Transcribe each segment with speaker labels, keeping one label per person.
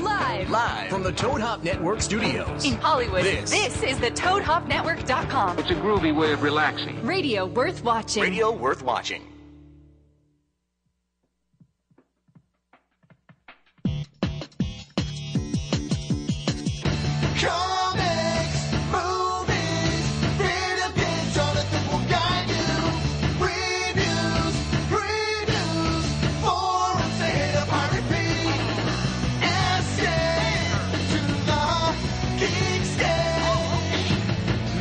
Speaker 1: live.
Speaker 2: Live from the Toad Hop Network studios.
Speaker 1: In Hollywood,
Speaker 2: This.
Speaker 1: this is the ToadHopNetwork.com.
Speaker 3: It's a groovy way of relaxing.
Speaker 1: Radio worth watching.
Speaker 2: Radio worth watching.
Speaker 4: Comics, movies, read a bit, Jonathan will guide you. Reviews, previews, forums to hit up, I repeat. Escape to the geekscape.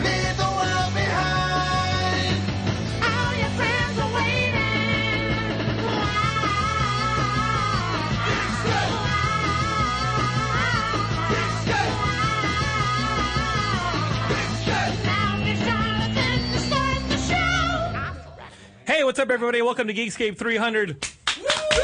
Speaker 4: Leave the world behind. All your friends are waiting. Geekscape. Geekscape.
Speaker 5: Hey, what's up, everybody? Welcome to Geekscape 300. Whoa,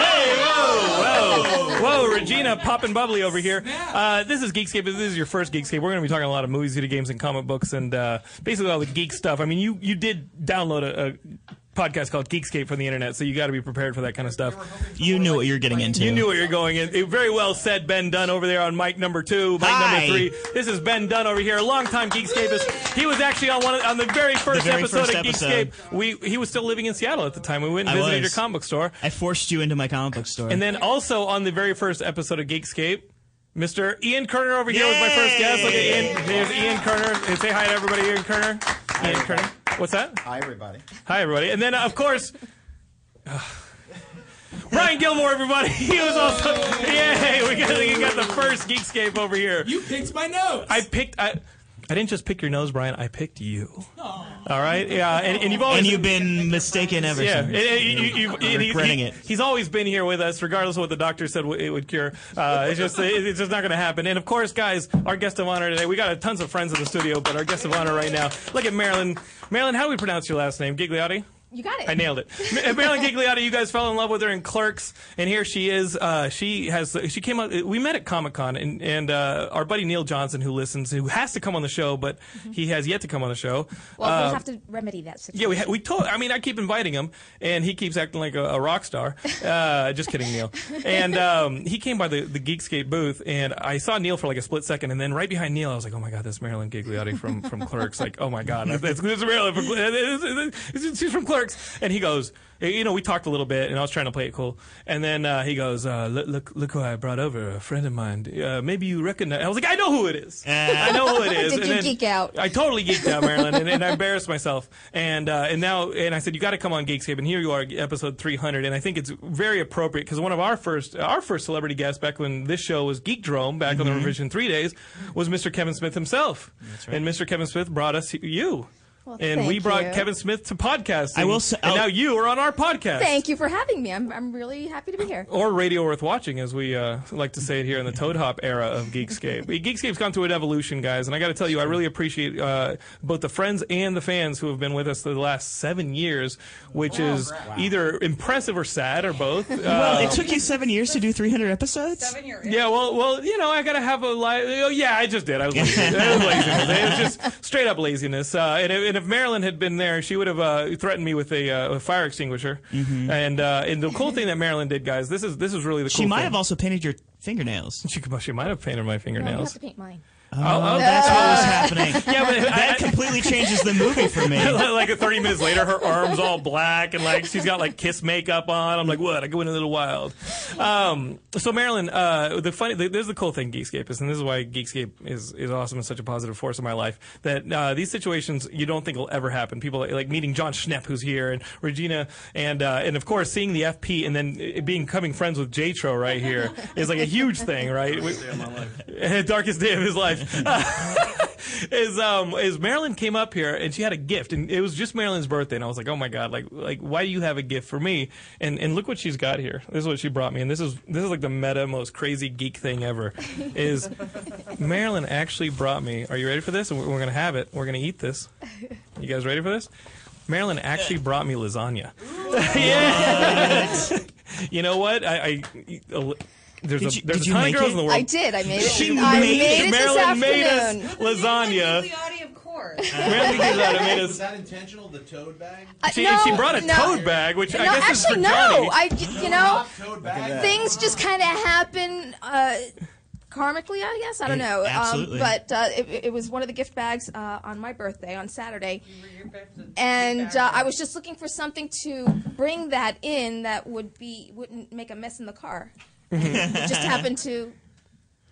Speaker 5: hey, whoa, whoa, whoa! Regina, poppin' bubbly over here. Uh, this is Geekscape. If this is your first Geekscape, we're going to be talking a lot of movies, video games, and comic books, and uh, basically all the geek stuff. I mean, you you did download a, a podcast called Geekscape from the internet, so you got to be prepared for that kind of stuff.
Speaker 6: You knew what you were getting into.
Speaker 5: You knew what you're going in. It very well said, Ben Dunn over there on mic number two, mic
Speaker 6: Hi.
Speaker 5: number three. This is Ben Dunn over here, a longtime Geekscapist. He was actually on one of, on the very first
Speaker 6: very
Speaker 5: episode
Speaker 6: first
Speaker 5: of
Speaker 6: episode.
Speaker 5: Geekscape. We he was still living in Seattle at the time. We went and
Speaker 6: I
Speaker 5: visited
Speaker 6: was.
Speaker 5: your comic book store,
Speaker 6: I forced you into my comic book store.
Speaker 5: and then also on the very first episode of Geekscape. Mr. Ian Kerner over here was my first guest. Look at Ian. There's Ian Kerner. And say hi to everybody, Ian Kerner. Ian Kerner. What's that?
Speaker 7: Hi, everybody.
Speaker 5: Hi, everybody. And then, uh, of course, Brian Gilmore, everybody. He was also. Yay! We got, we got the first Geekscape over here.
Speaker 8: You picked my nose.
Speaker 5: I picked. I, I didn't just pick your nose, Brian. I picked you. All right? Yeah. And, and you've always.
Speaker 6: and you've been mistaken ever
Speaker 5: yeah, and,
Speaker 6: since.
Speaker 5: and you- you- you- and he-
Speaker 6: regretting
Speaker 5: he-
Speaker 6: it.
Speaker 5: He's always been here with us, regardless of what the doctor said w- it would cure. Uh, it's just, it- it's just not going to happen. And of course, guys, our guest of honor today. We got a tons of friends in the studio, but our guest of honor right now. Look at Marilyn. Marilyn, how do we pronounce your last name? Gigliotti.
Speaker 9: You got it.
Speaker 5: I nailed it. Ma- uh, Marilyn Gigliotti, you guys fell in love with her in Clerks, and here she is. Uh, she has she came out. We met at Comic Con, and and uh, our buddy Neil Johnson, who listens, who has to come on the show, but he has yet to come on the show.
Speaker 9: Mm-hmm. Well,
Speaker 5: Uh,
Speaker 9: we'll have to remedy that
Speaker 5: yeah,
Speaker 9: situation.
Speaker 5: we ha- we told. I mean, I keep inviting him, and he keeps acting like a, a rock star. Uh, just kidding, Neil. And um, he came by the, the Geekscape booth, and I saw Neil for like a split second, and then right behind Neil, I was like, "Oh my god, that's Marilyn Gigliotti from, from Clerks!" Like, "Oh my god, that's, that's Marilyn from Clerks. she's from Clerks." And he goes, "You know, we talked a little bit, and I was trying to play it cool." And then uh, he goes, uh, look, "Look, look who I brought over, a friend of mine. Uh, maybe you recognize." I was like, "I know who it is. I know who it is."
Speaker 9: Did
Speaker 5: And
Speaker 9: you
Speaker 5: then-
Speaker 9: geek out?
Speaker 5: I totally geeked out, Marilyn, and, and I embarrassed myself. And uh, and now, and I said, you got to come on Geekscape, and here you are, episode 300. And I think it's very appropriate because one of our first our first celebrity guests back when this show was Geekdrome, back
Speaker 6: Mm-hmm.
Speaker 5: on the Revision Three Days, was Mr. Kevin Smith himself. That's right. And Mr. Kevin Smith brought us you.
Speaker 9: Well,
Speaker 5: and
Speaker 9: thank
Speaker 5: we brought
Speaker 9: you.
Speaker 5: Kevin Smith to podcast.
Speaker 6: I will say-
Speaker 5: and
Speaker 6: I'll-
Speaker 5: now you are on our podcast.
Speaker 9: Thank you for having me. I'm, I'm really happy to be here.
Speaker 5: Or radio worth watching, as we uh, like to say it here in the Toad Hop era of Geekscape. Geekscape's gone through an evolution, guys, and I got to tell you, I really appreciate uh, both the friends and the fans who have been with us the last seven years, which is either impressive or sad or both. Uh,
Speaker 6: Well, it took you seven years to do 300 episodes?
Speaker 5: yeah, well, well, you know, I gotta have a life. Oh, yeah, I just did. I was lazy. That was laziness. It was just straight up laziness. Uh, and, if, and if Marilyn had been there, she would have uh, threatened me with a, uh, a fire extinguisher. And uh, and the cool thing that Marilyn did, guys, this is this is really the cool
Speaker 6: Mm-hmm. She might
Speaker 5: thing.
Speaker 6: have also painted your fingernails.
Speaker 5: She, could- she might have painted my
Speaker 9: No, you have
Speaker 5: fingernails.
Speaker 9: to paint mine.
Speaker 5: oh,
Speaker 6: That's what was happening.
Speaker 5: yeah, but
Speaker 6: That completely changes the movie for me.
Speaker 5: I, like 30 minutes later, her arms all black and like she's got like kiss makeup on. I'm like, what? I go in a little wild. Um, so Marilyn, uh, the funny, the, this is the cool thing, Geekscape is, and this is why Geekscape is is awesome and such a positive force in my life. That uh, these situations you don't think will ever happen. People like, like meeting John Schnepp, who's here, and Regina, and uh, and of course seeing the FP, and then it being becoming friends with Jatro right here is like a huge thing, right? darkest day of his life is um is Marilyn came up here and she had a gift and it was just Marilyn's birthday and I was like oh my god like like why do you have a gift for me and and look what she's got here this is what she brought me and this is this is like the meta most crazy geek thing ever is Marilyn actually brought me are you ready for this we're, we're gonna have it we're gonna eat this you guys ready for this Marilyn actually brought me lasagna yeah you know what I, I there's
Speaker 6: Did
Speaker 5: a
Speaker 6: you-
Speaker 5: there's a
Speaker 6: did you
Speaker 5: ton of
Speaker 6: make
Speaker 5: girls
Speaker 6: it?
Speaker 5: in the world
Speaker 9: I did. I made it.
Speaker 5: she
Speaker 9: I
Speaker 5: made,
Speaker 9: made it
Speaker 5: Marilyn
Speaker 9: this
Speaker 5: made us
Speaker 9: afternoon.
Speaker 5: lasagna.
Speaker 7: course.
Speaker 5: Randomly did that. It made us.
Speaker 8: that intentional? The toad bag?
Speaker 9: Uh,
Speaker 5: She,
Speaker 9: no,
Speaker 5: she brought a
Speaker 9: no.
Speaker 5: tote bag, which
Speaker 9: no,
Speaker 5: I guess is for
Speaker 9: actually, no.
Speaker 5: Johnny.
Speaker 9: I, you know,
Speaker 8: Toad bag.
Speaker 9: things just kind of happen uh, karmically, I guess. I don't
Speaker 6: Mm,
Speaker 9: know.
Speaker 6: absolutely.
Speaker 9: Um, but uh, it, it was one of the gift bags uh, on my birthday on Saturday.
Speaker 7: Your best is-
Speaker 9: And uh, I was just looking for something to bring that in that would be wouldn't make a mess in the car. it just happened to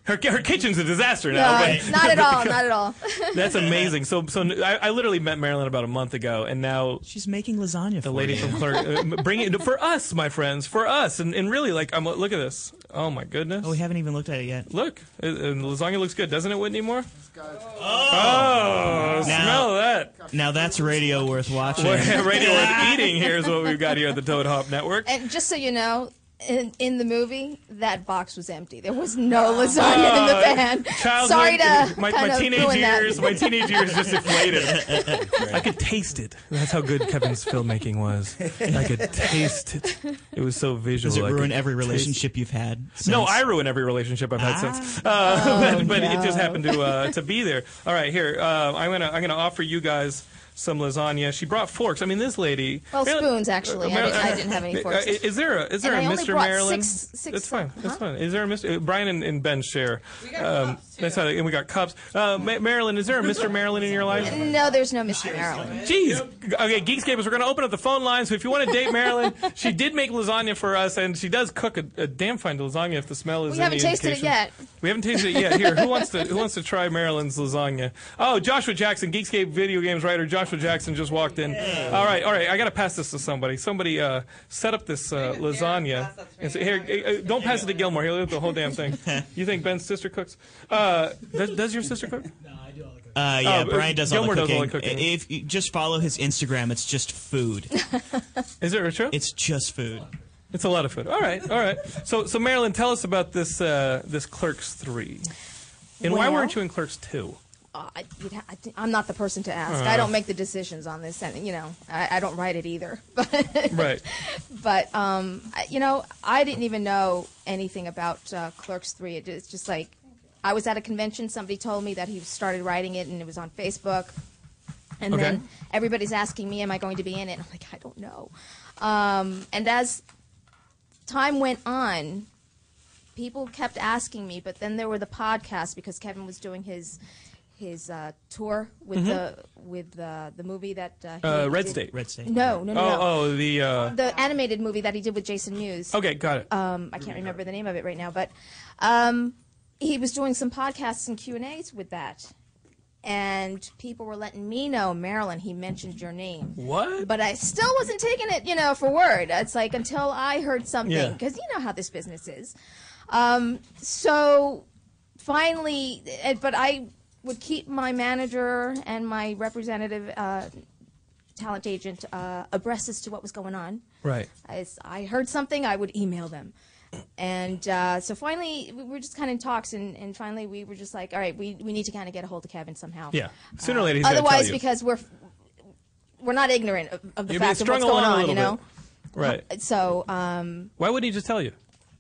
Speaker 5: her, her kitchen's a disaster
Speaker 9: no,
Speaker 5: now. but-
Speaker 9: not at all, not at all.
Speaker 5: That's amazing. So, so I, I literally met Marilyn about a month ago, and now
Speaker 6: She's making lasagna for
Speaker 5: the lady
Speaker 6: you.
Speaker 5: from Clerk, uh, m- bring it for us, my friends, for us, and, and really, like, I'm look at this. Oh my goodness.
Speaker 6: Oh, we haven't even looked at it yet.
Speaker 5: Look, uh, uh, lasagna looks good, doesn't it, Whitney Moore? Oh,
Speaker 6: Now-
Speaker 5: smell that!
Speaker 6: Now that's radio worth watching.
Speaker 5: We're radio Earth eating. Here's what we've got here at the Toad Hop Network.
Speaker 9: and just so you know, in, in the movie, that box was empty. There was no lasagna in the van.
Speaker 5: Oh, Childhood,
Speaker 9: Sorry to
Speaker 5: my,
Speaker 9: kind
Speaker 5: my
Speaker 9: of
Speaker 5: teenage
Speaker 9: ruin that.
Speaker 5: years, my teenage years just inflated. I could taste it. That's how good Kevin's filmmaking was. I could taste it. It was so visual.
Speaker 6: Does it
Speaker 5: I could
Speaker 6: ruin every
Speaker 5: taste-
Speaker 6: relationship you've had? Since? Ah.
Speaker 5: No, I ruin every relationship I've had since. Uh,
Speaker 9: Oh,
Speaker 5: but but it just happened to uh, to be there. All right, here uh, I'm gonna I'm gonna offer you guys some lasagna. She brought forks. I mean, this lady.
Speaker 9: Well,
Speaker 5: Really-
Speaker 9: spoons actually. I,
Speaker 5: Mar-
Speaker 9: didn't, I didn't have any
Speaker 5: Uh,
Speaker 9: forks.
Speaker 5: Is there a is there
Speaker 9: And
Speaker 5: a
Speaker 9: I only
Speaker 5: Mr.
Speaker 9: brought
Speaker 5: Maryland?
Speaker 9: six- six-
Speaker 5: That's fine. That's
Speaker 9: huh?
Speaker 5: fine. Is there a Mr. uh, Brian and, and Ben share?
Speaker 7: We got
Speaker 5: Um,
Speaker 7: cups, too.
Speaker 5: that's how- and we got cups. Uh, Ma- Marilyn, is there a Mr. Maryland in your life?
Speaker 9: No, there's no Mr. Maryland.
Speaker 5: Jeez. Okay, Geekscapers, we're going to open up the phone lines. So if you want to date Marilyn, she did make lasagna for us, and she does cook a, a damn fine lasagna if the smell is.
Speaker 9: We
Speaker 5: any
Speaker 9: haven't tasted it
Speaker 5: indication.
Speaker 9: yet.
Speaker 5: We haven't tasted it yet. Here, who wants to who wants to try Marilyn's lasagna? Oh, Joshua Jackson, Geekscape video games writer Joshua Jackson just walked in. All right, all right, I got to pass this to somebody. Somebody uh, set up this uh,
Speaker 7: Aaron,
Speaker 5: lasagna.
Speaker 7: pass that to
Speaker 5: And say,
Speaker 7: me.
Speaker 5: here, eh, eh, don't pass it to Gilmore. He'll eat the whole damn thing. You think Ben's sister cooks? Uh, does, does your sister cook?
Speaker 6: Uh, yeah,
Speaker 5: Oh, but
Speaker 6: Brian does all the
Speaker 5: Gilmore does
Speaker 6: cooking.
Speaker 5: all the cooking.
Speaker 6: If you just follow his Instagram, it's just food.
Speaker 5: Is it true?
Speaker 6: It's just food.
Speaker 5: It's a lot of food. All right, all right. So, so Marilyn, tell us about this uh, this Clerks three, and why
Speaker 9: Well-
Speaker 5: weren't you in Clerks two?
Speaker 9: Uh, I, you'd ha- I think- I'm not the person to ask.
Speaker 5: Uh.
Speaker 9: I don't make the decisions on this, and you know, I, I don't write it either. But
Speaker 5: Right.
Speaker 9: but um, I, you know, I didn't even know anything about uh, Clerks Three. It, it's just like I was at a convention. Somebody told me that he started writing it, and it was on Facebook. And
Speaker 5: Okay.
Speaker 9: then everybody's asking me, "Am I going to be in it?" And I'm like, "I don't know." Um, and as time went on, people kept asking me. But then there were the podcasts because Kevin was doing his his uh, tour with the with the the movie that uh, he
Speaker 5: Mm-hmm. Uh, Red
Speaker 9: did-
Speaker 5: State.
Speaker 6: Red State.
Speaker 9: No, no, Um, no.
Speaker 5: Oh,
Speaker 9: no
Speaker 5: oh, the. Uh,
Speaker 9: the animated movie that he did with Jason Mewes.
Speaker 5: okay, got it.
Speaker 9: Um, I can't remember the name of it right now, but um, he was doing some podcasts and Q and A's with that, and people were letting me know, Marilyn, he mentioned your name.
Speaker 5: what?
Speaker 9: But I still wasn't taking it, you know, for word. It's like until I heard something,
Speaker 5: Yeah.
Speaker 9: because you know how this business is. Um, so finally, eh, but I would keep my manager and my representative, uh, talent agent, uh, abreast as to what was going on.
Speaker 5: right.
Speaker 9: As I heard something, I would email them. And uh, so finally, we were just kind of in talks, and, and finally, we were just like, all right, we, we need to kind of get a hold of Kevin somehow. Uh,
Speaker 5: Yeah. Sooner or later, he's gonna
Speaker 9: Otherwise,
Speaker 5: tell you.
Speaker 9: because we're we're not ignorant of, of the
Speaker 5: You're being
Speaker 9: fact of
Speaker 5: strung
Speaker 9: what's going
Speaker 5: along a
Speaker 9: on, you
Speaker 5: little
Speaker 9: know.
Speaker 5: right.
Speaker 9: So um,
Speaker 5: Why wouldn't he just tell you?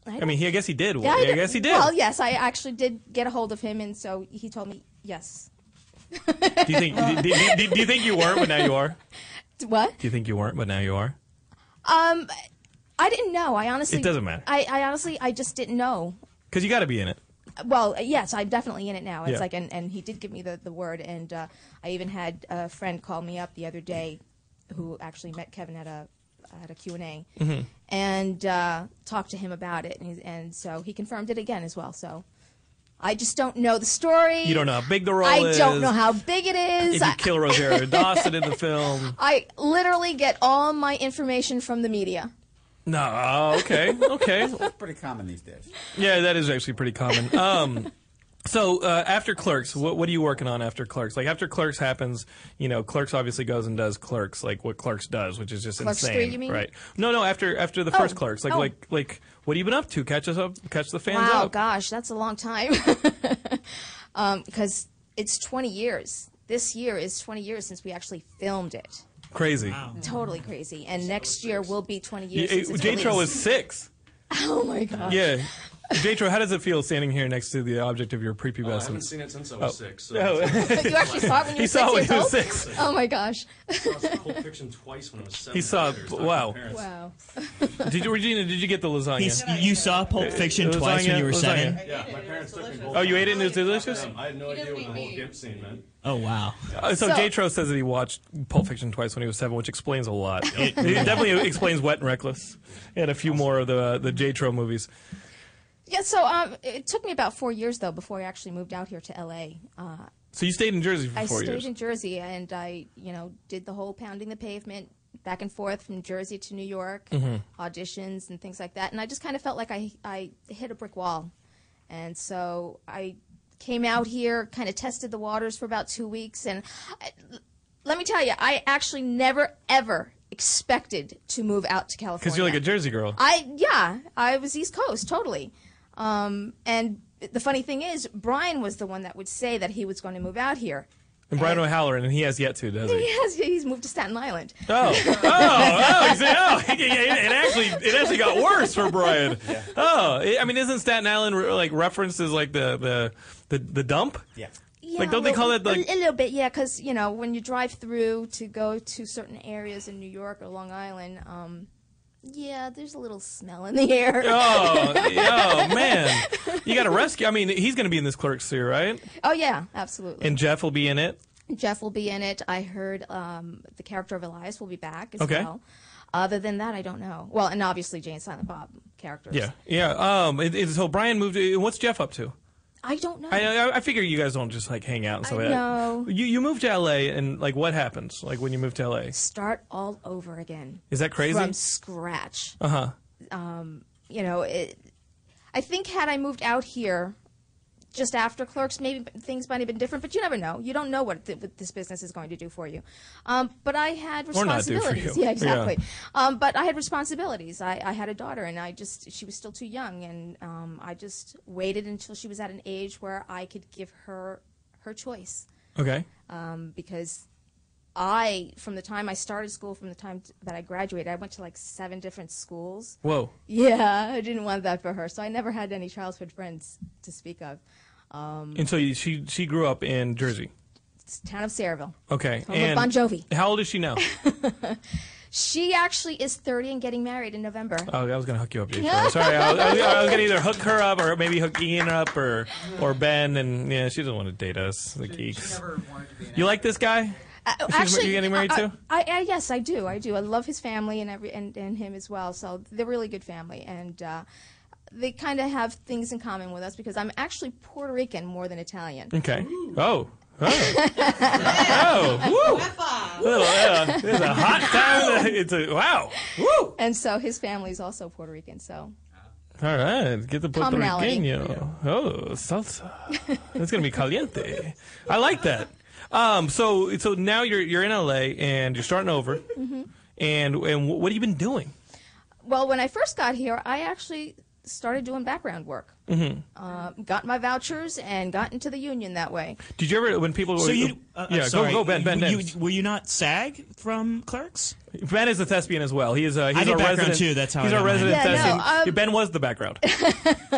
Speaker 5: I
Speaker 9: don't-
Speaker 5: mean, he. I guess he did.
Speaker 9: yeah,
Speaker 5: I guess he did.
Speaker 9: Well, yes, I actually did get a hold of him, and so he told me yes.
Speaker 5: Do you think? do, do- do- do you think you weren't, but now you are?
Speaker 9: What?
Speaker 5: Do you think you weren't, but now you are?
Speaker 9: Um, I didn't know. I honestly
Speaker 5: It doesn't matter.
Speaker 9: I, I honestly I just didn't know.
Speaker 5: Because you got to be in it.
Speaker 9: well uh, yes i'm definitely in it now it's
Speaker 5: Yeah.
Speaker 9: like and, and he did give me the, the word and uh, i even had a friend call me up the other day who actually met kevin at a at a q&a
Speaker 5: Mm-hmm.
Speaker 9: and uh, talked to him about it and, he's, and so he confirmed it again as well so i just don't know the story
Speaker 5: You don't know how big the role
Speaker 9: i
Speaker 5: is.
Speaker 9: don't know how big it
Speaker 5: If
Speaker 9: is
Speaker 5: you
Speaker 9: I,
Speaker 5: kill Rosario Dawson in the film.
Speaker 9: I literally get all my information from the media
Speaker 5: No. Okay. Okay.
Speaker 8: Pretty common these days.
Speaker 5: Yeah, that is actually pretty common. Um, so uh, after Clerks, what, what are you working on after Clerks? Like after Clerks happens, you know, Clerks obviously goes and does Clerks, like what Clerks does, which is just
Speaker 9: Clerks
Speaker 5: insane,
Speaker 9: three, you mean?
Speaker 5: right? No, no, after after the first Clerks, like
Speaker 9: oh.
Speaker 5: like like what have you been up to? Catch us up, catch the fans
Speaker 9: wow
Speaker 5: up.
Speaker 9: gosh that's a long time because it's 20 years this year is 20 years since we actually filmed it
Speaker 5: Crazy.
Speaker 9: totally crazy. And next year will be 20
Speaker 5: Y-
Speaker 9: years.
Speaker 5: it-
Speaker 9: since it's
Speaker 5: J-Tro was
Speaker 9: released.
Speaker 5: six.
Speaker 9: Oh my god.
Speaker 5: Yeah, Jatro, how does it feel standing here next to the object of your
Speaker 7: Oh, I haven't
Speaker 5: prepubescent?
Speaker 7: seen it since I was six. So
Speaker 9: But you actually saw it when you
Speaker 5: He
Speaker 9: were six
Speaker 5: saw it when
Speaker 9: years
Speaker 5: he was
Speaker 9: old?
Speaker 5: six.
Speaker 9: Oh my gosh!
Speaker 7: I saw Pulp Fiction twice when I was seven.
Speaker 5: He saw-
Speaker 7: It's not
Speaker 5: wow.
Speaker 7: my parents.
Speaker 9: Wow.
Speaker 5: did you, Regina? Did you get the lasagna?
Speaker 6: He's, you saw Pulp Fiction
Speaker 5: Lasagna,
Speaker 6: twice when you were
Speaker 5: lasagna.
Speaker 6: seven.
Speaker 7: Yeah, my parents took me both.
Speaker 5: Oh, you ate it and it was delicious.
Speaker 7: Um, I had no idea what the whole gimp scene meant.
Speaker 6: Oh wow!
Speaker 5: Uh, so,
Speaker 9: So-
Speaker 5: Jatro says that he watched Pulp Fiction twice when he was seven, which explains a lot. it, it definitely explains Wet and Reckless and a few more of the the Jatro movies.
Speaker 9: Yeah. So um, it took me about four years though before I actually moved out here to L.A. Uh,
Speaker 5: So you stayed in Jersey for
Speaker 9: I
Speaker 5: four
Speaker 9: stayed
Speaker 5: years.
Speaker 9: in Jersey and I, you know, did the whole pounding the pavement back and forth from Jersey to New York,
Speaker 5: Mm-hmm.
Speaker 9: auditions and things like that. And I just kind of felt like I, I hit a brick wall. And so I came out here, kind of tested the waters for about two weeks. And I, let me tell you, I actually never, ever expected to move out to California.
Speaker 5: Because you're like a Jersey girl.
Speaker 9: I yeah, I was East Coast totally. Um, and the funny thing is, Brian was the one that would say that he was going to move out here.
Speaker 5: and Brian O'Halloran, and he has yet to, does he?
Speaker 9: He has, he's moved to Staten Island.
Speaker 5: Oh, oh, oh, he's- oh, it, it actually, it actually got worse for Brian. Oh, I I mean, isn't Staten Island re- like references like the the the, the dump?
Speaker 8: Yeah.
Speaker 9: Yeah,
Speaker 5: Like, don't
Speaker 9: a
Speaker 5: they
Speaker 9: little-
Speaker 5: call it, like-
Speaker 9: a, a little bit? Yeah, because you know when you drive through to go to certain areas in New York or Long Island, um, yeah, there's a little smell in the air.
Speaker 5: Oh, oh man, you got to rescue. I mean, he's going to be in this Clerks too, right?
Speaker 9: Oh yeah, absolutely.
Speaker 5: And Jeff will be in it.
Speaker 9: Jeff will be in it. I heard um, the character of Elias will be back as
Speaker 5: Okay.
Speaker 9: well. Other than that, I don't know. Well, and obviously Jane Silent Bob characters.
Speaker 5: Yeah, yeah. Um, it, it, so Brian moved. uh, What's Jeff up to?
Speaker 9: I don't know.
Speaker 5: I, I, I figure you guys don't just like hang out and stuff.
Speaker 9: I
Speaker 5: like that.
Speaker 9: know.
Speaker 5: You you moved to LA, and like, what happens? Like when you moved to LA,
Speaker 9: Start all over again
Speaker 5: is that crazy? Uh-huh.
Speaker 9: from scratch. Uh huh. Um, you know, it, I think had I moved out here just after Clerks, maybe things might have been different. But you never know. You don't know what, th- what this business is going to do for you. Um, but I had
Speaker 5: Or not do for you.
Speaker 9: responsibilities. Yeah,
Speaker 5: Yeah.
Speaker 9: exactly. Um, but I had responsibilities. I, I had a daughter, and I just she was still too young, and um, I just waited until she was at an age where I could give her her choice. Um,
Speaker 5: okay.
Speaker 9: because I, from the time I started school, from the time t- that I graduated, I went to like seven different schools.
Speaker 5: Whoa.
Speaker 9: Yeah, I didn't want that for her, so I never had any childhood friends to speak of.
Speaker 5: And so you, she she grew up in Jersey.
Speaker 9: It's the town of Sayreville.
Speaker 5: Okay.
Speaker 9: Home of Bon Jovi.
Speaker 5: How old is she now?
Speaker 9: She actually is 30 and getting married in November.
Speaker 5: oh, I was gonna hook you up, Jake. Sorry, I was, I, was, I was gonna either hook her up or maybe hook Ian up or or Ben, and yeah, she doesn't want to date us, the geeks. you like this guy?
Speaker 9: Uh,
Speaker 5: She's- you're getting married
Speaker 9: I,
Speaker 5: too?
Speaker 9: I, I, yes, I do. I do. I love his family and every and, and him as well. So they're really good family, and uh, they kind of have things in common with us because I'm actually Puerto Rican more than Italian.
Speaker 5: Okay. Oh. Oh. oh. Woo. Little, uh, it's a hot time. to- It's a wow. Woo.
Speaker 9: And so his family is also Puerto Rican. So
Speaker 5: All right, get the Puerto
Speaker 9: Commonality.
Speaker 5: Rican. Oh, salsa. That's gonna be caliente. I like that. Um, so so now you're you're in LA and you're starting over. And and wh- what have you been doing?
Speaker 9: mm-hmm. Well, when I first got here, I actually started doing background work.
Speaker 5: Mm-hmm.
Speaker 9: Uh, got my vouchers and got into the union that way.
Speaker 5: Did you ever when people?
Speaker 6: So
Speaker 5: were, oh,
Speaker 6: you, uh,
Speaker 5: yeah,
Speaker 6: sorry,
Speaker 5: go go Ben Ben.
Speaker 6: Were
Speaker 5: Ben.
Speaker 6: you, were you not SAG from Clerks?
Speaker 5: ben is a thespian as well. He is a he's
Speaker 6: I did
Speaker 5: our
Speaker 6: background
Speaker 5: resident
Speaker 6: too, that's how
Speaker 5: he's
Speaker 6: I
Speaker 5: our
Speaker 6: got mine.
Speaker 5: resident
Speaker 9: Yeah, no,
Speaker 5: thespian.
Speaker 9: um,
Speaker 5: Yeah, ben was the background.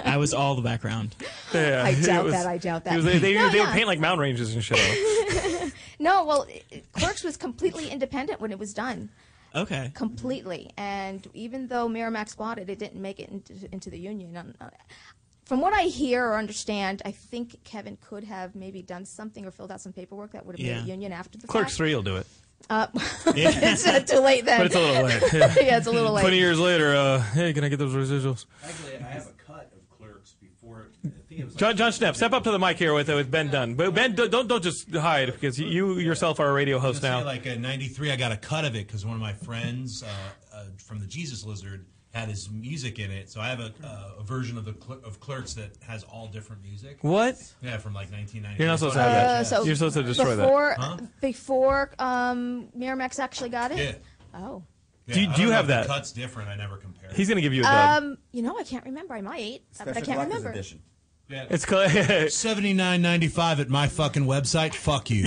Speaker 6: I was all the background.
Speaker 5: Yeah,
Speaker 9: I
Speaker 5: it
Speaker 9: doubt
Speaker 5: was-
Speaker 9: that, I doubt
Speaker 5: it was-
Speaker 9: that.
Speaker 5: they they,
Speaker 9: No,
Speaker 5: they would
Speaker 9: yeah.
Speaker 5: paint like mountain ranges and shit. on it.
Speaker 9: No, well, it- it- Clerks was completely independent when it was done.
Speaker 6: Okay.
Speaker 9: Completely. And even though Miramax bought it, it didn't make it into, into the union. Um, uh, From what I hear or understand, I think Kevin could have maybe done something or filled out some paperwork that would have
Speaker 6: Yeah.
Speaker 9: made it union after the
Speaker 5: Clerks
Speaker 9: fact. Uh,
Speaker 5: three will do it,
Speaker 9: it's not too late then.
Speaker 5: but it's a little late. Yeah.
Speaker 9: yeah, it's a little late.
Speaker 5: Twenty years later, uh, hey, can I get those residuals?
Speaker 8: Actually, I have a cut of Clerks before. I think it was
Speaker 5: John, John Schnepp, step up to the mic here with with Ben Dunn. But Ben, don't don't- don't just hide because you yourself are a radio
Speaker 10: I
Speaker 5: host
Speaker 10: say,
Speaker 5: now.
Speaker 10: Like uh, '93, I got a cut of it because one of my friends uh, uh, from the Jesus Lizard had his music in it. So I have a, uh, a version of the cl- of Clerks that has all different music.
Speaker 5: What?
Speaker 10: Yeah, from like 1990.
Speaker 5: You're not supposed to have that.
Speaker 9: Uh, so
Speaker 5: You're supposed to destroy that.
Speaker 9: before before um, Miramax actually got it.
Speaker 10: Yeah.
Speaker 9: Oh,
Speaker 10: yeah.
Speaker 5: Do you-
Speaker 10: I
Speaker 5: do you
Speaker 10: don't know
Speaker 5: have
Speaker 10: if the
Speaker 5: that?
Speaker 10: Cut's different. I never compare.
Speaker 5: He's gonna give you a dub.
Speaker 9: Um, you know I can't remember. I might, but I
Speaker 8: Special
Speaker 9: can't
Speaker 8: Collector's
Speaker 9: remember.
Speaker 8: Edition.
Speaker 5: it's cl- it's
Speaker 10: 79.95 at my fucking website. Fuck you.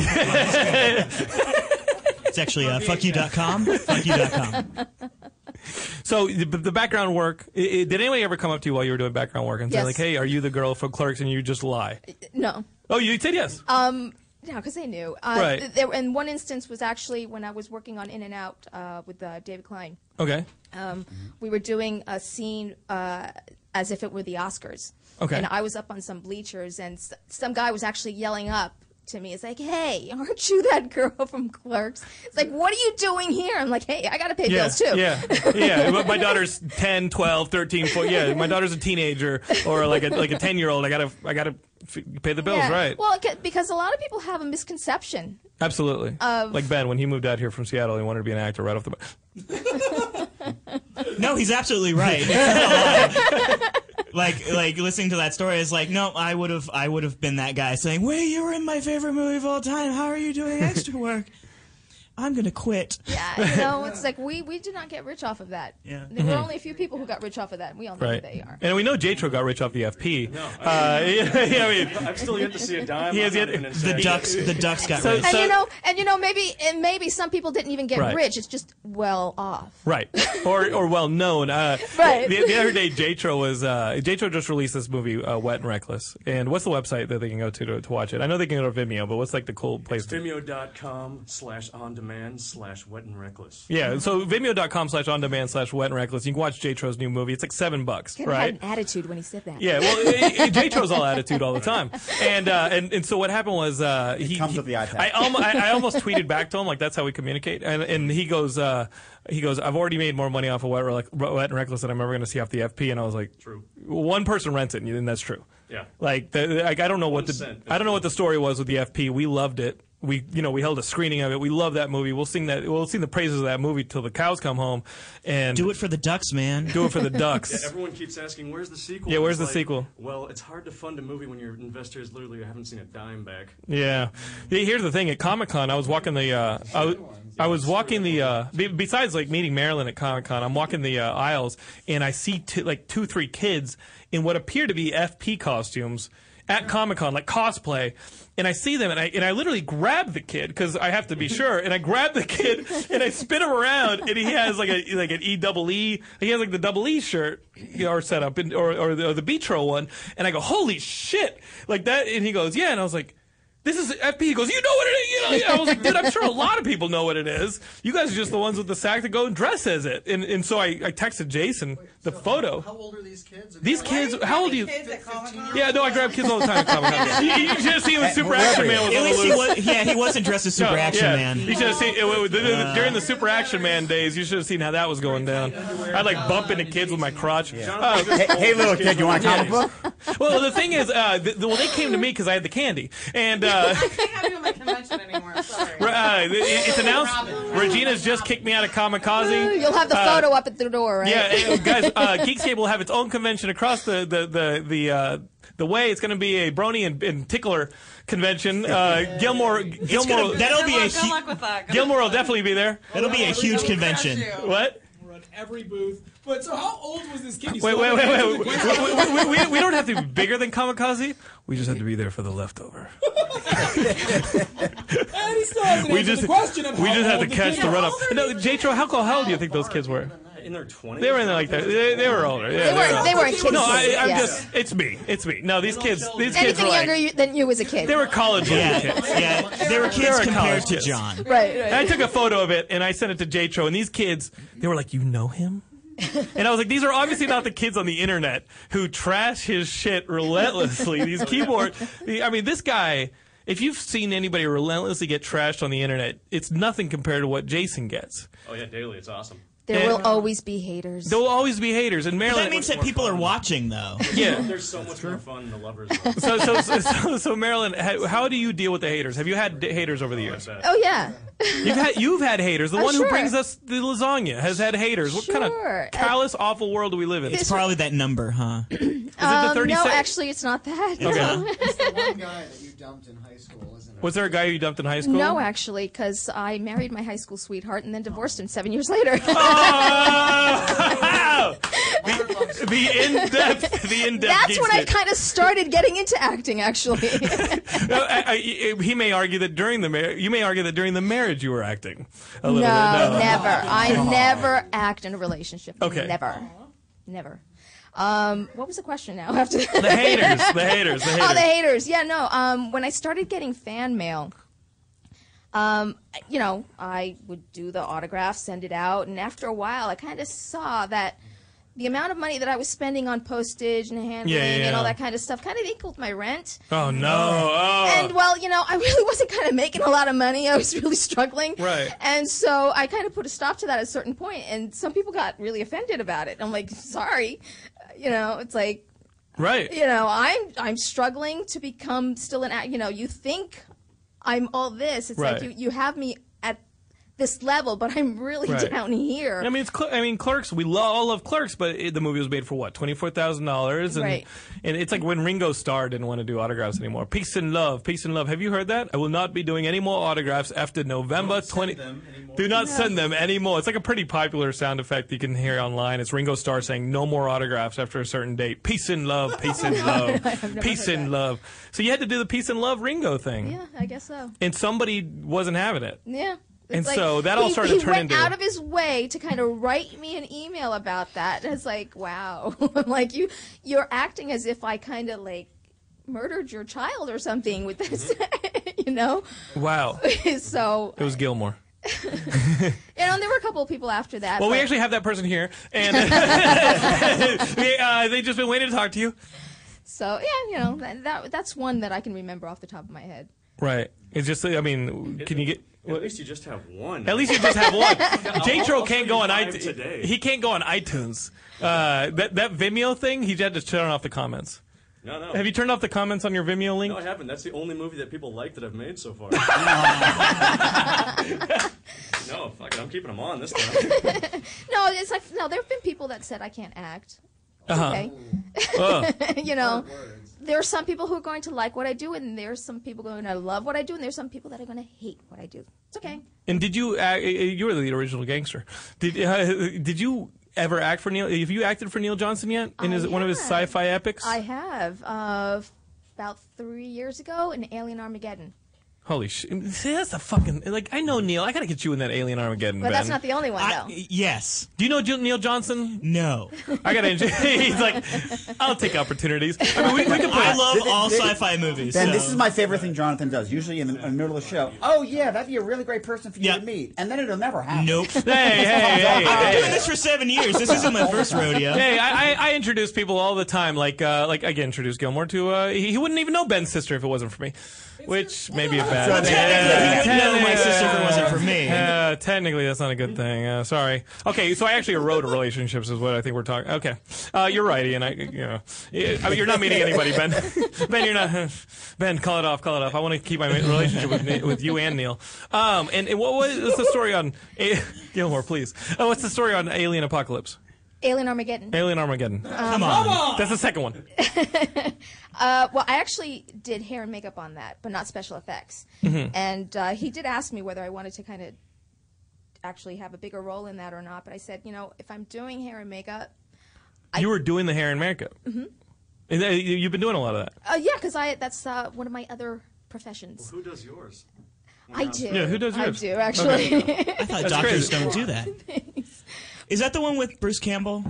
Speaker 6: It's actually uh, fuckyou.com. fuckyou.com.
Speaker 5: So the, the background work. i i did anybody ever come up to you while you were doing background work and say
Speaker 9: Yes.
Speaker 5: like, "Hey, are you the girl from Clerks?" And you just lie.
Speaker 9: No.
Speaker 5: Oh, you said yes.
Speaker 9: No, because Um, they knew. Uh,
Speaker 5: Right.
Speaker 9: th- there, and one instance was actually when I was working on In and Out uh, with uh, David Klein.
Speaker 5: okay.
Speaker 9: Um, we were doing a scene uh, as if it were the Oscars.
Speaker 5: Okay.
Speaker 9: And I was up on some bleachers, and s- some guy was actually yelling up to me. It's like, "Hey, aren't you that girl from Clerks?" It's like, "What are you doing here?" I'm like, "Hey, I gotta pay
Speaker 5: Yeah,
Speaker 9: bills too."
Speaker 5: yeah, yeah. But My daughter's 10, 12, 13, 14. Yeah, my daughter's a teenager or like a like a ten year old. I gotta I gotta f- pay the bills,
Speaker 9: Yeah.
Speaker 5: right?
Speaker 9: Well, c- because a lot of people have a misconception.
Speaker 5: Absolutely. like Ben, when he moved out here from Seattle, he wanted to be an actor right off the bat.
Speaker 6: No, he's absolutely right. It's not a lie. like like listening to that story is like, no, I would have I would have been that guy saying, Wait, you were in my favorite movie of all time. How are you doing extra work? I'm gonna quit.
Speaker 9: Yeah, you know, it's like we, we did not get rich off of that.
Speaker 6: Yeah.
Speaker 9: There
Speaker 5: Mm-hmm.
Speaker 9: were only a few people who got rich off of that, and we all know
Speaker 5: Right.
Speaker 9: who they are.
Speaker 5: And we know Jatro got rich off the FP. uh, yeah, yeah, I mean,
Speaker 7: I've still yet to see a dime.
Speaker 5: He has
Speaker 7: I'm not
Speaker 5: yet-
Speaker 7: even
Speaker 5: the
Speaker 6: The
Speaker 7: insane.
Speaker 6: ducks the ducks got
Speaker 5: So-
Speaker 6: raised.
Speaker 9: And you know, and you know, maybe and maybe some people didn't even get
Speaker 5: Right.
Speaker 9: rich. It's just well off.
Speaker 5: Right, or or well known. Uh,
Speaker 9: Right.
Speaker 5: The, the other day, Jatro was uh, Jatro just released this movie, uh, Wet and Reckless. And what's the website that they can go to, to to watch it? I know they can go to Vimeo, but what's like the cool place? to-
Speaker 7: Vimeo.com slash on demand slash wet and reckless.
Speaker 5: Yeah, so Vimeo.com slash on demand slash wet and reckless. You can watch Jatro's new movie. It's like seven bucks,
Speaker 9: Kind of
Speaker 5: right?
Speaker 9: had an attitude when he said that.
Speaker 5: Yeah, well, it, it, Jatro's all attitude all the time, and uh, and and so what happened was uh, he
Speaker 11: comes
Speaker 5: he-
Speaker 11: with the iPad.
Speaker 5: I almost I, I almost tweeted back to him like that's how we communicate, and and he goes uh, he goes I've already made more money off of wet, Rec- wet and reckless than I'm ever going to see off the FP, and I was like,
Speaker 7: True.
Speaker 5: One person rents it, and that's true.
Speaker 7: Yeah.
Speaker 5: Like the, like I don't know what
Speaker 7: One
Speaker 5: the
Speaker 7: cent.
Speaker 5: I don't know what the story was with the FP. We loved it. We you know we held a screening of it. We love that movie. We'll sing that. We'll sing the praises of that movie till the cows come home, and
Speaker 6: Do it for the ducks, man.
Speaker 5: do it for the ducks.
Speaker 7: Everyone keeps asking, where's the sequel?
Speaker 5: Yeah, where's
Speaker 7: It's
Speaker 5: the sequel?
Speaker 7: Well, it's hard to fund a movie when your investors literally haven't seen a dime back.
Speaker 5: Yeah. Yeah, Here's the thing at Comic Con, I was walking the. Uh, I, w- I was walking the. Uh, be- besides like meeting Marilyn at Comic Con, I'm walking the uh, aisles and I see t- like two, three kids in what appear to be FP costumes at Comic Con, like cosplay. And I see them and I and I literally grab the kid because I have to be sure. And I grab the kid and I spin him around and he has like a like an E double E. He has like the double E shirt you know, or setup and, or or the, or the Beatro one. And I go, holy shit, like that. And he goes, yeah. And I was like. This is FP. He goes, you know what it is. You know, I was like, dude, I'm sure a lot of people know what it is. You guys are just the ones with the sack that go and dress as it. And and so I, I texted Jason the photo.
Speaker 11: How old are these kids?
Speaker 5: These kids, how old are you?
Speaker 12: Kids at Comic-Con?
Speaker 5: Yeah, no, I grab kids all the time. At Comic Con. you, you should have seen when Super Action Man was
Speaker 6: At
Speaker 5: on
Speaker 6: least
Speaker 5: the
Speaker 6: he
Speaker 5: loose.
Speaker 6: was yeah, he wasn't dressed as super
Speaker 5: Yeah,
Speaker 6: action
Speaker 5: yeah.
Speaker 6: man.
Speaker 5: You should have seen it, was- during
Speaker 11: Uh,
Speaker 5: the Super Action Man days. You should have seen how that was going down. I'd like bump into kids with my crotch. Uh,
Speaker 11: Hey, hey, little kid, you want a comic book?
Speaker 5: well, the thing is, uh, th- well, they came to me because I had the candy, and. Uh,
Speaker 12: I can't have you at my convention anymore. I'm sorry.
Speaker 5: Right, uh, it- it's announced.
Speaker 12: Robin.
Speaker 5: Regina's just kicked me out of Kamikaze.
Speaker 9: You'll have the
Speaker 5: Uh,
Speaker 9: photo up at the door, right?
Speaker 5: yeah, eh, guys, uh, Geekscape will have its own convention across the the the the. Uh, the way it's going to be a Brony and, and Tickler convention. Uh, Gilmore,
Speaker 6: It's
Speaker 5: Gilmore,
Speaker 6: gonna- that'll be
Speaker 12: Good
Speaker 6: a
Speaker 12: luck- good luck
Speaker 6: hu-
Speaker 12: with that. Good
Speaker 5: Gilmore will
Speaker 12: luck.
Speaker 5: definitely be there.
Speaker 6: that'll be a huge
Speaker 12: We'll crush
Speaker 6: convention.
Speaker 12: you.
Speaker 5: What?
Speaker 11: Run every booth. But so how old was this kid? He's
Speaker 5: Wait,
Speaker 11: still
Speaker 5: wait,
Speaker 11: on the
Speaker 5: wait,
Speaker 11: hands of
Speaker 5: wait.
Speaker 11: the
Speaker 5: wait.
Speaker 11: Gwen
Speaker 5: we, we, we- we- we don't have to be bigger than Kamikaze. We just have to be there for the leftover.
Speaker 11: And he still hasn't
Speaker 5: We
Speaker 11: answered
Speaker 5: just
Speaker 11: the question of
Speaker 5: we
Speaker 11: how
Speaker 5: just have
Speaker 11: old
Speaker 5: to
Speaker 11: the
Speaker 5: catch
Speaker 11: kid
Speaker 5: the
Speaker 11: is.
Speaker 5: run up. No, Jatro, how how old do you think those kids were?
Speaker 7: In their 20s?
Speaker 5: They were in there like that. They, they were older. Yeah,
Speaker 9: They weren't- they weren't kids.
Speaker 5: No, I, I'm
Speaker 9: Yeah.
Speaker 5: just. It's me. It's me. No, these kids. These kids
Speaker 9: Anything
Speaker 5: were
Speaker 9: younger
Speaker 5: like.
Speaker 9: you, than you as a kid.
Speaker 5: They were college
Speaker 6: Yeah,
Speaker 5: kids.
Speaker 6: yeah. There were
Speaker 5: They
Speaker 6: kids
Speaker 5: were
Speaker 6: compared
Speaker 5: college
Speaker 6: to
Speaker 5: kids.
Speaker 6: John.
Speaker 9: right, right.
Speaker 5: And I took a photo of it and I sent it to Jatro. And these kids, they were like, "You know him." And I was like, these are obviously not the kids on the internet who trash his shit relentlessly. These keyboard, the- I mean, this guy. If you've seen anybody relentlessly get trashed on the internet, it's nothing compared to what Jason gets.
Speaker 7: Oh, yeah, daily. It's awesome.
Speaker 9: there will
Speaker 5: Yeah.
Speaker 9: always be haters.
Speaker 5: There will always be haters. And Marilyn,
Speaker 6: That means that people are watching though.
Speaker 5: yeah.
Speaker 7: There's so much more fun in the lovers. room.
Speaker 5: So, so, so, so, so Marilyn, how, how do you deal with the haters? Have you had d- haters over the years?
Speaker 9: oh yeah.
Speaker 5: You've had, you've had haters. The
Speaker 9: Oh,
Speaker 5: one who
Speaker 9: sure.
Speaker 5: brings us the lasagna has had haters. What kind
Speaker 9: Sure.
Speaker 5: of callous, awful world do we live in? Is
Speaker 6: It's probably that number, huh?
Speaker 5: it the
Speaker 9: Um,
Speaker 5: thirty
Speaker 9: no,
Speaker 5: sec-
Speaker 9: actually, it's not that.
Speaker 5: Okay.
Speaker 12: It's the one guy that you dumped in high school, isn't it?
Speaker 5: Was there a guy you dumped in high school? Oh!
Speaker 9: No, actually, because I married my high school sweetheart and then divorced him seven years later.
Speaker 5: Oh! the in depth, the in depth.
Speaker 9: That's when I kind of started getting into acting, actually.
Speaker 5: No, I, I, uh, he may argue that during the marriage, you may argue that during the marriage you were acting a
Speaker 9: no,
Speaker 5: little bit.
Speaker 9: never. I never act in a relationship.
Speaker 5: Okay.
Speaker 9: Never. Never. Um, what was the question now? After the
Speaker 5: haters, the haters, the
Speaker 9: Oh, the haters.
Speaker 5: haters.
Speaker 9: Yeah, no. Um, when I started getting fan mail, um, you know, I would do the autograph, send it out, and after a while, I kind of saw that the amount of money that I was spending on postage and handling and
Speaker 5: yeah.
Speaker 9: all that kind of stuff kind of equaled my rent.
Speaker 5: Oh no! Oh.
Speaker 9: And well, you know, I really wasn't kind of making a lot of money. I was really struggling.
Speaker 5: Right.
Speaker 9: And so I kind of put a stop to that at a certain point, and some people got really offended about it. I'm like, sorry, Uh, you know, it's like,
Speaker 5: right.
Speaker 9: you know, I'm I'm struggling to become still an, act- you know, you think I'm all this. It's
Speaker 5: Right.
Speaker 9: like you you have me at this level, but I'm really
Speaker 5: Right.
Speaker 9: down here.
Speaker 5: I mean, it's cl- I mean, Clerks. We lo- all love Clerks, but it, the movie was made for what twenty four thousand dollars, and
Speaker 9: Right.
Speaker 5: and it's like when Ringo Starr didn't want to do autographs anymore. Peace and love, peace and love. Have you heard that? I will not be doing any more autographs after November twenty. do not send them anymore. It's like a pretty popular sound effect you can hear online. It's Ringo Starr saying no more autographs after a certain date. Peace and love, peace and love, peace and love. So you had to do the peace and love Ringo thing,
Speaker 9: yeah, I guess so.
Speaker 5: and somebody wasn't having it.
Speaker 9: Yeah.
Speaker 5: And
Speaker 9: It's
Speaker 5: so that all
Speaker 9: he-
Speaker 5: started
Speaker 9: he
Speaker 5: to turn
Speaker 9: went
Speaker 5: into-
Speaker 9: out of his way to kind of write me an email about that. And it's like, wow, I'm like you, you're acting as if I kind of like murdered your child or something with this,
Speaker 5: Mm-hmm.
Speaker 9: you know.
Speaker 5: Wow,
Speaker 9: so
Speaker 5: it was Gilmore.
Speaker 9: you know, and there were a couple of people after that.
Speaker 5: Well, we
Speaker 9: but-
Speaker 5: actually have that person here, and they, uh, they just been waiting to talk to you.
Speaker 9: So yeah, you know, that, that that's one that I can remember off the top of my head.
Speaker 5: Right. It's just. I mean, can you get?
Speaker 7: At least you just have one.
Speaker 5: At least you just have one. Jatro
Speaker 7: I'll show
Speaker 5: can't go
Speaker 7: you
Speaker 5: on
Speaker 7: five
Speaker 5: iTunes.
Speaker 7: today.
Speaker 5: He can't go on iTunes. Uh, that that Vimeo thing, he had to turn off the comments.
Speaker 7: No, no.
Speaker 5: Have you turned off the comments on your Vimeo link?
Speaker 7: No, I haven't. That's the only movie that people like that I've made so far. no, fuck it. I'm keeping them on this time.
Speaker 9: No, it's like no, there have been people that said I can't act. It's
Speaker 7: Uh-huh.
Speaker 9: okay.
Speaker 7: Ugh.
Speaker 9: you know, there are some people who are going to like what I do, and there's some people going to love what I do, and there's some people that are going to hate what I do. It's okay.
Speaker 5: And did you? Act, you were the original gangster. Did uh, did you ever act for Neil? Have you acted for Neil Johnson yet? In
Speaker 9: I
Speaker 5: his, one of his
Speaker 9: have.
Speaker 5: sci-fi epics?
Speaker 9: I have uh, about three years ago in Alien Armageddon,
Speaker 5: Holy shit! See, that's the fucking like. I know Neil. I gotta get you in that Alien Armageddon.
Speaker 9: but
Speaker 5: Ben.
Speaker 9: that's not the only one though.
Speaker 5: Yes. Do you know Ju- Neil Johnson?
Speaker 6: No.
Speaker 5: I got to. He's like, I'll take opportunities. I mean, we, we could play.
Speaker 6: I love all sci-fi movies.
Speaker 13: Ben,
Speaker 6: so-
Speaker 13: this is my favorite thing Jonathan does. Usually in the, in the middle of the show, oh yeah, that'd be a really great person for you to meet, and then it'll never happen.
Speaker 6: Nope.
Speaker 13: hey,
Speaker 6: I've been doing this for seven years. This isn't my first rodeo.
Speaker 5: Hey, I, I, I introduce people all the time. Like, uh, like I get introduced Gilmore to. Uh, he, he wouldn't even know Ben's sister if it wasn't for me, which may be a bad.
Speaker 6: Well,
Speaker 5: thing.
Speaker 6: technically, he
Speaker 5: Yeah,
Speaker 6: wouldn't know my
Speaker 5: technically-
Speaker 6: sister if it wasn't for me.
Speaker 5: Uh, technically, that's not a good thing. Uh, sorry. Okay, so I actually wrote relationships is what I think we're talking. Okay, uh, you're right, Ian. I, you know, I mean, you're not meeting anybody, Ben. Ben, you're not. Ben, call it off. Call it off. I want to keep my relationship with Ne- with you and Neil. Um, and, and what was what's the story on eh, Gilmore? Please. Uh, what's the story on Alien Apocalypse?
Speaker 9: Alien Armageddon.
Speaker 5: Alien Armageddon.
Speaker 9: Come on. Uh, come on.
Speaker 5: That's the second one.
Speaker 9: Uh, well, I actually did hair and makeup on that, but not special effects.
Speaker 6: Mm-hmm.
Speaker 5: Mhm.
Speaker 9: And uh, he did ask me whether I wanted to kind of actually have a bigger role in that or not. But I said, you know, if I'm doing hair and makeup,
Speaker 5: you were doing the hair and makeup.
Speaker 9: Mhm.
Speaker 5: And, uh, you- You've been doing a lot of that.
Speaker 9: uh, yeah, because I that's uh, one of my other professions.
Speaker 7: who does yours?
Speaker 9: I do.
Speaker 6: Yeah, who does
Speaker 9: I
Speaker 6: yours?
Speaker 9: do actually.
Speaker 6: I thought
Speaker 5: That's
Speaker 6: doctors
Speaker 5: crazy.
Speaker 6: don't do that. Is that the one with Bruce Campbell?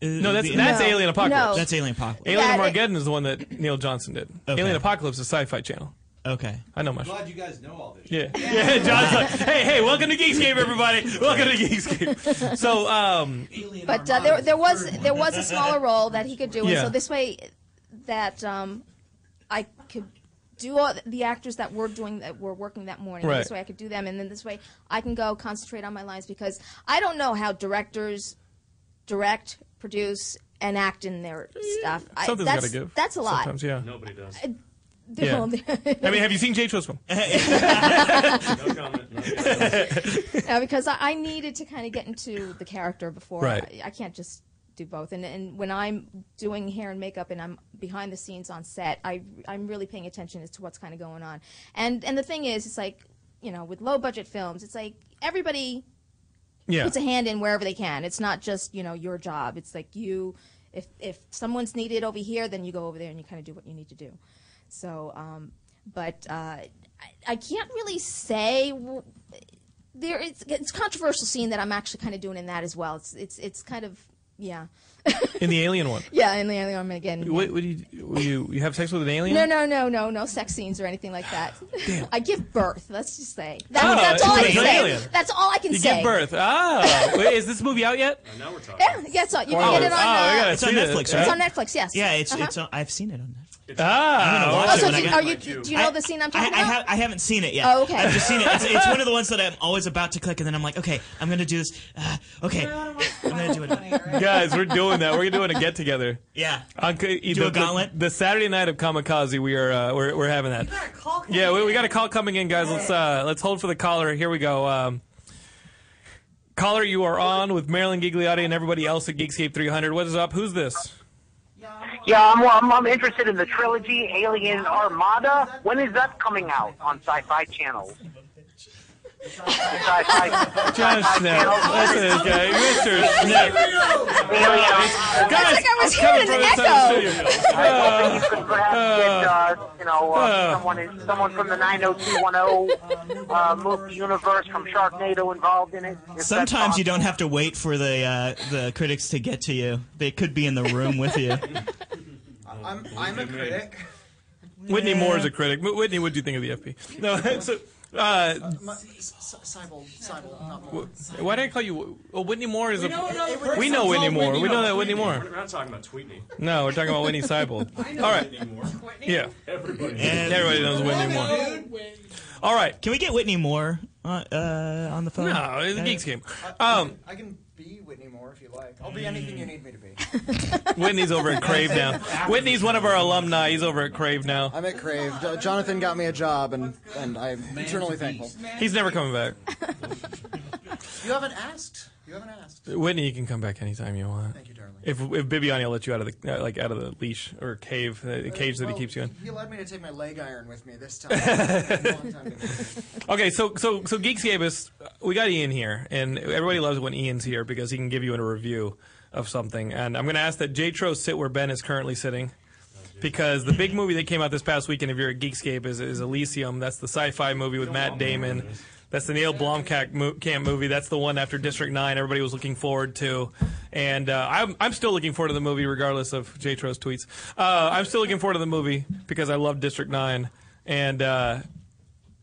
Speaker 5: No, that's that's
Speaker 6: No.
Speaker 5: Alien Apocalypse.
Speaker 6: No. That's Alien Apocalypse.
Speaker 5: Alien
Speaker 6: Yeah, it-
Speaker 5: Armageddon is the one that Neil Johnson did. Alien Apocalypse is Sci-Fi Channel.
Speaker 6: Okay,
Speaker 5: I know my.
Speaker 8: I'm
Speaker 5: shit.
Speaker 8: glad you guys know all this.
Speaker 5: Yeah, yeah. John's like, hey, hey, welcome to Geekscape, everybody. Welcome to Geekscape. So, um,
Speaker 9: but uh, there, there was there was a smaller role that he could do, and
Speaker 5: Yeah.
Speaker 9: so this way, that um, I could do all the actors that were doing that were working that morning.
Speaker 14: Right.
Speaker 9: This way, I could do them, and then this way, I can go concentrate on my lines because I don't know how directors direct, produce, and act in their stuff. I,
Speaker 5: something's
Speaker 9: that's,
Speaker 5: got to give.
Speaker 9: That's a lot.
Speaker 5: Sometimes, yeah.
Speaker 7: Nobody does.
Speaker 9: I,
Speaker 5: Yeah. I mean, have you seen Jay Triscom?
Speaker 9: No, because I, I needed to kind of get into the character before.
Speaker 5: Right.
Speaker 9: I, I can't just do both. And, and when I'm doing hair and makeup and I'm behind the scenes on set, I, I'm really paying attention as to what's kind of going on. And, and the thing is, it's like, you know, with low budget films, it's like everybody
Speaker 5: Yeah.
Speaker 9: puts a hand in wherever they can. It's not just, you know, your job. It's like you. If if someone's needed over here, then you go over there and you kind of do what you need to do. So, um, but uh, I, I can't really say. w- There, it's it's a controversial scene that I'm actually kind of doing in that as well. It's it's it's kind of yeah
Speaker 5: in the alien one.
Speaker 9: yeah in the alien Arm again. yeah.
Speaker 5: What, what do you, what do you you have sex with an alien?
Speaker 9: No, no, no, no, no sex scenes or anything like that. I give birth. Let's just say that's,
Speaker 5: Oh,
Speaker 9: that's all I
Speaker 5: it's
Speaker 9: can
Speaker 5: an
Speaker 9: say.
Speaker 5: alien.
Speaker 9: That's all I can
Speaker 5: You
Speaker 9: say.
Speaker 5: give birth. Ah, wait, is this movie out yet?
Speaker 7: now we're talking.
Speaker 9: Yeah, yeah, so you can
Speaker 5: Oh,
Speaker 9: get it on.
Speaker 5: oh, I
Speaker 9: uh,
Speaker 5: gotta
Speaker 6: It's on
Speaker 5: see this.
Speaker 6: Netflix,
Speaker 9: It's
Speaker 6: right?
Speaker 9: on Netflix. Yes.
Speaker 6: Yeah, it's
Speaker 9: Uh-huh.
Speaker 6: it's. On, I've seen it on Netflix.
Speaker 5: Ah,
Speaker 6: I'm gonna watch
Speaker 9: Oh, so
Speaker 6: it when I
Speaker 9: do,
Speaker 6: get
Speaker 9: are you, do you know the scene I'm
Speaker 6: I,
Speaker 9: talking
Speaker 6: I,
Speaker 9: about?
Speaker 6: have, I haven't seen it yet.
Speaker 9: Oh, okay.
Speaker 6: I've just seen it. It's, it's one of the ones that I'm always about to click, and then I'm like, okay, I'm gonna do this. Uh, okay, I'm gonna do it.
Speaker 5: Guys, we're doing that. We're doing a get together.
Speaker 6: Yeah.
Speaker 5: On, c-
Speaker 6: Do
Speaker 5: the,
Speaker 6: a gauntlet?
Speaker 5: The, the Saturday night of Kamikaze, we are uh, we're, we're having that. yeah, we, we got a call coming in, guys. Let's uh, let's hold for the caller. Here we go. Um, caller, you are on with Marilyn Gigliotti and everybody else at Geekscape 300. What is up? Who's this?
Speaker 14: Yeah, I'm, I'm, I'm interested in the trilogy Alien Armada. When is that coming out on Sci-Fi Channel? Sci-Fi.
Speaker 5: John Snap. Listen to this guy. Mr. Snap.
Speaker 14: Alien.
Speaker 5: Guys,
Speaker 14: like I
Speaker 5: was it's coming hearing an from inside the echo. studio.
Speaker 14: I was hoping you could perhaps get, uh, you know, uh, someone, in, someone from the 90210 uh, movie universe from Sharknado involved in it. if that's
Speaker 6: Sometimes you
Speaker 14: possible.
Speaker 6: don't have to wait for the uh, the critics to get to you. They could be in the room with you.
Speaker 12: I'm, I'm a critic.
Speaker 5: Whitney Moore is a critic. Wh- Whitney, what do you think of the FP? No, so. Uh,
Speaker 12: My, cyborg, cyborg, not
Speaker 5: wh- why did I call you? Well, Whitney Moore is
Speaker 12: We
Speaker 5: a.
Speaker 12: know another person
Speaker 5: we know
Speaker 12: called
Speaker 5: Whitney Moore.
Speaker 12: Whitney
Speaker 5: We know
Speaker 12: Moore.
Speaker 5: that Whitney Moore.
Speaker 7: We're not talking about Tweetney.
Speaker 5: No, we're talking about Whitney Seibold.
Speaker 7: I know
Speaker 5: All right.
Speaker 7: Whitney Moore. Whitney?
Speaker 5: Yeah.
Speaker 7: Everybody.
Speaker 5: Everybody knows Whitney Moore. All right.
Speaker 6: Can we get Whitney Moore on, uh, on the phone?
Speaker 5: No, it's a
Speaker 6: Uh,
Speaker 5: geeks game.
Speaker 12: I,
Speaker 5: Um,
Speaker 12: I can be Whitney Moore if you like. I'll be anything you need me to be.
Speaker 5: Whitney's over at Crave now. Whitney's one of our alumni. He's over at Crave now.
Speaker 12: I'm at Crave. Jo- Jonathan got me a job, and, and I'm eternally thankful.
Speaker 5: He's never coming back.
Speaker 12: You haven't asked. You haven't asked.
Speaker 5: Whitney, you can come back anytime you want. Thank you, darling. If if Bibiani will let you out of the uh, like out of the leash or cave uh, cage that he
Speaker 12: Well,
Speaker 5: keeps you in.
Speaker 12: He allowed me to take my leg iron with me this time. It's been a long time coming.
Speaker 5: Okay, so so so Geeks gave us we got Ian here, and everybody loves when Ian's here because he can give you a review of something. And I'm going to ask that J Tro sit where Ben is currently sitting. Because the big movie that came out this past weekend, if you're at Geekscape, is, is Elysium. That's the sci-fi movie with Matt Damon. That's the Neil Blomkamp mo- camp movie. That's the one after District Nine. Everybody was looking forward to, and uh, I'm I'm still looking forward to the movie, regardless of J Tro's tweets. Uh, I'm still looking forward to the movie because I love District Nine, and uh,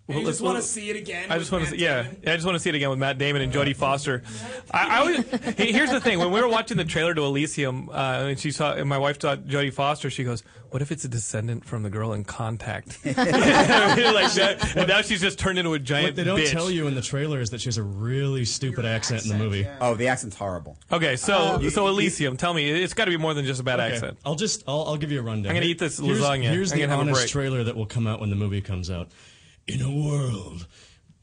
Speaker 11: And you
Speaker 5: let's-
Speaker 11: just wanna
Speaker 5: let's-
Speaker 11: see it again
Speaker 5: I
Speaker 11: with
Speaker 5: just want to
Speaker 11: Matt
Speaker 5: see, yeah, yeah, I just want to see it again with Matt Damon and Jodie Foster. I, I always, hey, here's the thing: when we were watching the trailer to Elysium, uh, and she saw, and my wife saw Jodie Foster, she goes, "What if it's a descendant from the girl in Contact?" Really like that. And now she's just turned into a giant.
Speaker 15: What they don't
Speaker 5: bitch.
Speaker 15: tell you in the trailer is that she has a really stupid accent, in the movie.
Speaker 13: Oh, the accent's horrible.
Speaker 5: Okay, so
Speaker 15: Uh, you-
Speaker 5: so
Speaker 15: you-
Speaker 5: Elysium, tell me, it's got to be more than just a bad
Speaker 15: Okay,
Speaker 5: accent.
Speaker 15: I'll just I'll, I'll give you a rundown.
Speaker 5: I'm gonna eat this
Speaker 15: uh, Here's-
Speaker 5: lasagna.
Speaker 15: Here's
Speaker 5: I'm
Speaker 15: the
Speaker 5: gonna have a
Speaker 15: honest
Speaker 5: break.
Speaker 15: trailer that will come out when the movie comes out. In a world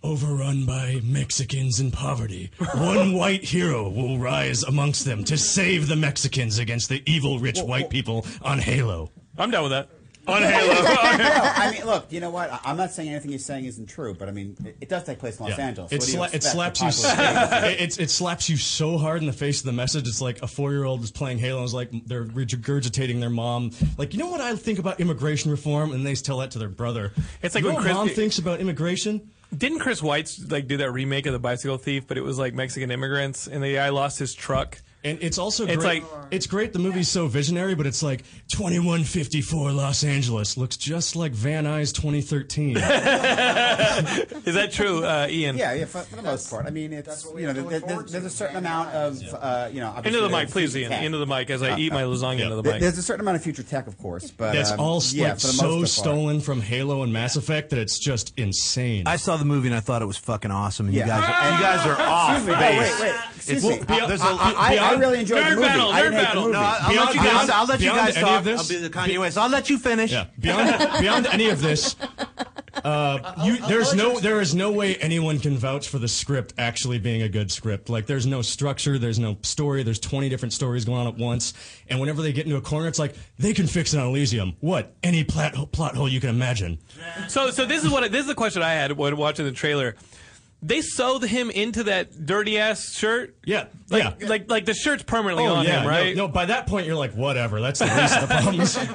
Speaker 15: overrun by Mexicans in poverty, one white hero will rise amongst them to save the Mexicans against the evil rich white people on Halo.
Speaker 5: I'm down with that.
Speaker 15: On Halo.
Speaker 13: no, I mean, look, you know what? I- I'm not saying anything he's saying isn't true, but I mean, it, it does take place in Los
Speaker 15: Yeah.
Speaker 13: Angeles.
Speaker 15: It,
Speaker 13: What do you
Speaker 15: sla- it
Speaker 13: expect?
Speaker 15: slaps you.
Speaker 13: Apocalypse
Speaker 15: So,
Speaker 13: Now.
Speaker 15: it, it's- it slaps you so hard in the face of the message. It's like a four-year-old is playing Halo. and It's like they're regurgitating their mom. Like you know what I think about immigration reform, and they tell that to their brother.
Speaker 5: It's like
Speaker 15: You
Speaker 5: when
Speaker 15: know what
Speaker 5: Chris-
Speaker 15: mom thinks about immigration.
Speaker 5: Didn't Chris White's like do that remake of the Bicycle Thief, but it was like Mexican immigrants, and the guy lost his truck.
Speaker 15: And it's also
Speaker 5: it's
Speaker 15: great.
Speaker 5: like
Speaker 15: it's great. The movie's so visionary, but it's like 2154 Los Angeles looks just like Van Nuys 2013.
Speaker 5: Is that true, uh, Ian?
Speaker 13: Yeah, yeah, for, for the most part. I mean, it's you know, there, there, there's a certain amount of uh, you know. obviously
Speaker 5: Into the
Speaker 13: there's
Speaker 5: mic, please,
Speaker 13: future
Speaker 5: Ian.
Speaker 13: tech.
Speaker 5: Into the mic as I
Speaker 13: Uh,
Speaker 5: eat my lasagna into the
Speaker 13: There-
Speaker 5: mic.
Speaker 13: There's a certain amount of future tech, of course, but
Speaker 15: That's
Speaker 13: um,
Speaker 15: all
Speaker 13: yeah,
Speaker 15: like
Speaker 13: for the
Speaker 15: so
Speaker 13: most part.
Speaker 15: stolen from Halo and Mass Effect that it's just insane.
Speaker 16: I saw the movie and I thought it was fucking awesome. And
Speaker 15: Yeah.
Speaker 16: You guys,
Speaker 15: Ah!
Speaker 16: you guys are off
Speaker 15: Excuse me.
Speaker 13: Oh,
Speaker 16: base.
Speaker 13: wait, wait. Excuse me. I-
Speaker 16: there's
Speaker 13: I- I- I really enjoyed the Nerd movie. battle, I didn't nerd hate the battle. movie.
Speaker 16: No, I- I'll,
Speaker 15: Beyond-
Speaker 16: let you guys.
Speaker 15: beyond-
Speaker 16: I'll let you
Speaker 15: beyond
Speaker 16: guys
Speaker 15: any
Speaker 16: talk.
Speaker 15: of this-
Speaker 16: I'll be the Kanye West. I'll let you finish.
Speaker 15: Yeah. Beyond, beyond any of this, uh, you, there's no there is no way anyone can vouch for the script actually being a good script. Like there's no structure, there's no story, there's 20 different stories going on at once, and whenever they get into a corner, it's like they can fix it on Elysium. What any plot plot hole you can imagine.
Speaker 5: So, so this is what this is the question I had when watching the trailer. They sewed him into that dirty ass shirt.
Speaker 15: Yeah,
Speaker 5: like,
Speaker 15: yeah.
Speaker 5: like like the shirt's permanently
Speaker 15: oh
Speaker 5: on
Speaker 15: yeah,
Speaker 5: him, right?
Speaker 15: No, no, by that point you're like, whatever. That's the least of the problems.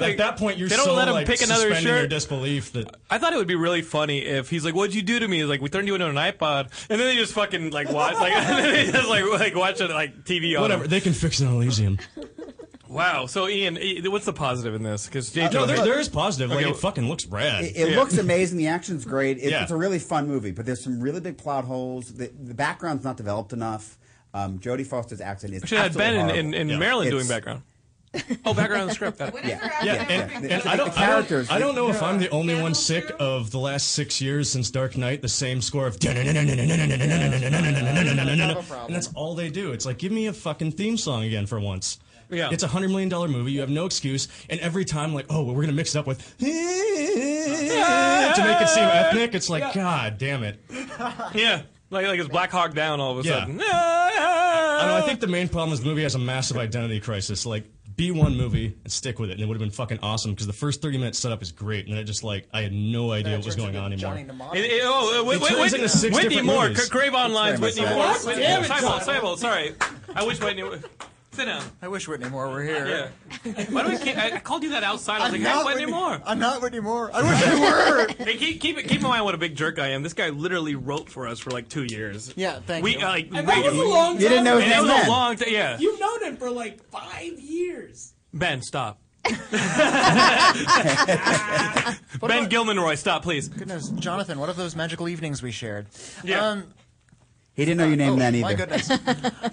Speaker 15: At that point, you're
Speaker 5: they don't
Speaker 15: so
Speaker 5: let him
Speaker 15: like,
Speaker 5: pick another
Speaker 15: suspending your
Speaker 5: shirt?
Speaker 15: disbelief that
Speaker 5: I thought it would be really funny if he's like, "What'd you do to me?" He's like, "We turned you into an iPod," and then they just fucking like watch, like and then they just like like watch it like TV on.
Speaker 15: whatever
Speaker 5: him.
Speaker 15: they can fix an Elysium.
Speaker 5: Wow. So Ian, i- what's the positive in this? Because
Speaker 15: Uh, no, there- there is positive. Like, it fucking looks rad.
Speaker 13: It, it looks amazing. The action's great. It,
Speaker 15: Yeah.
Speaker 13: It's a really fun movie, but there's some really big plot holes. The, the background's not developed enough. Um, Jodie Foster's accent is.
Speaker 5: We should have
Speaker 13: absolutely
Speaker 5: Ben in,
Speaker 13: horrible.
Speaker 5: in, in
Speaker 13: Yeah.
Speaker 5: Maryland
Speaker 13: It's-
Speaker 5: doing background. Oh, background script. That.
Speaker 13: Yeah.
Speaker 15: Yeah,
Speaker 13: Yeah.
Speaker 15: and,
Speaker 13: Yeah.
Speaker 15: and
Speaker 13: The
Speaker 15: I don't, I
Speaker 13: characters,
Speaker 15: don't, I don't know if
Speaker 13: yeah.
Speaker 15: I'm the only one sick of the last six years since Dark Knight. The same score of and that's all they do. It's like give me a fucking theme song again for once.
Speaker 5: Yeah.
Speaker 15: It's a hundred million dollar movie. You have no excuse, and every time like, oh, well, we're gonna mix it up with to make it seem ethnic. It's like,
Speaker 5: Yeah.
Speaker 15: god damn it.
Speaker 5: Yeah. Like like it's Black Hawk Down all of a
Speaker 15: Yeah.
Speaker 5: sudden.
Speaker 15: I, don't know, I think the main problem is the movie has a massive identity crisis. Like, be one movie and stick with it, and it would have been fucking awesome because the first thirty minutes setup is great, and then it just like I had no idea what was going on anymore.
Speaker 5: It- it- oh, uh, Whit-
Speaker 15: It turns
Speaker 5: Whit-
Speaker 15: into six
Speaker 5: Whitney
Speaker 15: different
Speaker 5: Moore,
Speaker 15: movies.
Speaker 5: Cra- Craven Lines,
Speaker 15: That's
Speaker 5: Whitney
Speaker 15: very
Speaker 5: Moore.
Speaker 15: much
Speaker 5: Whitney
Speaker 15: that.
Speaker 5: Moore.
Speaker 15: Damn it,
Speaker 5: Seibold,
Speaker 15: John.
Speaker 5: Seibold, sorry. I wish Whitney Moore. Sit down.
Speaker 12: I wish Whitney Moore were here.
Speaker 5: Yeah. Why do we keep, I I called you that outside. I was
Speaker 12: I'm
Speaker 5: like,
Speaker 12: not
Speaker 5: hey, Whitney
Speaker 12: Whitney-
Speaker 5: Moore.
Speaker 12: I'm not Whitney Moore. I
Speaker 5: Hey, keep, keep, keep in mind what a big jerk I am. This guy literally wrote for us for like two years.
Speaker 12: Yeah, thank
Speaker 5: we,
Speaker 12: you.
Speaker 5: uh, like,
Speaker 12: And that
Speaker 5: we-
Speaker 12: was a long You didn't time know
Speaker 5: And that
Speaker 12: his
Speaker 5: was
Speaker 12: name.
Speaker 5: a long time. Yeah.
Speaker 11: You've known him for like five years.
Speaker 5: Ben, stop. ben Gilmanroy, stop, please.
Speaker 12: Goodness, Jonathan, what of those magical evenings we shared?
Speaker 5: Yeah.
Speaker 12: Um,
Speaker 13: He didn't know your name
Speaker 12: oh,
Speaker 13: then either.
Speaker 12: my goodness. uh,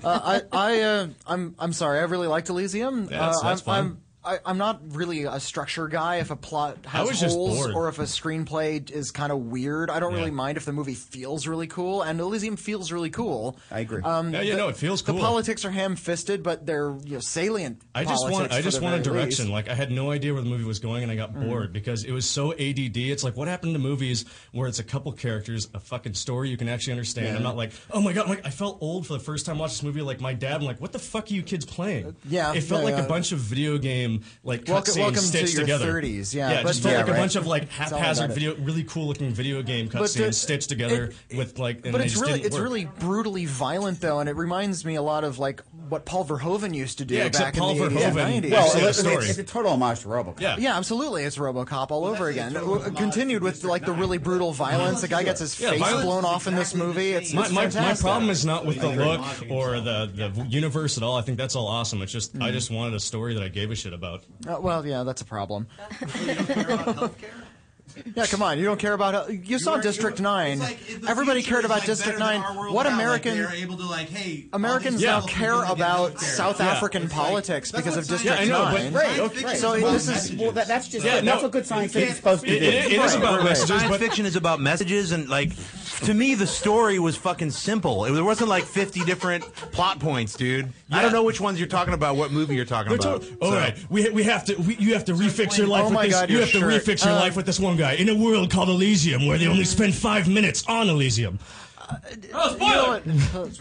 Speaker 12: I, I, uh, I'm, I'm sorry. I really liked Elysium.
Speaker 13: Yeah, that's-
Speaker 12: uh,
Speaker 13: that's
Speaker 12: I'm,
Speaker 13: fine.
Speaker 12: I'm, I, I'm not really a structure guy. If a plot
Speaker 15: I was
Speaker 12: has
Speaker 15: just
Speaker 12: holes
Speaker 15: bored.
Speaker 12: or if a screenplay is kind of weird, I don't
Speaker 15: Yeah.
Speaker 12: really mind if the movie feels really cool. And Elysium feels really cool.
Speaker 13: I agree.
Speaker 12: Um,
Speaker 15: Yeah, yeah,
Speaker 12: the-
Speaker 15: no, it feels
Speaker 12: The
Speaker 15: cool.
Speaker 12: politics are ham-fisted, but they're you know, salient.
Speaker 15: I just want
Speaker 12: politics
Speaker 15: I
Speaker 12: for
Speaker 15: just
Speaker 12: the
Speaker 15: want a
Speaker 12: very least. Mm.
Speaker 15: direction. Like I had no idea where the movie was going, and I got bored because it was so ADD. It's like what happened to movies where it's a couple characters, a fucking story you can actually understand.
Speaker 12: Yeah.
Speaker 15: I'm not like, oh my god, I'm like I felt old for the first time watching this movie. Like my dad, I'm like, what the fuck are you kids playing?
Speaker 12: Uh, yeah,
Speaker 15: it felt
Speaker 12: yeah,
Speaker 15: like
Speaker 12: yeah.
Speaker 15: a bunch of video game like
Speaker 12: Welcome-
Speaker 15: cutscenes
Speaker 12: welcome to
Speaker 15: stitched
Speaker 12: your
Speaker 15: together.
Speaker 12: 30s, yeah,
Speaker 15: yeah, it
Speaker 12: but-
Speaker 15: just felt
Speaker 12: yeah,
Speaker 15: like a
Speaker 12: right.
Speaker 15: bunch of like
Speaker 12: It's all about
Speaker 15: haphazard
Speaker 12: it.
Speaker 15: video, really cool looking video game
Speaker 12: But the-
Speaker 15: cutscenes stitched together with like. And
Speaker 12: but
Speaker 15: they
Speaker 12: it's
Speaker 15: just
Speaker 12: really
Speaker 15: didn't
Speaker 12: it's
Speaker 15: work.
Speaker 12: really brutally violent though, and it reminds me a lot of like what Paul Verhoeven used to do
Speaker 15: Yeah, except
Speaker 12: back
Speaker 15: Paul
Speaker 12: in the 80s and
Speaker 15: Verhoeven
Speaker 12: 90s.
Speaker 15: Well, actually had a it's- story.
Speaker 13: It's a total homage to RoboCop.
Speaker 12: yeah. absolutely. It's RoboCop all over again. Uh, Continued with like the really brutal violence. The guy gets his
Speaker 15: Yeah,
Speaker 12: face
Speaker 15: violence
Speaker 12: blown
Speaker 15: is
Speaker 12: off in this movie. It's,
Speaker 15: my,
Speaker 12: it's
Speaker 15: my, my
Speaker 12: fantastic.
Speaker 15: problem is not with the
Speaker 12: I agree.
Speaker 15: look or the, the v- universe at all. I think that's all awesome. It's just
Speaker 12: Mm.
Speaker 15: I just wanted a story that I gave a shit about.
Speaker 12: Uh, well, yeah, that's a problem. Yeah, come on. You don't care about uh, you, saw District Nine. Everybody cared about District Nine. What American
Speaker 16: They're able to like, hey,
Speaker 12: Americans
Speaker 16: Yeah.
Speaker 12: now care about South
Speaker 15: Yeah.
Speaker 12: African politics because of District
Speaker 15: Yeah, I know, but-
Speaker 12: 9.
Speaker 15: Right,
Speaker 13: right.
Speaker 12: So
Speaker 13: Well,
Speaker 12: this is
Speaker 13: well, that, that's just that's what good science fiction is supposed to
Speaker 16: It-
Speaker 13: do.
Speaker 16: it- it is about
Speaker 13: Right.
Speaker 16: messages. Science fiction is about messages, and like to me, the story was fucking simple. It there wasn't like fifty different plot points, dude. I don't know which ones you're talking about, what movie you're talking
Speaker 15: They're
Speaker 16: about.
Speaker 15: to- all right, we, we have to we, you have to refix your life
Speaker 16: Oh
Speaker 15: with
Speaker 16: my
Speaker 15: this.
Speaker 16: God,
Speaker 15: you
Speaker 16: your
Speaker 15: have
Speaker 16: shirt.
Speaker 15: to refix your
Speaker 16: Uh,
Speaker 15: life with this one guy in a world called Elysium where they only
Speaker 12: Mm.
Speaker 15: spend five minutes on Elysium.
Speaker 5: Oh, spoiler!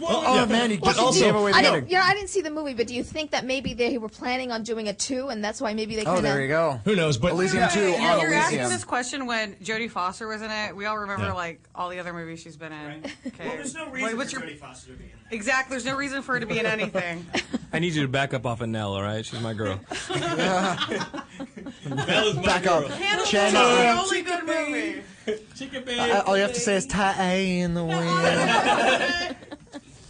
Speaker 12: oh
Speaker 15: Yeah.
Speaker 12: man, you
Speaker 15: But
Speaker 12: just
Speaker 15: also-
Speaker 12: gave away the
Speaker 9: I
Speaker 12: ending.
Speaker 9: didn't, you know, I didn't see the movie, but do you think that maybe they were planning on doing a two, and that's why maybe they
Speaker 12: Oh,
Speaker 9: kind
Speaker 12: there you
Speaker 9: of
Speaker 12: go.
Speaker 15: Who knows? But
Speaker 12: Elysium Two
Speaker 17: You're,
Speaker 12: on
Speaker 17: you're asking
Speaker 12: Elysium.
Speaker 17: this question when Jodie Foster was in it. We all remember
Speaker 12: Yeah.
Speaker 17: like all the other movies she's been in. Okay.
Speaker 11: Well, there's no
Speaker 17: Wait,
Speaker 11: reason
Speaker 17: what's
Speaker 11: for
Speaker 17: your-
Speaker 11: Jodie Foster to be in.
Speaker 17: Exactly. There's no reason for her to be in anything.
Speaker 5: I need you to back up off of Nell, all right? She's my girl.
Speaker 12: Back up. Chen-
Speaker 17: the only good movie.
Speaker 11: Chicken
Speaker 12: I- Uh, all you have to say is ta a in the wind.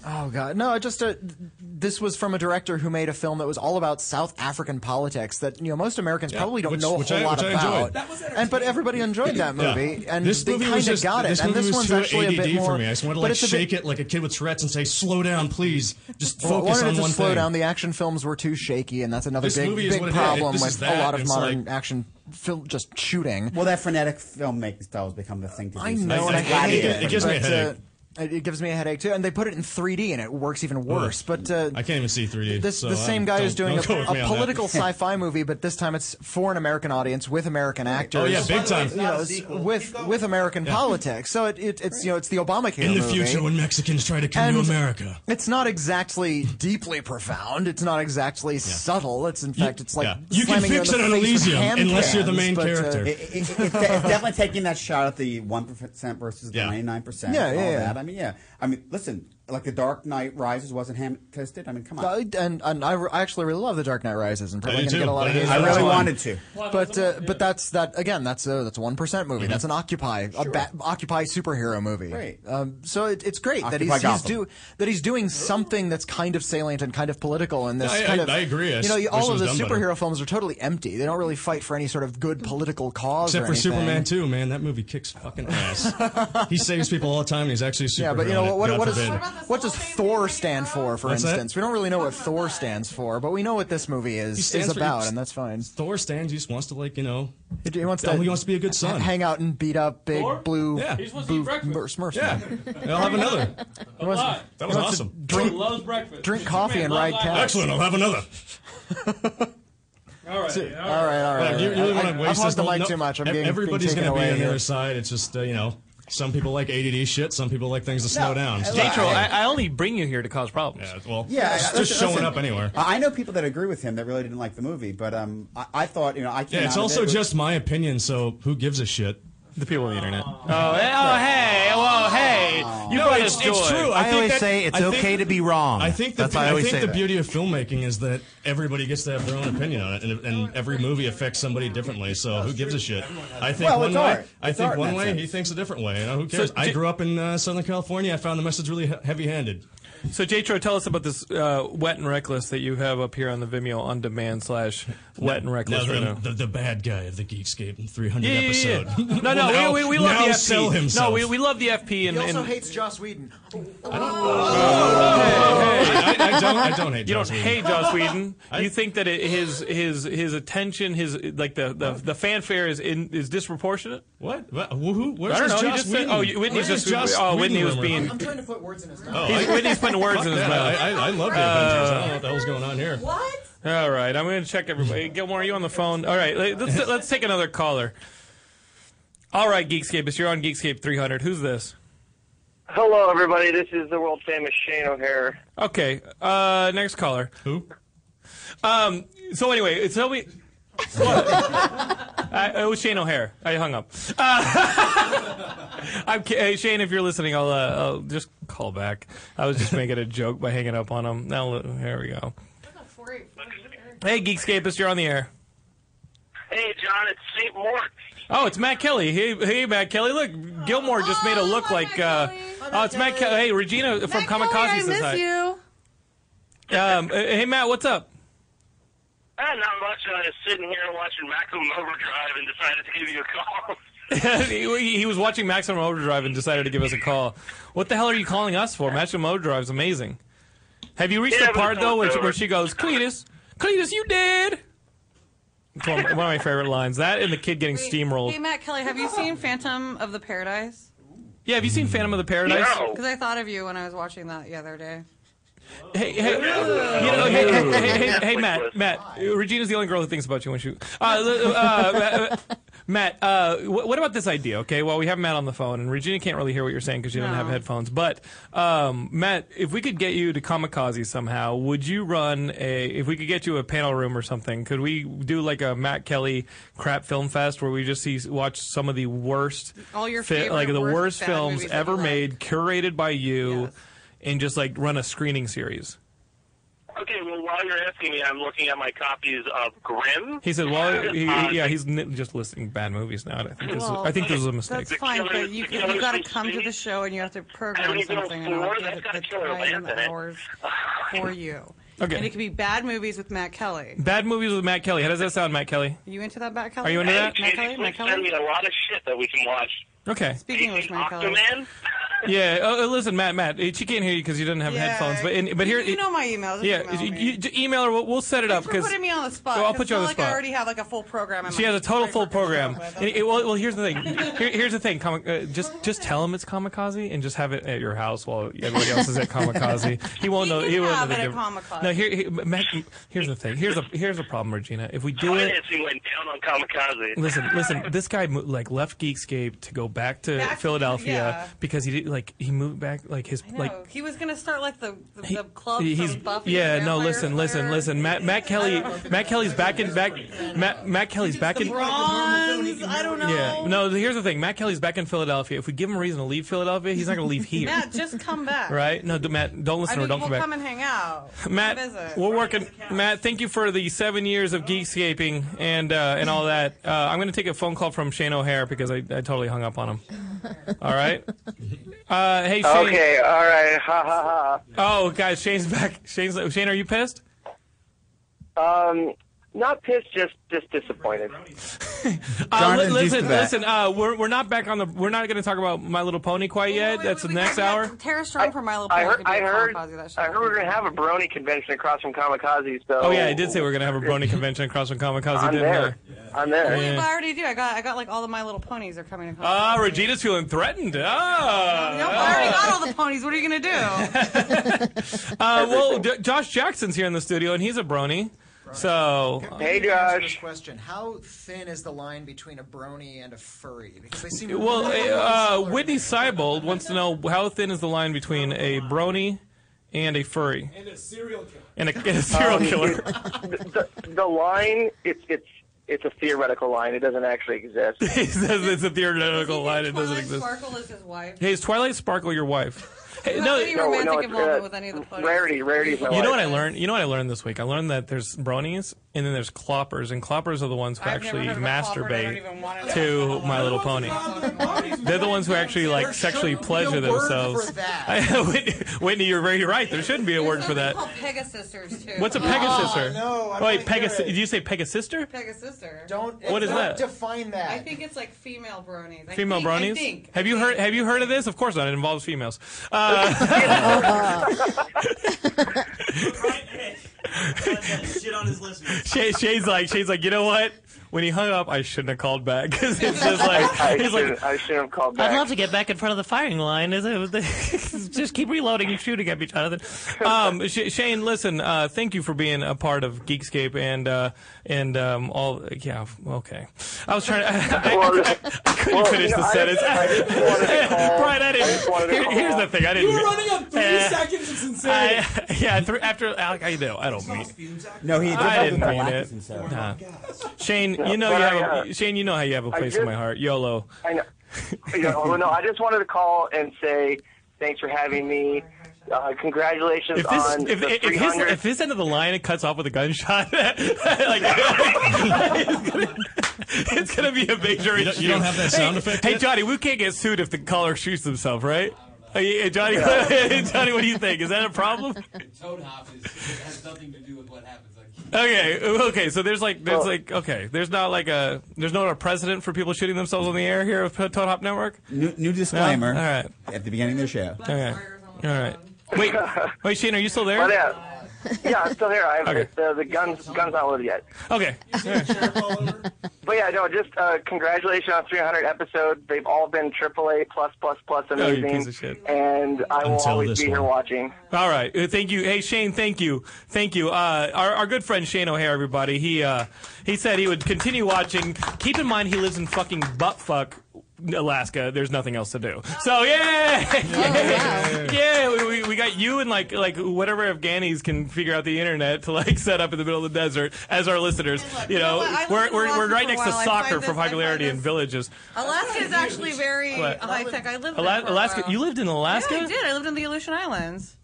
Speaker 12: Oh god, no! I Just uh, th- this was from a director who made a film that was all about South African politics that you know most Americans
Speaker 15: Yeah,
Speaker 12: probably don't
Speaker 15: which-
Speaker 12: know a
Speaker 15: which
Speaker 12: whole
Speaker 15: I-
Speaker 12: lot
Speaker 15: which I
Speaker 12: about.
Speaker 15: enjoyed.
Speaker 12: and but everybody enjoyed that
Speaker 15: Yeah.
Speaker 12: movie, and
Speaker 15: this
Speaker 12: they
Speaker 15: movie
Speaker 12: kind
Speaker 15: was
Speaker 12: of
Speaker 15: just,
Speaker 12: got it.
Speaker 15: This
Speaker 12: and
Speaker 15: movie
Speaker 12: this
Speaker 15: was
Speaker 12: one's
Speaker 15: too
Speaker 12: actually
Speaker 15: ADD
Speaker 12: a bit more.
Speaker 15: for me. I just want to
Speaker 12: but
Speaker 15: like
Speaker 12: it's a bit-
Speaker 15: shake it like a kid with Tourette's and say, "Slow down, please. Just
Speaker 12: Well,
Speaker 15: focus
Speaker 12: wanted
Speaker 15: on
Speaker 12: to
Speaker 15: one
Speaker 12: slow
Speaker 15: thing."
Speaker 12: down. The action films were too shaky, and that's another
Speaker 15: This
Speaker 12: big,
Speaker 15: movie is
Speaker 12: big
Speaker 15: what it is.
Speaker 12: problem
Speaker 15: This is
Speaker 12: with a
Speaker 15: that,
Speaker 12: lot of
Speaker 15: it's
Speaker 12: modern action film just shooting.
Speaker 13: Well, that frenetic filmmaking style has become the thing to do.
Speaker 12: I know, and I hate it.
Speaker 15: It gives me a
Speaker 12: but, uh,
Speaker 15: headache.
Speaker 12: It it gives me a headache too, and they put it in 3D, and it works even worse. But uh,
Speaker 15: I can't even see 3D.
Speaker 12: This
Speaker 15: so
Speaker 12: the
Speaker 15: I
Speaker 12: same guy
Speaker 15: don't-
Speaker 12: is doing a,
Speaker 15: don't go with me
Speaker 12: a
Speaker 15: on that.
Speaker 12: political sci-fi movie, but this time it's for an American audience with American actors.
Speaker 15: Oh, yeah, big By the way, time. it's
Speaker 12: You
Speaker 15: not
Speaker 12: know,
Speaker 15: a
Speaker 12: it's
Speaker 15: sequel.
Speaker 12: with with American politics. So it, it it's you know it's the Obamacare
Speaker 15: In the
Speaker 12: movie.
Speaker 15: future, when Mexicans try to come to
Speaker 12: eh? And
Speaker 15: America,
Speaker 12: It's not exactly deeply profound. It's not exactly subtle. It's in fact, it's like
Speaker 15: yeah. You can
Speaker 12: slamming
Speaker 15: fix
Speaker 12: in
Speaker 15: it
Speaker 12: the
Speaker 15: on
Speaker 12: face with
Speaker 15: Elysium
Speaker 12: hand
Speaker 15: unless you're the
Speaker 12: cans,
Speaker 15: main
Speaker 12: but, uh,
Speaker 15: character.
Speaker 13: It- it- it- it's, de- it's definitely taking that shot at the one percent versus the
Speaker 15: Yeah.
Speaker 13: ninety nine percent.
Speaker 12: Yeah,
Speaker 13: all
Speaker 12: yeah, yeah.
Speaker 13: That. I mean, yeah. I mean, listen, like the Dark Knight Rises wasn't ham tested. I mean, come on.
Speaker 12: Uh, and and I, re- I actually really love The Dark Knight Rises, and probably
Speaker 13: I do
Speaker 12: gonna
Speaker 13: too,
Speaker 12: get a lot of
Speaker 13: but
Speaker 12: hate.
Speaker 13: I
Speaker 12: for
Speaker 13: really
Speaker 12: that one.
Speaker 13: wanted to. Well,
Speaker 12: but uh, but that's that again. That's a that's a one percent
Speaker 15: Mm-hmm.
Speaker 12: movie. That's an Occupy a ba- Occupy superhero movie.
Speaker 13: Right.
Speaker 12: Um, so it, it's great
Speaker 13: Occupy
Speaker 12: that he's, he's
Speaker 13: Gotham.
Speaker 12: do that he's doing something that's kind of salient and kind of political in this.
Speaker 15: I- I-
Speaker 12: kind of,
Speaker 15: I agree. I
Speaker 12: you know,
Speaker 15: s-
Speaker 12: you-
Speaker 15: wish
Speaker 12: all
Speaker 15: it
Speaker 12: of
Speaker 15: was done
Speaker 12: the superhero
Speaker 15: better.
Speaker 12: films are totally empty. They don't really fight for any sort of good political cause.
Speaker 15: except
Speaker 12: or
Speaker 15: for
Speaker 12: anything.
Speaker 15: Superman 2, man, that movie kicks fucking ass. he saves people all the time, and he's actually a superhero.
Speaker 12: Yeah, but you know what? What,
Speaker 15: God
Speaker 12: what, is,
Speaker 15: forbid.
Speaker 12: what does Thor stand for? For
Speaker 15: What's that?
Speaker 12: instance, we don't really know what Thor stands for, but we know what this movie is
Speaker 15: stands
Speaker 12: is
Speaker 15: for-
Speaker 12: about,
Speaker 15: he-
Speaker 12: and that's fine.
Speaker 15: Thor stands. He just wants to like you know.
Speaker 12: He, wants
Speaker 15: Oh,
Speaker 12: to.
Speaker 15: he wants to be a good son.
Speaker 12: h- Hang out and beat up big
Speaker 15: Thor?
Speaker 12: blue.
Speaker 15: Yeah.
Speaker 11: He's supposed to
Speaker 12: blue
Speaker 11: eat breakfast.
Speaker 12: Smurfs- Smurfs
Speaker 15: Yeah.
Speaker 12: man.
Speaker 15: I'll have another.
Speaker 12: He wants-
Speaker 11: lot.
Speaker 15: That
Speaker 12: he
Speaker 15: was
Speaker 12: wants to
Speaker 15: awesome.
Speaker 12: Drink,
Speaker 11: Thor loves breakfast.
Speaker 12: Drink
Speaker 11: Superman
Speaker 12: coffee and
Speaker 11: loves
Speaker 12: ride
Speaker 11: life.
Speaker 12: cats.
Speaker 15: Excellent. I'll have another.
Speaker 11: All right.
Speaker 12: So-
Speaker 11: all right.
Speaker 12: all right, all right.
Speaker 15: Like, you, you really
Speaker 12: I-
Speaker 15: want
Speaker 12: I-
Speaker 15: to waste
Speaker 12: I've
Speaker 15: this
Speaker 12: hogged the
Speaker 15: whole-
Speaker 12: mic
Speaker 15: no,
Speaker 12: too much. I'm
Speaker 15: ev-
Speaker 12: being,
Speaker 15: everybody's
Speaker 12: being taken
Speaker 15: gonna be
Speaker 12: away
Speaker 15: on the
Speaker 12: here.
Speaker 15: other side. It's just uh, you know, some people like ADD shit. Some people like things to slow
Speaker 13: No,
Speaker 15: down.
Speaker 13: I
Speaker 15: So-
Speaker 13: like-
Speaker 5: Jatro, I, I only bring you here to cause problems.
Speaker 15: Yeah, well,
Speaker 13: Yeah,
Speaker 15: just, just
Speaker 13: I- listen-
Speaker 15: showing
Speaker 13: listen,
Speaker 15: up anywhere.
Speaker 13: I I know people that agree with him that really didn't like the movie, but um, I, I thought you know I came
Speaker 15: Yeah, it's
Speaker 13: out of
Speaker 15: also
Speaker 13: it with-
Speaker 15: just my opinion. So who gives a shit? The people on the internet.
Speaker 5: Oh, hey, oh, hey, well, hey. You
Speaker 15: no,
Speaker 5: brought
Speaker 15: it's,
Speaker 5: us
Speaker 15: it's
Speaker 5: joy.
Speaker 15: true.
Speaker 16: I
Speaker 15: think
Speaker 16: always
Speaker 15: that-
Speaker 16: say it's
Speaker 15: I think-
Speaker 16: okay to be wrong.
Speaker 15: I think the,
Speaker 16: That's why I
Speaker 15: I
Speaker 16: always
Speaker 15: think
Speaker 16: say
Speaker 15: the
Speaker 16: that.
Speaker 15: beauty of filmmaking is that everybody gets to have their own opinion on it, and, and every movie affects somebody differently. So who gives a shit? I think
Speaker 13: Well,
Speaker 15: one
Speaker 13: it's
Speaker 15: way.
Speaker 13: art.
Speaker 15: I
Speaker 13: It's
Speaker 15: think
Speaker 13: art in
Speaker 15: one
Speaker 13: that
Speaker 15: way.
Speaker 13: sense.
Speaker 15: He thinks a different way. You know, who cares?
Speaker 5: So,
Speaker 15: I
Speaker 5: J-
Speaker 15: grew up in uh, Southern California. I found the message really he- heavy handed.
Speaker 5: So, Jatro, tell us about this uh, Wet and Reckless that you have up here on the Vimeo on demand slash Wet and Reckless
Speaker 15: Now,
Speaker 5: right
Speaker 15: the,
Speaker 5: now.
Speaker 15: the, the bad guy of the Geekscape 300
Speaker 5: Yeah, yeah, yeah.
Speaker 15: episode.
Speaker 5: No, no,
Speaker 15: Will now-
Speaker 5: we, we, we love
Speaker 15: now
Speaker 5: the FP.
Speaker 15: sell himself.
Speaker 5: No, we, we love the FP. And,
Speaker 12: He also
Speaker 5: and-
Speaker 12: hates Joss Whedon.
Speaker 15: I, I don't. I don't hate.
Speaker 5: Oh. you don't
Speaker 15: Joss Whedon.
Speaker 5: hate Joss Whedon. you think that it, his his his attention, his like the, the, the fanfare is in, is disproportionate.
Speaker 15: What? What? Who? who where's
Speaker 5: I don't
Speaker 15: this
Speaker 5: know. you
Speaker 15: Joss
Speaker 5: just
Speaker 15: Whedon?
Speaker 5: Said, oh, you- Whitney's
Speaker 15: Where's this
Speaker 5: just.
Speaker 15: Joss
Speaker 5: oh, Whitney
Speaker 15: Whedden
Speaker 5: was
Speaker 15: rumor?
Speaker 5: being.
Speaker 12: I'm trying to put words in his mouth.
Speaker 15: Oh,
Speaker 5: He's,
Speaker 15: I-
Speaker 5: Whitney's putting words
Speaker 15: Fuck
Speaker 5: in his
Speaker 15: that.
Speaker 5: mouth.
Speaker 15: I, I, I love the Avengers. I don't know what the hell's going on here.
Speaker 17: What?
Speaker 5: All right, I'm going to check everybody. Gilmore, are you on the phone? All right, let- let's let's take another caller. All right, Geekscape, you're on Geekscape 300. Who's this?
Speaker 18: Hello, everybody. This is the world famous Shane O'Hare.
Speaker 5: Okay, uh, next caller.
Speaker 15: Who?
Speaker 5: Um. So anyway, so we. What? I, it was Shane O'Hare. I hung up. Uh, I'm ki- hey, Shane. If you're listening, I'll, uh, I'll just call back. I was just making a joke by hanging up on him. Now look, here we go. Hey, Geekscapist, you're on the air.
Speaker 18: Hey, John, it's St. Mort.
Speaker 5: Oh, it's Matt Kelly. Hey, hey, Matt Kelly. Look, Gilmore just made a look like. Uh, oh, it's Matt Kelly. Hey, Regina from Kamikaze
Speaker 17: I miss
Speaker 5: Society.
Speaker 17: you.
Speaker 5: Um, uh, hey, Matt, what's up?
Speaker 18: Ah, not much. I was sitting here watching Maximum Overdrive and decided to give you a call.
Speaker 5: he, he was watching Maximum Overdrive and decided to give us a call. What the hell are you calling us for? Maximum Overdrive's amazing. Have you reached
Speaker 18: Yeah,
Speaker 5: the
Speaker 18: but
Speaker 5: part
Speaker 18: it's
Speaker 5: though where,
Speaker 18: almost
Speaker 5: where
Speaker 18: over.
Speaker 5: she goes, Cletus, Cletus, you dead? It's one, one of my favorite lines. That and the kid getting
Speaker 17: Hey,
Speaker 5: steamrolled.
Speaker 17: Matt Kelly, have you seen Phantom of the Paradise?
Speaker 5: Yeah, have you seen Phantom of the Paradise?
Speaker 17: Because I thought of you when I was watching that the other day.
Speaker 5: Hey, hey, you know, hey, hey, hey, hey, hey, Matt, Matt. Regina's the only girl who thinks about you when she. Uh, l- uh, uh, Matt, uh, wh- what about this idea? Okay, well, we have Matt on the phone, and Regina can't really hear what you're saying because she doesn't have
Speaker 17: No.
Speaker 5: headphones. But um, Matt, if we could get you to Kamikaze somehow, would you run a? If we could get you a panel room or something, could we do like a Matt Kelly crap film fest where we just see watch some of the worst,
Speaker 17: All your
Speaker 5: fi-
Speaker 17: favorite
Speaker 5: like the
Speaker 17: worst
Speaker 5: worst
Speaker 17: bad
Speaker 5: films
Speaker 17: movies that you
Speaker 5: ever
Speaker 17: like.
Speaker 5: made, curated by you, and just like run a screening series?
Speaker 18: okay, well, while you're asking me, I'm looking at my copies of Grimm.
Speaker 5: He said, "Well, he,
Speaker 18: Uh,
Speaker 5: he- yeah, he's n- just listing bad movies now. I think this,
Speaker 17: Well,
Speaker 5: is, I think this was a mistake."
Speaker 17: That's fine, but you, you got to come to the show and you have to program something and I'll give it the time and hours for you.
Speaker 5: Okay.
Speaker 17: And it could be bad movies with Matt Kelly.
Speaker 5: Bad movies with Matt Kelly. How does that sound, Matt Kelly?
Speaker 17: Are you into that, Matt Kelly?
Speaker 5: Are you into that?
Speaker 17: Matt Kelly? Matt
Speaker 18: Send me
Speaker 17: Kelly?
Speaker 18: a lot of shit that we can watch.
Speaker 5: Okay.
Speaker 17: Speaking of which, Matt Kelly.
Speaker 18: Aquaman?
Speaker 5: yeah. Oh, listen, Matt, Matt, eh, she can't hear you because you didn't have
Speaker 17: Yeah.
Speaker 5: headphones. But in, but here,
Speaker 17: You know my emails.
Speaker 5: Yeah,
Speaker 17: Email
Speaker 5: you, you- j- email her. We'll, we'll set it up
Speaker 17: You're
Speaker 5: because
Speaker 17: putting me on the spot.
Speaker 5: I'll
Speaker 17: 'cause
Speaker 5: put you on the
Speaker 17: it's not Like I
Speaker 5: spot.
Speaker 17: already have like a full program. in
Speaker 5: She
Speaker 17: my-
Speaker 5: has a total full program. And it- well, well, here's the thing. Here, here's the thing. Kamik- uh, just just tell him it's Kamikaze and just have it at your house while everybody else is at Kamikaze. He won't know. He won't
Speaker 17: have
Speaker 5: know
Speaker 17: it
Speaker 5: the
Speaker 17: at
Speaker 5: difference.
Speaker 17: Kamikaze.
Speaker 5: No, here, here- Mac, here's the thing. Here's a here's a problem, Regina. If we do it,
Speaker 18: Financing went down on Kamikaze.
Speaker 5: listen, listen. This guy mo- like left Geekscape to go back to
Speaker 17: Back to-
Speaker 5: Philadelphia
Speaker 17: yeah.
Speaker 5: because he did like he moved back like his like
Speaker 17: Oh, he was gonna start like the the, the club.
Speaker 5: He's
Speaker 17: from Buffy
Speaker 5: yeah.
Speaker 17: the
Speaker 5: No,
Speaker 17: Vampire
Speaker 5: listen, listen,
Speaker 17: Slayer.
Speaker 5: listen. Matt, Matt Kelly, Matt Kelly's back in back. Matt, Matt Kelly's back in.
Speaker 17: Bronze. I don't know.
Speaker 5: Yeah. No, here's the thing. Matt Kelly's back in Philadelphia. If we give him a reason to leave Philadelphia, he's not going to leave here.
Speaker 17: Matt, just come back.
Speaker 5: Right? No, d- Matt, don't listen
Speaker 17: I mean,
Speaker 5: or don't
Speaker 17: we'll
Speaker 5: come back.
Speaker 17: come and hang out.
Speaker 5: Matt,
Speaker 17: visit.
Speaker 5: we're working. Matt, thank you for the seven years of geekscaping and uh, and all that. Uh, I'm going to take a phone call from Shane O'Hare because I, I totally hung up on him. All right. Uh, hey, Shane.
Speaker 18: Okay, all right, ha ha
Speaker 5: Oh, guys, Shane's back. Shane's Shane, are you pissed?
Speaker 18: ha. Um, not pissed, just just disappointed.
Speaker 5: Uh, li-
Speaker 18: Jonathan's used
Speaker 5: listen,
Speaker 18: to that.
Speaker 5: listen. Uh, we're we're not back on the. We're not going to talk about My Little Pony quite yet. That's the next hour.
Speaker 17: Tara Strong from My Little
Speaker 18: I
Speaker 17: Pony
Speaker 18: heard,
Speaker 17: could be
Speaker 18: I
Speaker 17: a
Speaker 18: heard,
Speaker 17: kamikaze, that shit.
Speaker 18: I heard we are gonna have a Brony convention across from Kamikaze. So
Speaker 5: Oh yeah, I did say we are going to have a Brony convention across from Kamikaze.
Speaker 18: I'm
Speaker 5: didn't
Speaker 18: there. I'm there.
Speaker 5: Yeah.
Speaker 17: Well, I already do. I got I got like all the My Little Ponies are coming. to
Speaker 5: I? Ah, Regina's feeling threatened. Ah.
Speaker 17: No, I already got all the ponies. What are you gonna do?
Speaker 5: Uh, well, D- Josh Jackson's here in the studio, and he's a Brony. So
Speaker 12: Hey, Josh. This question: How thin is the line between a brony and a furry? Because they seem
Speaker 5: Well, uh, uh, Whitney Seibold wants to know how thin is the line between a Brony and a furry
Speaker 11: And a serial killer.
Speaker 5: and a, and a serial
Speaker 18: Um,
Speaker 5: killer.
Speaker 18: the, the line, it's it's it's a theoretical line. It doesn't actually exist.
Speaker 5: he says it's a theoretical line; it doesn't
Speaker 17: Twilight
Speaker 5: exist.
Speaker 17: Sparkle is his wife.
Speaker 5: Hey, is Twilight Sparkle your wife? Hey,
Speaker 17: Not any romantic involvement with any of the ponies.
Speaker 18: Rarity, rarity's my
Speaker 5: You know what
Speaker 18: wife.
Speaker 5: I learned? You know what I learned this week? I learned that there's bronies and then there's cloppers, and cloppers are the ones who actually masturbate to My Little Pony. They're the ones who actually like sexually pleasure
Speaker 4: no word
Speaker 5: themselves.
Speaker 4: for that.
Speaker 5: Whitney- Whitney, you're very right. There shouldn't be a word for that.
Speaker 17: Called Pegasisters too.
Speaker 5: What's a
Speaker 17: Oh,
Speaker 5: pegasister?
Speaker 12: Oh, no, I
Speaker 5: Wait,
Speaker 12: don't wanna hear
Speaker 5: pegas.
Speaker 12: it.
Speaker 5: Did you say pegasister?
Speaker 17: Pegasister.
Speaker 12: Don't.
Speaker 5: What is
Speaker 12: don't
Speaker 5: that?
Speaker 12: Define that.
Speaker 17: I think it's like female bronies. I
Speaker 5: Female
Speaker 17: think- I
Speaker 5: bronies?
Speaker 17: think.
Speaker 5: Have you heard? Have you heard of this? Of course not. It involves females. Uh,
Speaker 6: Shit on his listeners.
Speaker 5: Shay, Shay's like, Shay's like, you know what? When he hung up, I shouldn't have called back because it's just like
Speaker 18: I,
Speaker 5: he's
Speaker 18: should,
Speaker 5: like,
Speaker 18: I should have called back.
Speaker 19: I'd love to get back in front of the firing line. Is it- Just keep reloading and shooting at me, Jonathan.
Speaker 5: um, Sh- Shane, listen, uh, thank you for being a part of Geekscape and uh, and um, all. Yeah, okay. I was trying to. I, I- I couldn't
Speaker 4: well,
Speaker 5: finish
Speaker 4: you know,
Speaker 5: the
Speaker 4: I-
Speaker 5: sentence.
Speaker 4: I just wanted to call-
Speaker 5: Brian, I
Speaker 4: I just
Speaker 5: didn't.
Speaker 4: wanted to
Speaker 5: Here, here's
Speaker 4: call.
Speaker 5: the thing. I didn't. Eh.
Speaker 4: You were running on three seconds of sincerity.
Speaker 5: I- yeah, th- after I, I know I don't mean.
Speaker 13: No, he-
Speaker 5: I
Speaker 13: this
Speaker 5: didn't
Speaker 13: was
Speaker 5: mean
Speaker 13: the
Speaker 5: it.
Speaker 13: last sincerity.
Speaker 5: Nah. Shane,
Speaker 18: No,
Speaker 5: you know
Speaker 18: but
Speaker 5: you
Speaker 18: I,
Speaker 5: have.
Speaker 18: uh,
Speaker 5: A, Shane, you know how you have a
Speaker 18: I
Speaker 5: place in
Speaker 18: just-
Speaker 5: my heart. YOLO.
Speaker 18: I know. You know, well, no, I just wanted to call and say thanks for having me. Uh, congratulations
Speaker 5: If this,
Speaker 18: on
Speaker 5: if,
Speaker 18: the
Speaker 5: if, if his,
Speaker 18: 300.
Speaker 5: if his end of the line it cuts off with a gunshot, like, it's gonna be a major
Speaker 15: You
Speaker 5: issue.
Speaker 15: don't- you don't have that sound
Speaker 5: hey,
Speaker 15: effect
Speaker 5: Hey,
Speaker 15: yet?
Speaker 5: Johnny, we can't get sued if the caller shoots himself, right? Uh, yeah, Johnny, Johnny, what do you think? Is that a problem?
Speaker 11: Toad hop is, has nothing to do with what happens. Like,
Speaker 5: Okay, okay. So there's like, there's like, okay. There's not like a, there's not a precedent for people shooting themselves on the air here of Toad Hop Network.
Speaker 13: New, new disclaimer
Speaker 5: No? All right.
Speaker 13: at the beginning of the show.
Speaker 5: Okay. All right. Wait, wait, Shane, are you still there?
Speaker 18: But, uh, yeah, I'm still here. I have
Speaker 5: Okay.
Speaker 18: the, the gun's gun's not loaded yet.
Speaker 5: Okay.
Speaker 18: But yeah, no, just uh, congratulations on 300 episodes. They've all been AAA plus plus plus
Speaker 5: Oh, you
Speaker 18: amazing,
Speaker 5: piece of shit.
Speaker 18: and I will
Speaker 5: Until
Speaker 18: always
Speaker 5: this
Speaker 18: be here
Speaker 5: one.
Speaker 18: watching.
Speaker 5: All right. Uh, Thank you. Hey, Shane, thank you. Thank you. Uh, our, our good friend Shane O'Hare, everybody, he uh, he said he would continue watching. Keep in mind he lives in fucking buttfuck, Alaska. There's nothing else to do.
Speaker 19: Oh,
Speaker 5: So, yeah! yeah, we, we, we got you and, like, like whatever Afghanis can figure out the internet to, like, set up in the middle of the desert as our listeners. You know,
Speaker 17: what? I lived
Speaker 5: we're,
Speaker 17: in
Speaker 5: we're, we're
Speaker 17: Alaska
Speaker 5: right
Speaker 17: for a
Speaker 5: next to
Speaker 17: while. I
Speaker 5: soccer
Speaker 17: find
Speaker 5: for
Speaker 17: this- I find
Speaker 5: popularity in villages.
Speaker 17: Alaska is actually very
Speaker 5: What?
Speaker 17: high tech. I lived there
Speaker 5: Ala-
Speaker 17: for a
Speaker 5: Alaska,
Speaker 17: while.
Speaker 5: you lived in Alaska?
Speaker 17: Yeah, I did. I lived in the Aleutian Islands.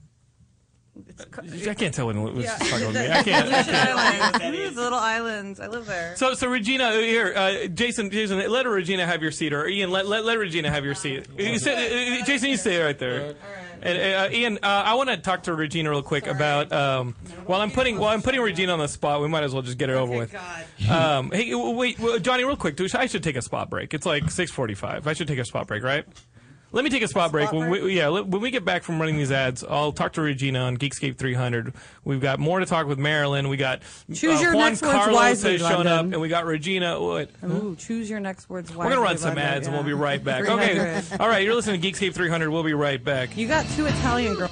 Speaker 5: I can't tell when what's
Speaker 17: Yeah.
Speaker 5: talking about me. I can't. I
Speaker 17: Aleutian
Speaker 5: can't.
Speaker 17: Islands. Ooh, the little islands. I live there.
Speaker 5: So, so Regina here, uh, Jason, Jason, let Regina have your seat, or Ian, let let, let Regina have your seat. You sit- uh, uh, Jason, you stay right there. And uh, Ian, uh, I want to talk to Regina real quick about um, while I'm putting while I'm putting Regina on the spot, we might as well just get it over with. Um, hey, w- wait, w- Johnny, real quick, do- I should take a spot break. It's like 6:45. I should take a spot break, right? Let me take a spot, break. When we, yeah, let- when we get back from running these ads, I'll talk to Regina on Geekscape 300. We've got more to talk with Marilyn. We got
Speaker 17: Choose your
Speaker 5: Uh, Juan
Speaker 17: next words
Speaker 5: Carlos
Speaker 17: wisely,
Speaker 5: has shown up,
Speaker 17: London.
Speaker 5: and we got Regina. What?
Speaker 17: Ooh, choose your next words wisely.
Speaker 5: We're gonna run some
Speaker 17: London,
Speaker 5: ads, and
Speaker 17: yeah.
Speaker 5: we'll be right back. Okay.
Speaker 17: 300.
Speaker 5: All right, you're listening to Geekscape 300. We'll be right back.
Speaker 17: You got two Italian girls.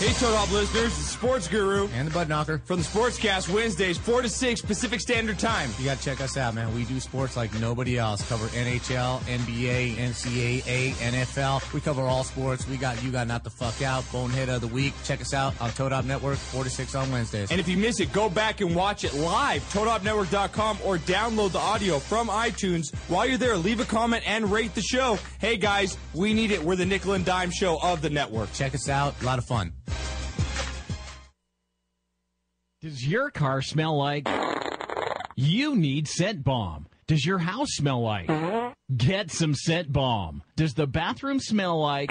Speaker 20: Hey, Toad Hop listeners, it's Sports Guru and the Bud Knocker from the Sportscast Wednesdays, 4 to 6 Pacific Standard Time.
Speaker 21: You got to check us out, man. We do sports like nobody else. Cover NHL, NBA, NCAA, NFL. We cover all sports. We got You Got Not the Fuck Out, Bonehead of the Week. Check us out on Toad Hop Network, 4 to 6 on Wednesdays.
Speaker 20: And if you miss it, go back and watch it live, toadhopnetwork.com, or download the audio from iTunes. While you're there, leave a comment and rate the show. Hey, guys, we need it. We're the nickel and dime show of the network.
Speaker 21: Check us out. A lot of fun.
Speaker 22: Does your car smell like? You need scent bomb. Does your house smell like? Get some scent bomb. Does the bathroom smell like?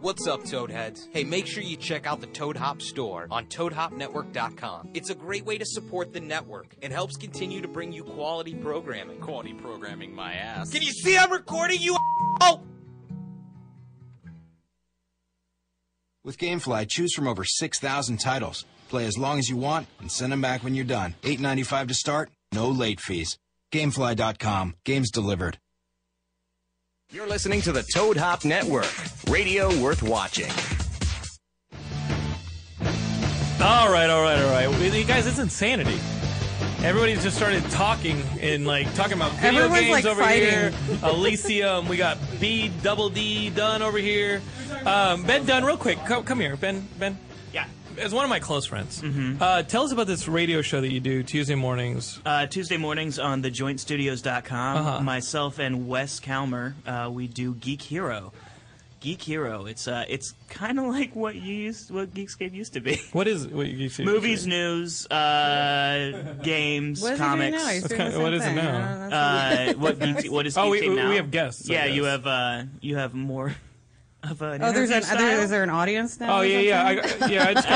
Speaker 23: What's up, Toadheads? Hey, make sure you check out the Toad Hop store on ToadHopNetwork.com. It's a great way to support the network and helps continue to bring you quality programming. Quality programming, my ass. Can you see I'm recording you? Oh!
Speaker 24: With GameFly, choose from over 6,000 titles. Play as long as you want and send them back when you're done. $8.95 to start, no late fees. GameFly.com, games delivered.
Speaker 2: You're listening to the Toad Hop Network, radio worth watching.
Speaker 5: All right, all right, all right. Well, You guys, it's insanity. Everybody's just started talking and like talking about video
Speaker 17: Everyone's,
Speaker 5: games
Speaker 17: like,
Speaker 5: over
Speaker 17: fighting.
Speaker 5: here. Elysium. Um, We got B Double D Dunn over here. Um, ben Dunn, real quick, come, come here, Ben. Ben. Yeah. As one of my close friends, uh, tell us about this radio show that you do Tuesday mornings.
Speaker 6: Uh, Tuesday mornings on thejointstudios.com,
Speaker 5: Uh-huh.
Speaker 6: myself and Wes Calmer, uh, we do Geek Hero. Geek Hero. It's uh, it's kind of like what you used, what Geekscape used to be.
Speaker 5: What is what you used to be?
Speaker 6: Movies, news, uh, games,
Speaker 5: What is he doing
Speaker 6: comics.
Speaker 5: now? He's doing the same What is it thing. now? Uh, that's-
Speaker 6: Uh, what Geeks- what is
Speaker 5: Oh, we-
Speaker 6: Geekscape
Speaker 5: we-
Speaker 6: now?
Speaker 5: we have guests, I
Speaker 6: Yeah, you
Speaker 5: guess.
Speaker 6: have uh, you have more of an
Speaker 17: Oh, there's
Speaker 6: interview
Speaker 17: an
Speaker 5: uh,
Speaker 6: style.
Speaker 17: other, is there an audience now?
Speaker 5: Oh
Speaker 17: or
Speaker 5: yeah, yeah,
Speaker 17: something?
Speaker 5: I, yeah. I just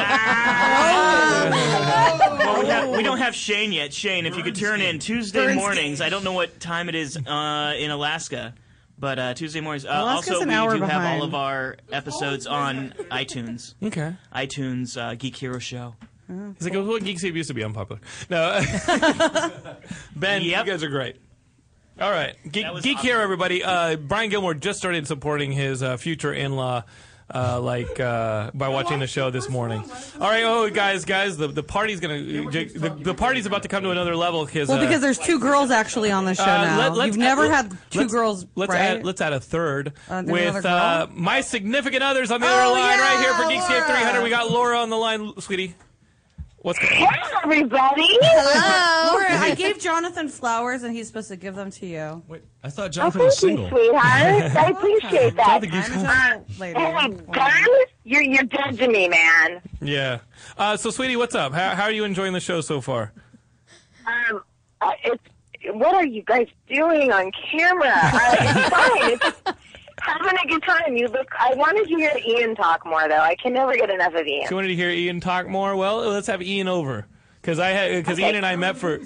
Speaker 6: Well, we, have, we don't have Shane yet. Shane, if you could turn in Tuesday
Speaker 17: Burns.
Speaker 6: mornings. I don't know what time it is uh, in Alaska, but uh, Tuesday mornings. Uh,
Speaker 17: Alaska's
Speaker 6: also,
Speaker 17: an
Speaker 6: we
Speaker 17: hour
Speaker 6: do have
Speaker 17: behind.
Speaker 6: all of our episodes on iTunes.
Speaker 5: Okay.
Speaker 6: iTunes uh, Geek Hero Show.
Speaker 5: It's like what Geekscape used to be unpopular. Uh, No, Ben, you guys are great. All right, Geek,
Speaker 6: That was
Speaker 5: Geek
Speaker 6: awesome.
Speaker 5: here, everybody. Uh, Brian Gilmore just started supporting his uh, future in-law. Uh, like uh, by watching the show this morning. All right, oh guys, guys, the, the party's gonna the, the party's about to come to another level. Cause,
Speaker 17: Well,
Speaker 5: uh,
Speaker 17: because there's two girls actually on the show
Speaker 5: uh,
Speaker 17: now.
Speaker 5: let- let's
Speaker 17: You've never
Speaker 5: add-
Speaker 17: had two
Speaker 5: let's-
Speaker 17: girls,
Speaker 5: Let's
Speaker 17: right?
Speaker 5: add let's add a third
Speaker 17: Uh, there's
Speaker 5: with
Speaker 17: another
Speaker 5: uh, my significant others on the
Speaker 17: Oh,
Speaker 5: other line right
Speaker 17: yeah,
Speaker 5: here for Geekscape
Speaker 17: Laura.
Speaker 5: 300. We got Laura on the line, sweetie. What's going on?
Speaker 25: Hey, everybody.
Speaker 5: Hello.
Speaker 25: We're
Speaker 17: I gave Jonathan flowers, and he's supposed to give them to you. Wait,
Speaker 15: I thought Jonathan
Speaker 17: Jonathan was
Speaker 15: was single.
Speaker 1: sweetheart. I appreciate that.
Speaker 5: Jonathan Geek's
Speaker 1: Um, Holy darn, you're you're dead to me, man.
Speaker 5: Yeah. Uh, so, sweetie, what's up? How, how are you enjoying the show so far?
Speaker 1: Um, uh, it's, what are you guys doing on camera? Uh, it's fine. It's just having a good time. You look. I wanted to hear Ian talk more, though. I can never get enough of Ian.
Speaker 5: She wanted to hear Ian talk more. Well, let's have Ian over because I had because
Speaker 1: Okay.
Speaker 5: Ian and I met for.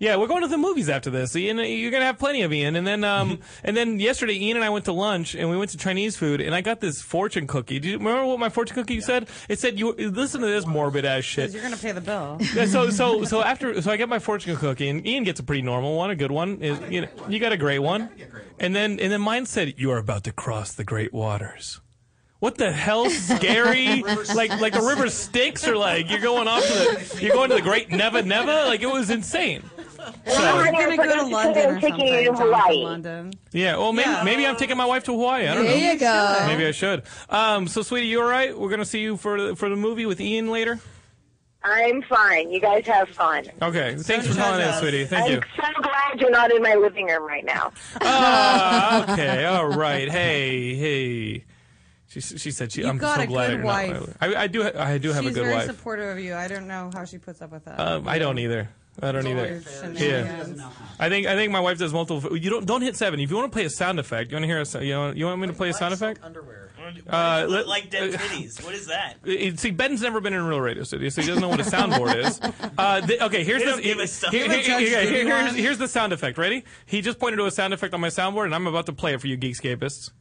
Speaker 5: Yeah, we're going to the movies after this. Ian, you're gonna have plenty of Ian, and then um, and then yesterday Ian and I went to lunch and we went to Chinese food, and I got this fortune cookie. Do you remember what my fortune cookie said? It said you listen to this morbid ass shit.
Speaker 17: You're gonna pay the bill.
Speaker 5: Yeah, so so so after so I get my fortune cookie and Ian gets a pretty normal one, a good one. Is you know, you got a great one. And then and then mine said you are about to cross the great waters. What the hell, scary?
Speaker 4: River
Speaker 5: like like the river Styx, or like you're going off to the you're going to the great Neva Neva. Like it was insane.
Speaker 1: Well,
Speaker 17: we're gonna
Speaker 1: I'm
Speaker 17: go to
Speaker 1: forgot
Speaker 17: London
Speaker 1: I'm
Speaker 17: or
Speaker 1: taking
Speaker 17: something,
Speaker 1: you to
Speaker 17: Jonathan,
Speaker 1: Hawaii.
Speaker 5: Yeah. Well, maybe maybe I'm taking my wife to Hawaii. I don't
Speaker 1: There
Speaker 5: know.
Speaker 1: you go.
Speaker 5: Maybe I should. Um. So, sweetie, you all right? We're gonna see you for the, for the movie with Ian later.
Speaker 1: I'm fine. You guys have fun.
Speaker 5: Okay. Thanks for calling in, sweetie. Thank you.
Speaker 1: I'm so glad you're not in my living room right now.
Speaker 5: Ah, okay, all right. Hey, hey. She she said she.
Speaker 17: You've
Speaker 5: I'm
Speaker 17: got
Speaker 5: so
Speaker 17: a
Speaker 5: glad
Speaker 17: good
Speaker 5: you're not
Speaker 17: wife.
Speaker 5: my- I, I do. ha- I do have
Speaker 17: She's
Speaker 5: a good
Speaker 17: very
Speaker 5: wife.
Speaker 17: supportive of you. I don't know how she puts up with that.
Speaker 5: um, I don't either. I don't either.
Speaker 17: Shenanigans.
Speaker 5: Yeah. I think I think my wife does multiple. You don't don't hit seven. If you want to play a sound effect, you want to hear a. sou- You want, you want me to play a sound effect? Underwear. Uh,
Speaker 3: look
Speaker 5: let-
Speaker 3: like dead titties. What is that?
Speaker 5: it- see, Ben's never been in a real radio studio, so he doesn't know what a soundboard is. Uh, th- okay, here's
Speaker 3: They
Speaker 5: the
Speaker 3: don't give us stuff.
Speaker 5: here-
Speaker 3: Give a
Speaker 5: here-
Speaker 3: judge
Speaker 5: here-
Speaker 3: a good
Speaker 5: here- here's,
Speaker 3: one.
Speaker 5: here's the sound effect. Ready? He just pointed to a sound effect on my soundboard, and I'm about to play it for you, Geekscapists.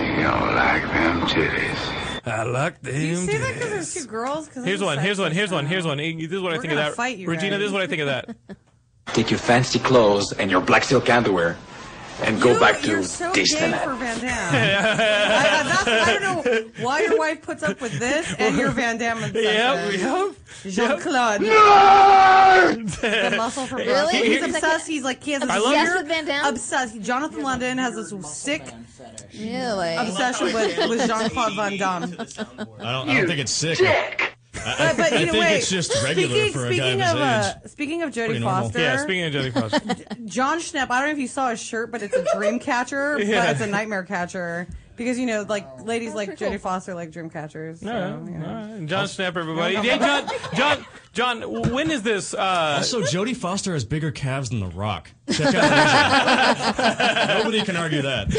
Speaker 4: You don't like them titties.
Speaker 5: I like them
Speaker 4: you
Speaker 17: See that because there's two girls. 'Cause
Speaker 5: Here's
Speaker 17: I'm
Speaker 5: one. Here's one. Here's one. Here's one. This is what I
Speaker 17: We're
Speaker 5: think of
Speaker 17: gonna
Speaker 5: that.
Speaker 17: fight you,
Speaker 5: Regina,
Speaker 17: Ryan.
Speaker 5: this is what I think of that.
Speaker 7: Take your fancy clothes and your black silk underwear and go back to
Speaker 17: So gay
Speaker 7: Disneyland.
Speaker 17: for Van Damme. I, I- that's, I don't know why your wife puts up with this and your Van Damme and
Speaker 5: Yep, yep.
Speaker 17: Jean Claude.
Speaker 5: No!
Speaker 17: the muscle from
Speaker 5: Really?
Speaker 17: Brazil. He's
Speaker 5: He's
Speaker 17: obsessed. He's like he has
Speaker 5: I love
Speaker 17: obsessed
Speaker 5: your-
Speaker 17: with Van Damme. Obsessed. Jonathan London has this sick
Speaker 9: Really?
Speaker 17: obsession with, with Jean Claude Van Damme.
Speaker 15: I don't, I don't think it's sick. I, I-
Speaker 17: But, but
Speaker 15: I
Speaker 17: either
Speaker 15: think
Speaker 17: way,
Speaker 15: it's just regular
Speaker 17: speaking,
Speaker 15: for a guy
Speaker 17: speaking
Speaker 15: of his
Speaker 17: of
Speaker 15: age.
Speaker 17: uh, speaking of Jodie
Speaker 15: Pretty normal.
Speaker 17: Foster,
Speaker 5: Yeah, speaking of Jodie Foster.
Speaker 17: John Schnepp, I don't know if you saw his shirt, but it's a dream catcher,
Speaker 5: Yeah.
Speaker 17: but it's a nightmare catcher. Because, you know, like, ladies like Jodie Foster like dream catchers. So,
Speaker 5: All
Speaker 17: you know.
Speaker 5: right. John Snap, everybody. Hey, John, John, John. When is this? Uh,
Speaker 15: also, Jodie Foster has bigger calves than The Rock. Check out that. Nobody can argue that.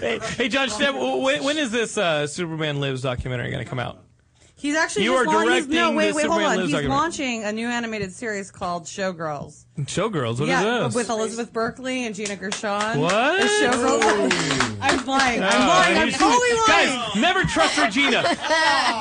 Speaker 5: hey, hey, John Snap. When, when is this uh, Superman Lives documentary going to come out?
Speaker 17: He's actually
Speaker 5: You
Speaker 17: just
Speaker 5: are
Speaker 17: laun- he's- no,
Speaker 5: directing
Speaker 17: wait,
Speaker 5: the
Speaker 17: wait,
Speaker 5: Superman
Speaker 17: hold on.
Speaker 5: Lives
Speaker 17: He's
Speaker 5: documentary.
Speaker 17: launching a new animated series called Showgirls.
Speaker 5: Showgirls. What is
Speaker 17: yeah,
Speaker 5: this?
Speaker 17: with Elizabeth Berkley and Gina Gershon.
Speaker 5: What?
Speaker 17: It's Showgirls. I'm lying. I'm
Speaker 5: Oh,
Speaker 17: lying.
Speaker 5: you
Speaker 17: I'm
Speaker 5: see-
Speaker 17: totally lying.
Speaker 5: Guys, never trust Regina.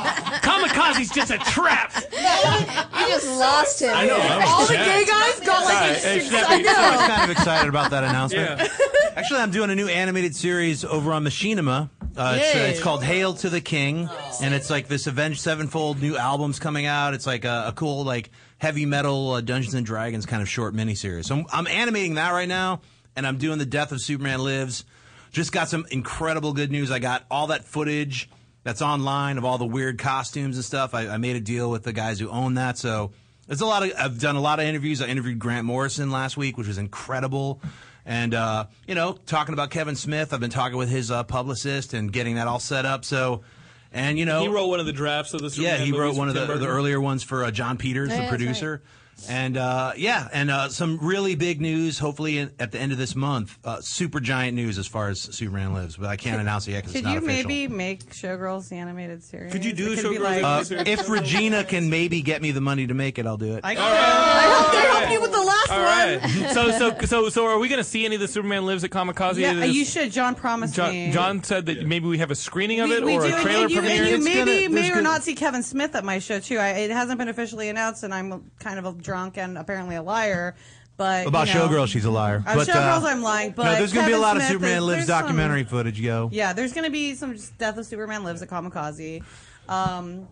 Speaker 5: Kamikaze's just a trap.
Speaker 9: you just lost him.
Speaker 5: I know, I was
Speaker 9: All the
Speaker 5: sad.
Speaker 9: gay guys got like
Speaker 16: Sorry,
Speaker 9: extra-
Speaker 16: it's just-
Speaker 9: I
Speaker 16: I was
Speaker 9: know.
Speaker 16: kind of excited about that announcement. Actually, I'm doing a new animated series over on Machinima. Uh, it's, uh,
Speaker 8: Yay.
Speaker 16: it's called Hail to the King, and it's like this Avenged Sevenfold new album's coming out. It's like a, a cool, like heavy metal uh, Dungeons and Dragons kind of short miniseries. So I'm, I'm animating that right now, and I'm doing the Death of Superman Lives. Just got some incredible good news. I got all that footage that's online of all the weird costumes and stuff. I, I made a deal with the guys who own that, so there's a lot of. I've done a lot of interviews. I interviewed Grant Morrison last week, which was incredible. And uh, you know, talking about Kevin Smith, I've been talking with his uh, publicist and getting that all set up. So, and you know,
Speaker 5: he wrote one of the drafts of the Superman
Speaker 16: yeah, he wrote
Speaker 5: movies
Speaker 16: one of
Speaker 5: with
Speaker 16: the,
Speaker 5: Tim
Speaker 16: the
Speaker 5: Burton.
Speaker 16: earlier ones for uh, John Peters,
Speaker 5: Oh,
Speaker 16: the
Speaker 5: yeah, that's
Speaker 16: producer. And uh, yeah, and uh, some really big news. Hopefully, in, at the end of this month, uh, super giant news as far as Superman lives. But I can't announce it yet because it's
Speaker 17: Could
Speaker 16: not
Speaker 17: you
Speaker 16: official.
Speaker 17: maybe make Showgirls the animated series?
Speaker 5: Could you do
Speaker 17: It be
Speaker 5: Showgirls
Speaker 17: like-
Speaker 16: Uh, if Regina can maybe get me the money to make it, I'll do it.
Speaker 17: I, I hope they help you with the last
Speaker 5: All
Speaker 17: one.
Speaker 5: right. so, Oh, so, so, so, are we going to see any of the Superman Lives at Kamikaze?
Speaker 17: Yeah,
Speaker 5: This-
Speaker 17: you should. John promised me.
Speaker 5: John, John said that maybe we have a screening of
Speaker 17: we,
Speaker 5: it
Speaker 17: we
Speaker 5: or
Speaker 17: do,
Speaker 5: a trailer
Speaker 17: and you,
Speaker 5: premiere.
Speaker 17: and you maybe may or not see Kevin Smith at my show too. I, it hasn't been officially announced, and I'm kind of a drunk and apparently a liar. But
Speaker 16: About
Speaker 17: you know,
Speaker 16: Showgirls, she's a liar.
Speaker 17: Uh,
Speaker 16: but,
Speaker 17: Showgirls,
Speaker 16: uh,
Speaker 17: I'm lying. But
Speaker 16: no, there's gonna be a
Speaker 17: Kevin
Speaker 16: lot of
Speaker 17: Smith,
Speaker 16: Superman
Speaker 17: there's-
Speaker 16: Lives
Speaker 17: there's some-
Speaker 16: documentary footage, yo.
Speaker 17: Yeah, there's going to be some just Death of Superman Lives at Kamikaze. Um,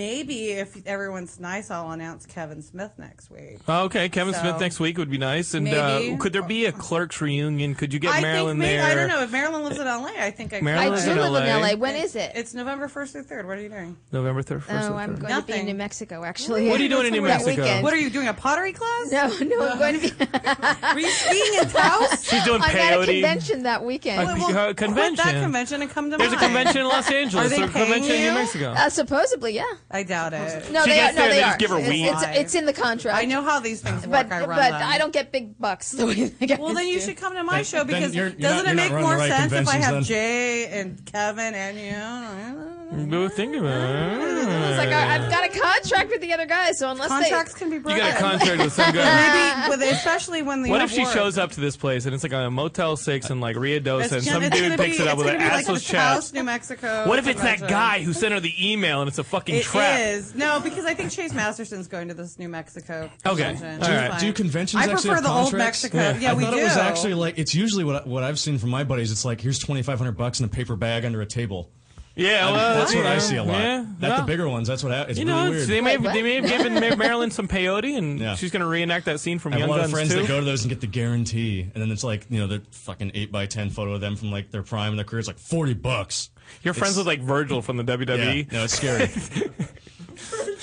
Speaker 17: maybe if everyone's nice, I'll announce Kevin Smith next week.
Speaker 16: Oh,
Speaker 5: Oh, Okay, Kevin
Speaker 17: So-
Speaker 5: Smith next week would be nice. And
Speaker 17: Maybe.
Speaker 5: uh, could there be a clerks reunion? Could you get
Speaker 17: I
Speaker 5: Marilyn
Speaker 17: think maybe,
Speaker 5: there?
Speaker 17: I don't know if Marilyn lives in LA. I think I.
Speaker 5: Marilyn I lives do in live in LA. LA.
Speaker 9: When is it?
Speaker 17: It's November first through third. What are you doing?
Speaker 5: November third.
Speaker 9: Oh, I'm going to be in New Mexico, actually.
Speaker 5: What are you doing in New
Speaker 9: That
Speaker 5: Mexico?
Speaker 9: weekend.
Speaker 5: What
Speaker 17: are you doing? A pottery class?
Speaker 9: No, no, I'm going to be.
Speaker 17: Were you skiing in Taos?
Speaker 5: She's doing
Speaker 9: I'm at a
Speaker 5: peyote.
Speaker 9: convention that weekend.
Speaker 5: A Well, well, quit that convention. convention
Speaker 17: and come to
Speaker 5: There's a mine. convention in Los Angeles,
Speaker 17: Are they
Speaker 5: there's a convention
Speaker 17: paying
Speaker 5: in New
Speaker 17: you?
Speaker 5: Mexico. Uh,
Speaker 9: supposedly, yeah.
Speaker 17: I doubt it.
Speaker 9: No,
Speaker 5: She
Speaker 9: they
Speaker 5: gets
Speaker 9: are. No,
Speaker 5: there,
Speaker 9: they,
Speaker 5: they
Speaker 9: are.
Speaker 5: just give her
Speaker 9: it's,
Speaker 5: weed.
Speaker 9: It's, it's in the contract. I know
Speaker 17: how these things
Speaker 9: but,
Speaker 17: work. I run
Speaker 9: but
Speaker 17: them.
Speaker 9: I don't get big bucks. The way the guys
Speaker 17: Well, then you should come to my
Speaker 9: Then-
Speaker 17: show
Speaker 9: then
Speaker 17: because
Speaker 9: you're- you're
Speaker 17: doesn't
Speaker 5: not- you're not
Speaker 17: it make
Speaker 5: running
Speaker 17: more
Speaker 5: the right
Speaker 17: sense if I
Speaker 5: conventions
Speaker 17: have
Speaker 5: then.
Speaker 17: Jay and Kevin and you?
Speaker 5: We'll think about it.
Speaker 9: It's like I, I've got a contract with the other guys, so unless
Speaker 17: contracts
Speaker 9: they,
Speaker 17: can be
Speaker 5: You
Speaker 9: broken.
Speaker 5: got a contract with some guy.
Speaker 17: Maybe, with, especially when the
Speaker 5: What if she shows up to this place and it's like a Motel 6 in like Rio Dosa and some dude picks it up with an assless
Speaker 17: Taos,
Speaker 5: chaps?
Speaker 17: New Mexico.
Speaker 5: What if it's that
Speaker 17: convention.
Speaker 5: guy who sent her the email and it's a fucking
Speaker 17: It
Speaker 5: trap?
Speaker 17: is. no, because I think Chase Masterson's going to this New Mexico.
Speaker 5: Okay.
Speaker 17: convention.
Speaker 5: All
Speaker 17: It's
Speaker 5: right.
Speaker 17: fine.
Speaker 15: Do conventions
Speaker 17: I
Speaker 15: actually
Speaker 17: prefer
Speaker 15: have
Speaker 17: the old
Speaker 15: contracts?
Speaker 17: Mexico. Yeah,
Speaker 15: I
Speaker 17: we
Speaker 15: thought
Speaker 17: do.
Speaker 15: it was actually like it's usually what what I've seen from my buddies. It's like here's twenty five hundred bucks in a paper bag under a table.
Speaker 5: Yeah,
Speaker 15: I-
Speaker 5: well,
Speaker 15: that's what
Speaker 5: yeah.
Speaker 15: I see a lot.
Speaker 5: Yeah,
Speaker 15: At
Speaker 5: well.
Speaker 15: the bigger ones, that's what I, it's
Speaker 5: you know,
Speaker 15: really weird.
Speaker 5: they may have, they may have given Ma- Marilyn some peyote, and she's going to reenact that scene from
Speaker 15: I have
Speaker 5: Young
Speaker 15: a lot
Speaker 5: Guns
Speaker 15: of friends
Speaker 5: too.
Speaker 15: that go to those and get the guarantee, and then it's like you know the fucking eight by ten photo of them from like their prime and their career is like forty bucks.
Speaker 5: You're friends with like Virgil from the E? WWE.
Speaker 15: Yeah, no, it's scary.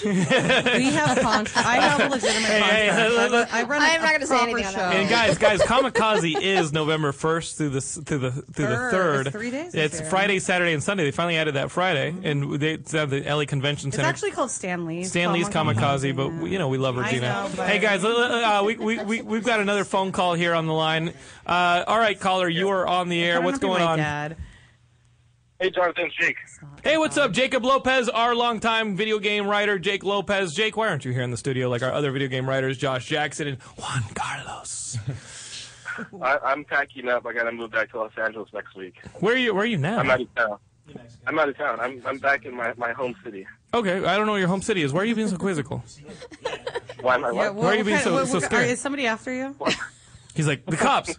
Speaker 17: we have contracts. I have legitimate
Speaker 5: Hey, hey,
Speaker 17: contracts.
Speaker 5: hey, let- let-
Speaker 17: I run
Speaker 9: I'm
Speaker 17: a
Speaker 9: not gonna say
Speaker 17: proper
Speaker 9: anything on that
Speaker 17: show.
Speaker 5: And guys, guys, Kamikaze is November first through the s- through the through the
Speaker 17: Third.
Speaker 5: third.
Speaker 17: It's three days this
Speaker 5: It's
Speaker 17: year.
Speaker 5: Friday, Saturday, and Sunday. They finally added that Friday, and they it's at the LA Convention
Speaker 17: It's
Speaker 5: Center.
Speaker 17: actually called Stanley's.
Speaker 5: Stanley's Kamikaze, but we, you know we love
Speaker 17: I
Speaker 5: Regina.
Speaker 17: know, but-
Speaker 5: Hey guys, l- l- uh, we, we, we, we've got another phone call here on the line. Uh, all right, caller, you are on the air. What's
Speaker 17: be
Speaker 5: going
Speaker 17: my
Speaker 5: on?
Speaker 18: Hey, Jonathan, Jake.
Speaker 5: Hey, what's up? Jacob Lopez, our longtime video game writer, Jake Lopez. Jake, why aren't you here in the studio like our other video game writers, Josh Jackson and Juan Carlos?
Speaker 18: I, I'm packing up. I got to move back to Los Angeles next week.
Speaker 5: Where are you? Where are you now?
Speaker 18: I'm out of town. I'm out of town. I'm, I'm back in my, my home city.
Speaker 5: Okay, I don't know where your home city is. Why are you being so quizzical?
Speaker 18: Why am I?
Speaker 17: Yeah,
Speaker 18: what?
Speaker 5: Why are you being so- so
Speaker 17: are,
Speaker 5: scared?
Speaker 17: is somebody after you?
Speaker 5: He's like the cops.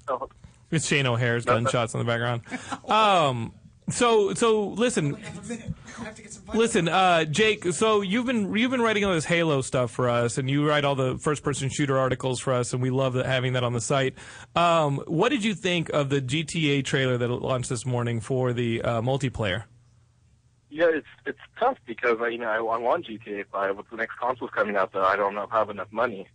Speaker 5: It's Shane O'Hare's gunshots in the background. Um, so so listen, listen, uh, Jake. So you've been you've been writing all this Halo stuff for us, and you write all the first person shooter articles for us, and we love that, having that on the site. Um, what did you think of the GTA trailer that launched this morning for the uh, multiplayer?
Speaker 18: Yeah, it's it's tough because I, you know I, I want GTA Five, but the next console's coming out though. I don't know, have enough money,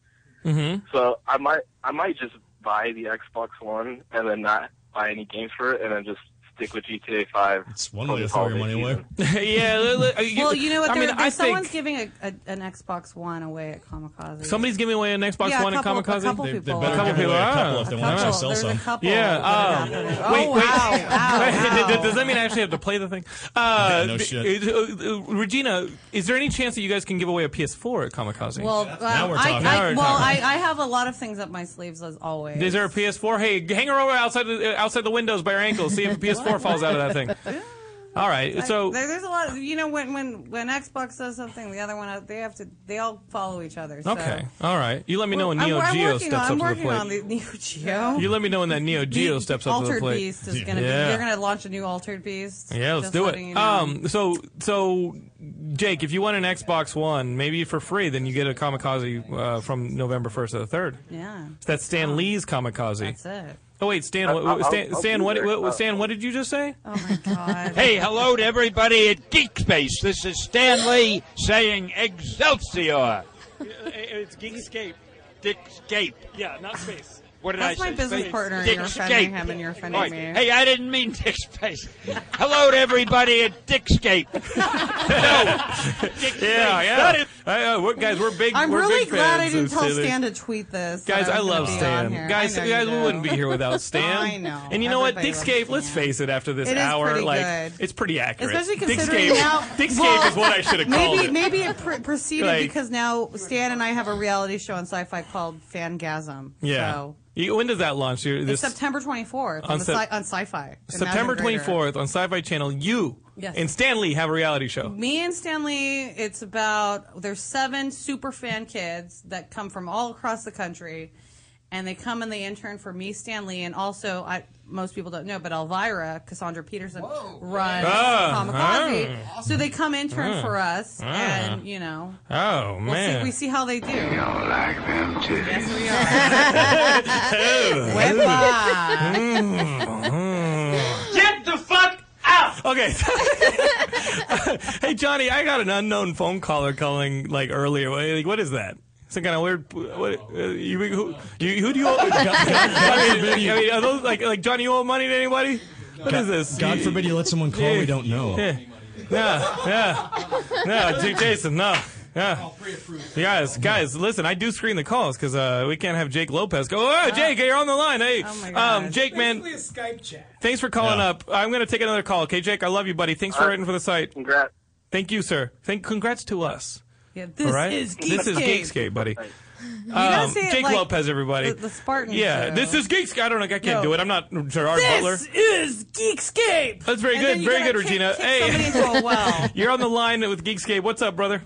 Speaker 5: Mm-hmm.
Speaker 18: so I might I might just buy the Xbox One and then not buy any games for it, and then just stick with GTA Five. It's
Speaker 15: one way to throw your money away.
Speaker 5: yeah. li- li- you-
Speaker 17: Well, you know what?
Speaker 5: I mean,
Speaker 17: there-
Speaker 5: I
Speaker 17: there- someone's
Speaker 5: think
Speaker 17: giving a, a, an Xbox One away at Kamikaze.
Speaker 5: somebody's giving away an Xbox
Speaker 17: Yeah, a
Speaker 5: One
Speaker 17: couple- a
Speaker 5: at Kamikaze.
Speaker 17: couple They- they people. better
Speaker 5: A couple
Speaker 17: give
Speaker 5: people,
Speaker 17: away a couple
Speaker 5: ah.
Speaker 15: if they want to
Speaker 5: Ah.
Speaker 15: sell some.
Speaker 17: couple
Speaker 5: Yeah.
Speaker 15: that
Speaker 5: um,
Speaker 15: would
Speaker 17: have
Speaker 5: wait,
Speaker 17: happened. Oh,
Speaker 5: wait.
Speaker 17: wow, wow.
Speaker 5: Does that mean I actually have to play the thing? Uh,
Speaker 15: No
Speaker 5: th-
Speaker 15: shit.
Speaker 5: uh, uh, Regina, is there any chance that you guys can give away a PS4 at Kamikaze?
Speaker 17: Well, um,
Speaker 5: Now we're
Speaker 17: I-
Speaker 5: talking.
Speaker 17: I,
Speaker 5: Now we're
Speaker 17: well, I,
Speaker 5: talking.
Speaker 17: I have a lot of things up my sleeves as always.
Speaker 5: is there a PS4? Hey, hang her over outside the, uh, outside the windows by her ankles. See if a PS4 falls out of that thing. All right.
Speaker 17: I-
Speaker 5: So
Speaker 17: there, there's a lot. Of, you know, when when when Xbox does something, the other one they have to they all follow each other. So.
Speaker 5: okay. All right. You let me know when
Speaker 17: I'm-
Speaker 5: Neo
Speaker 17: I'm
Speaker 5: Geo
Speaker 17: working
Speaker 5: steps
Speaker 17: on, I'm
Speaker 5: up to the
Speaker 17: working
Speaker 5: plate.
Speaker 17: on the Neo Geo.
Speaker 5: you let me know when that Neo Geo steps up to the
Speaker 17: Altered
Speaker 5: plate.
Speaker 17: Beast is gonna
Speaker 5: Yeah.
Speaker 17: be. You're gonna launch a new Altered Beast.
Speaker 5: Yeah, let's
Speaker 17: Just
Speaker 5: do it.
Speaker 17: letting you know.
Speaker 5: Um, so, so Jake, if you want an Xbox One, maybe for free, then you get a Kamikaze uh, from November first to the third.
Speaker 17: yeah,
Speaker 5: That's Stan Lee's Kamikaze.
Speaker 17: that's it.
Speaker 5: Oh wait, Stan, what,
Speaker 17: I'll- I'll-
Speaker 5: Stan,
Speaker 17: I'll
Speaker 5: Stan,
Speaker 17: be
Speaker 5: what,
Speaker 17: there.
Speaker 5: what,
Speaker 17: Uh,
Speaker 5: Stan, what did you just say?
Speaker 8: Hey, hello to everybody at Geekspace. This is Stan Lee saying Excelsior.
Speaker 5: Uh, It's Geekscape.
Speaker 8: Dickscape.
Speaker 5: Yeah, not space.
Speaker 8: What did
Speaker 17: That's
Speaker 8: I
Speaker 17: my
Speaker 8: say?
Speaker 17: business partner, and
Speaker 8: Dickscape.
Speaker 17: you're offending him, and you're offending
Speaker 8: Right.
Speaker 17: me.
Speaker 8: Hey, I didn't mean Dickspace. hello to everybody at Dickscape.
Speaker 5: Yeah, yeah.
Speaker 8: That is-
Speaker 5: I, uh, we're, guys, we're big.
Speaker 17: I'm
Speaker 5: we're
Speaker 17: really
Speaker 5: big
Speaker 17: glad I
Speaker 5: fans
Speaker 17: didn't
Speaker 5: of
Speaker 17: tell
Speaker 5: Stan Lee.
Speaker 17: Stan to tweet this. that
Speaker 5: Guys,
Speaker 17: I
Speaker 5: I
Speaker 17: was
Speaker 5: love
Speaker 17: gonna be on
Speaker 5: Stan.
Speaker 17: here.
Speaker 5: Guys,
Speaker 17: I know you
Speaker 5: guys, we
Speaker 17: do.
Speaker 5: wouldn't be here without Stan.
Speaker 17: I know.
Speaker 5: And you know
Speaker 17: Everybody
Speaker 5: what,
Speaker 17: loves
Speaker 5: Dickscape? Let's face it. After this
Speaker 17: It is
Speaker 5: hour,
Speaker 17: pretty
Speaker 5: like
Speaker 17: good.
Speaker 5: it's pretty accurate.
Speaker 17: Especially considering
Speaker 5: Dickscape,
Speaker 17: now,
Speaker 5: Dickscape
Speaker 17: well,
Speaker 5: is what I should have called
Speaker 17: maybe,
Speaker 5: it.
Speaker 17: Maybe it pre- proceeded
Speaker 5: Like-
Speaker 17: because now Stan and I have a reality show on Sci-Fi called Fangasm.
Speaker 5: Yeah.
Speaker 17: So
Speaker 5: You- when does that launch? You-
Speaker 17: it's
Speaker 5: This
Speaker 17: September 24th on,
Speaker 5: on
Speaker 17: the
Speaker 5: Sep-
Speaker 17: sci- on Sci-Fi. in
Speaker 5: September
Speaker 17: Mountain Grader.
Speaker 5: 24th on Sci-Fi Channel. You
Speaker 17: Yes.
Speaker 5: and Stanley have a reality show.
Speaker 17: Me and Stanley, it's about there's seven super fan kids that come from all across the country, and they come and they intern for me, Stanley, and also I. Most people don't know, but Elvira Cassandra Peterson runs
Speaker 5: Ah,
Speaker 17: Kamikaze.
Speaker 5: ah.
Speaker 17: so they come intern
Speaker 5: Ah,
Speaker 17: for us,
Speaker 5: ah.
Speaker 17: and you know,
Speaker 5: Oh
Speaker 17: we'll see,
Speaker 5: man.
Speaker 17: we see how they do. We
Speaker 5: don't
Speaker 17: like
Speaker 5: them
Speaker 17: Yes, we
Speaker 5: Get the fuck out. Okay. hey Johnny, I got an unknown phone caller calling like earlier. What- Like, what is that? Some kind of weird. What, uh, you, who, you, who do you owe? God, I mean, I mean, are those like like Johnny? You owe money to anybody? What is this?
Speaker 15: God forbid you let someone call we don't know.
Speaker 5: Yeah. Yeah, yeah, no, Jake Jason, no, yeah. Guys, guys, listen. I do screen the calls because uh, we can't have Jake Lopez go. Oh, Jake, you're on the line. Hey,
Speaker 17: Oh
Speaker 5: um, Jake, man,
Speaker 10: Basically a Skype chat.
Speaker 5: thanks for calling up. I'm gonna take another call. Okay, Jake, I love you, buddy. Thanks for writing for the site. Congrats. Thank you, sir. Thank. Congrats to us.
Speaker 17: Yeah, this
Speaker 5: All right?
Speaker 17: is
Speaker 5: this is
Speaker 17: Geekscape.
Speaker 5: Geekscape, buddy.
Speaker 17: You gotta
Speaker 5: Um,
Speaker 17: say it
Speaker 5: Jake
Speaker 17: like
Speaker 5: Lopez, everybody.
Speaker 17: The, the Spartan.
Speaker 5: yeah,
Speaker 17: show.
Speaker 5: this is Geekscape. I don't know. I can't
Speaker 17: No.
Speaker 5: do it. I'm not Gerard Butler.
Speaker 17: This is Geekscape.
Speaker 5: That's very
Speaker 17: And then
Speaker 5: good.
Speaker 17: you
Speaker 5: Very
Speaker 17: gotta
Speaker 5: good,
Speaker 17: kick-
Speaker 5: Regina.
Speaker 17: kick
Speaker 5: hey,
Speaker 17: somebody into a well.
Speaker 5: you're on the line with Geekscape. What's up, brother?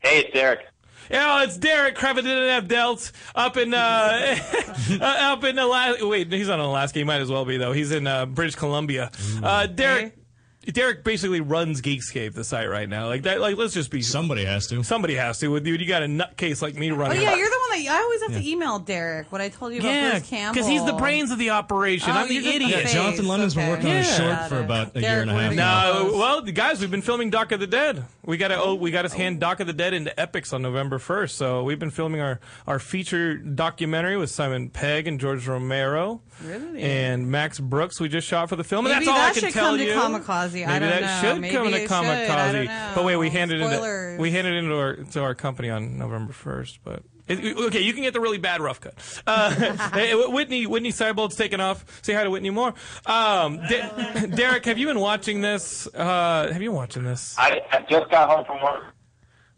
Speaker 11: Hey, it's Derek.
Speaker 5: Yeah, it's Derek Kravitz didn't have Delt up in uh, uh, up in Alaska. Wait, he's not in Alaska. He might as well be though. He's in uh, British Columbia. Uh, Derek. Derek basically runs Geekscape, the site right now. Like that. Like, let's just be
Speaker 15: somebody has to.
Speaker 5: Somebody has to. With dude, you got a nutcase like me
Speaker 17: Oh
Speaker 5: running.
Speaker 17: yeah, you're the one that I always have to email Derek what I told you about
Speaker 5: Yeah,
Speaker 17: Bruce Campbell.
Speaker 5: he's the brains of the operation.
Speaker 17: Oh,
Speaker 5: I'm the
Speaker 17: you're just the
Speaker 5: idiot.
Speaker 17: Yeah, face. Jonathan
Speaker 15: London's been working on a short for about a year and a half. now.
Speaker 5: No, well, guys, we've been filming Doc of the Dead. We got to oh, we got to hand Doc of the Dead into Epics on November first. So we've been filming our our feature documentary with Simon Pegg and George Romero
Speaker 17: Really?
Speaker 5: and Max Brooks. We just shot for the film, and
Speaker 17: Maybe
Speaker 5: that's all
Speaker 17: that
Speaker 5: I can
Speaker 17: should
Speaker 5: tell
Speaker 17: come to
Speaker 5: you.
Speaker 17: Kamikaze.
Speaker 5: Maybe
Speaker 17: I don't
Speaker 5: that
Speaker 17: know.
Speaker 5: should
Speaker 17: Maybe
Speaker 5: come to
Speaker 17: it should.
Speaker 5: Kamikaze.
Speaker 17: I don't know.
Speaker 5: But wait, we handed
Speaker 17: Spoilers.
Speaker 5: it we handed it into our to our company on November first, but. it- Okay, you can get the really bad rough cut. Uh, hey, Whitney, Whitney Seibold's taken off. Say hi to Whitney Moore. Um, De- Derek, have you been watching this? Uh, have you been watching this?
Speaker 11: I, I just got home from work.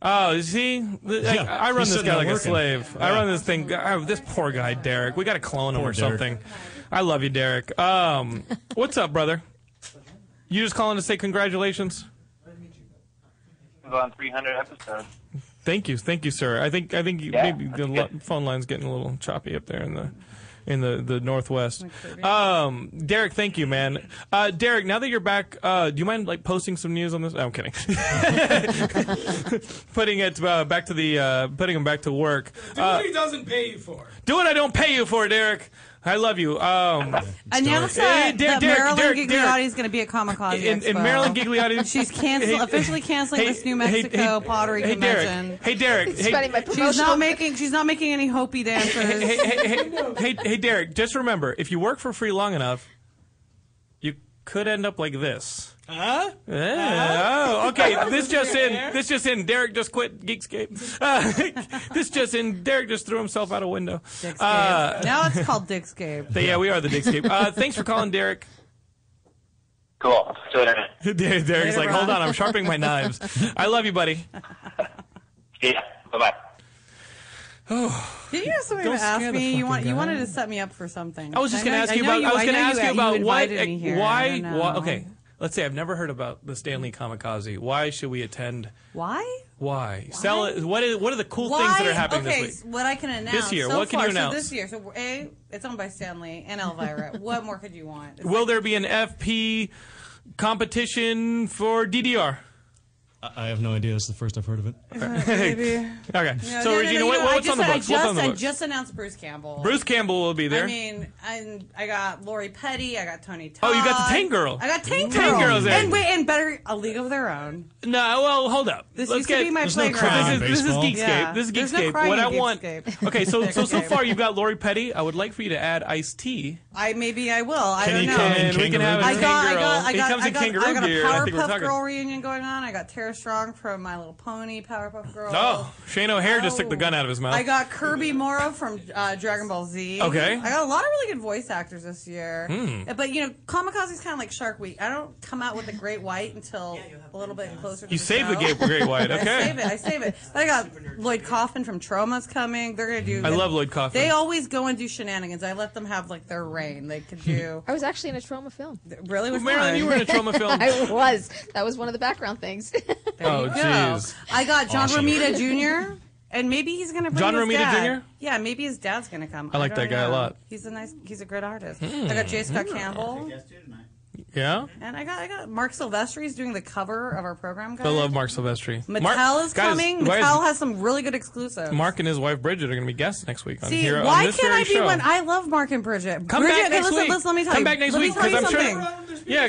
Speaker 5: Oh, you see, The- like,
Speaker 11: Yeah,
Speaker 5: I run
Speaker 11: he's
Speaker 5: this
Speaker 11: sitting
Speaker 5: guy
Speaker 11: there
Speaker 5: like a
Speaker 11: working.
Speaker 5: slave. I run this thing. I, this poor guy, Derek. We got to clone him
Speaker 15: Poor
Speaker 5: or
Speaker 15: Derek.
Speaker 5: something. I love you, Derek. Um, what's up, brother? You just calling to say congratulations?
Speaker 11: It was on 300 episodes.
Speaker 5: Thank you, thank you, sir. I think I think you
Speaker 11: Yeah,
Speaker 5: maybe the lo- phone line's getting a little choppy up there in the in the the northwest. Um, Derek, thank you, man. Uh, Derek, now that you're back, uh, do you mind like posting some news on this? No, I'm kidding. putting it uh, back to the uh, putting him back to work.
Speaker 10: Do
Speaker 5: Uh,
Speaker 10: what he doesn't pay you for.
Speaker 5: do what I don't pay you for, Derek. I love you. Um,
Speaker 17: Announce
Speaker 5: Hey,
Speaker 17: that,
Speaker 5: Derek,
Speaker 17: that Marilyn
Speaker 5: Derek, Derek, Derek.
Speaker 17: Gigliotti is going to be at Kamikaze
Speaker 5: And- and
Speaker 17: Expo.
Speaker 5: Marilyn Gigliotti-
Speaker 17: she's cancel,
Speaker 5: Hey,
Speaker 17: officially canceling
Speaker 5: hey,
Speaker 17: this New
Speaker 5: hey, hey,
Speaker 17: Mexico pottery
Speaker 5: hey, Derek.
Speaker 17: convention.
Speaker 5: Hey, Derek. Hey-
Speaker 17: she's not making. She's not making any Hopi dancers.
Speaker 5: hey, hey, hey, hey, hey, Derek, just remember if you work for free long enough, you could end up like this.
Speaker 10: Huh?
Speaker 5: Yeah. Oh, okay. This just in. This just in. Derek just quit Geekscape. Uh, this just in. Derek just threw himself out a window. Uh,
Speaker 17: now it's called Dickscape.
Speaker 5: th- yeah, we are the Dickscape. Uh, thanks for calling, Derek.
Speaker 11: Cool. See you later.
Speaker 5: Der- Derek's
Speaker 11: Later,
Speaker 5: like, hold
Speaker 11: Ron."
Speaker 5: on, I'm sharpening my knives. I love you, buddy.
Speaker 11: Yeah. Bye-bye.
Speaker 17: Did you have something to
Speaker 5: Don't
Speaker 17: ask
Speaker 5: scare the
Speaker 17: me? You
Speaker 5: fucking
Speaker 17: want? You
Speaker 5: guy.
Speaker 17: wanted to set me up for something.
Speaker 5: I was just
Speaker 17: know-
Speaker 5: going to ask you
Speaker 17: know
Speaker 5: about. I was
Speaker 17: know
Speaker 5: going to ask you about what.
Speaker 17: invited me here. I
Speaker 5: Why?
Speaker 17: don't know.
Speaker 5: why- Okay. Let's say I've never heard about the Stanley Kamikaze. Why should we attend?
Speaker 17: Why?
Speaker 5: Why? Sell it. What, is, what are the cool
Speaker 17: Why?
Speaker 5: things that are happening
Speaker 17: okay,
Speaker 5: this
Speaker 17: so
Speaker 5: week?
Speaker 17: what I can announce
Speaker 5: This year,
Speaker 17: so
Speaker 5: what can
Speaker 17: far,
Speaker 5: you announce?
Speaker 17: So this year, so a it's owned by Stanley and Elvira. what more could you want? It's
Speaker 5: Will there be an FP competition for DDR?
Speaker 15: I I have no idea. This is the first I've heard of it.
Speaker 17: Uh,
Speaker 5: Maybe. okay.
Speaker 17: No,
Speaker 5: so,
Speaker 17: no, no,
Speaker 5: Regina,
Speaker 17: no,
Speaker 5: what,
Speaker 17: you know, I
Speaker 5: what's
Speaker 17: just,
Speaker 5: on the
Speaker 17: I
Speaker 5: books? What's on
Speaker 17: just-
Speaker 5: the
Speaker 17: I
Speaker 5: books?
Speaker 17: just announced Bruce Campbell.
Speaker 5: Bruce Campbell will be there.
Speaker 17: I mean, and I got Lori Petty. I got Tony Todd.
Speaker 5: Oh, you got the Tank Girl.
Speaker 17: I got Tank Girl.
Speaker 5: Tank Girl's there.
Speaker 17: And wait, and better, A League of Their Own.
Speaker 5: no, well, hold up.
Speaker 17: This
Speaker 5: Let's
Speaker 17: used to
Speaker 5: get-
Speaker 17: be my There's no playground. crime
Speaker 5: This is, this is
Speaker 17: in
Speaker 5: Geekscape.
Speaker 17: baseball. Yeah.
Speaker 5: This is
Speaker 17: There's no
Speaker 5: Geekscape.
Speaker 17: crime
Speaker 5: what
Speaker 17: in
Speaker 5: I want.
Speaker 17: Geekscape.
Speaker 5: Okay, so so so
Speaker 17: Geekscape.
Speaker 5: far you've got Lori Petty. I would like for you to add Ice T.
Speaker 17: I maybe I will. I
Speaker 5: Can
Speaker 17: don't
Speaker 5: he
Speaker 17: know.
Speaker 5: come in And we can kangaroo have a
Speaker 17: I got, I
Speaker 5: kangaroo.
Speaker 17: got, I
Speaker 5: He
Speaker 17: got,
Speaker 5: comes
Speaker 17: I
Speaker 5: in
Speaker 17: got,
Speaker 5: kangaroo
Speaker 17: I got a
Speaker 5: gear, I think we're
Speaker 17: Powerpuff
Speaker 5: talking.
Speaker 17: Girl reunion going on. I got Tara Strong from My Little Pony. Powerpuff Girl.
Speaker 5: Oh, Shane O'Hare just took the gun out of his mouth.
Speaker 17: Oh. I got Kirby Morrow from uh, Dragon Ball Z.
Speaker 5: Okay.
Speaker 17: I got a lot of really good voice actors this year.
Speaker 5: Hmm.
Speaker 17: But you know, Kamikaze's kind of like Shark Week. I don't come out with the Great White until a little bit closer. to
Speaker 5: You
Speaker 17: the
Speaker 5: save the
Speaker 17: show.
Speaker 5: Ga- Great White, okay.
Speaker 17: I save it. I save it. But I got Lloyd Kaufman from Trauma's coming. They're gonna do.
Speaker 5: I love Lloyd Kaufman.
Speaker 17: They always go and do shenanigans. I let them have like their reign. They could do.
Speaker 9: I was actually in a trauma film.
Speaker 17: Really? Which one?
Speaker 9: I was. That was one of the background things.
Speaker 5: oh,
Speaker 17: No. I got John
Speaker 5: Awesome.
Speaker 17: Romita Jr. And maybe he's gonna bring
Speaker 5: John
Speaker 17: his
Speaker 5: Romita
Speaker 17: dad.
Speaker 5: Jr.?
Speaker 17: Yeah, maybe his dad's gonna come.
Speaker 5: I like
Speaker 17: don't
Speaker 5: that guy a
Speaker 17: know.
Speaker 5: lot.
Speaker 17: He's a nice. He's a great artist.
Speaker 5: Hmm.
Speaker 17: I got J. Scott
Speaker 5: Hmm.
Speaker 17: Campbell,
Speaker 5: Yeah,
Speaker 17: and I got I got Mark Silvestri's doing the cover of our program. Guide.
Speaker 5: I love Mark Silvestri.
Speaker 17: Mattel
Speaker 5: Mark,
Speaker 17: is
Speaker 5: guys,
Speaker 17: coming.
Speaker 5: why is-
Speaker 17: Mattel has some really good exclusives.
Speaker 5: Mark and his wife Bridget are going to be guests next week on
Speaker 17: See,
Speaker 5: here. on
Speaker 17: why
Speaker 5: this
Speaker 17: can't I
Speaker 5: very
Speaker 17: be
Speaker 5: show.
Speaker 17: when I love Mark and Bridget?
Speaker 5: Come
Speaker 17: Bridget,
Speaker 5: back next
Speaker 17: listen,
Speaker 5: week.
Speaker 17: Listen, let me tell
Speaker 5: Come
Speaker 17: you.
Speaker 5: back next
Speaker 17: let me
Speaker 5: week,
Speaker 17: tell you
Speaker 5: 'cause I'm sure-
Speaker 17: something.
Speaker 5: Yeah,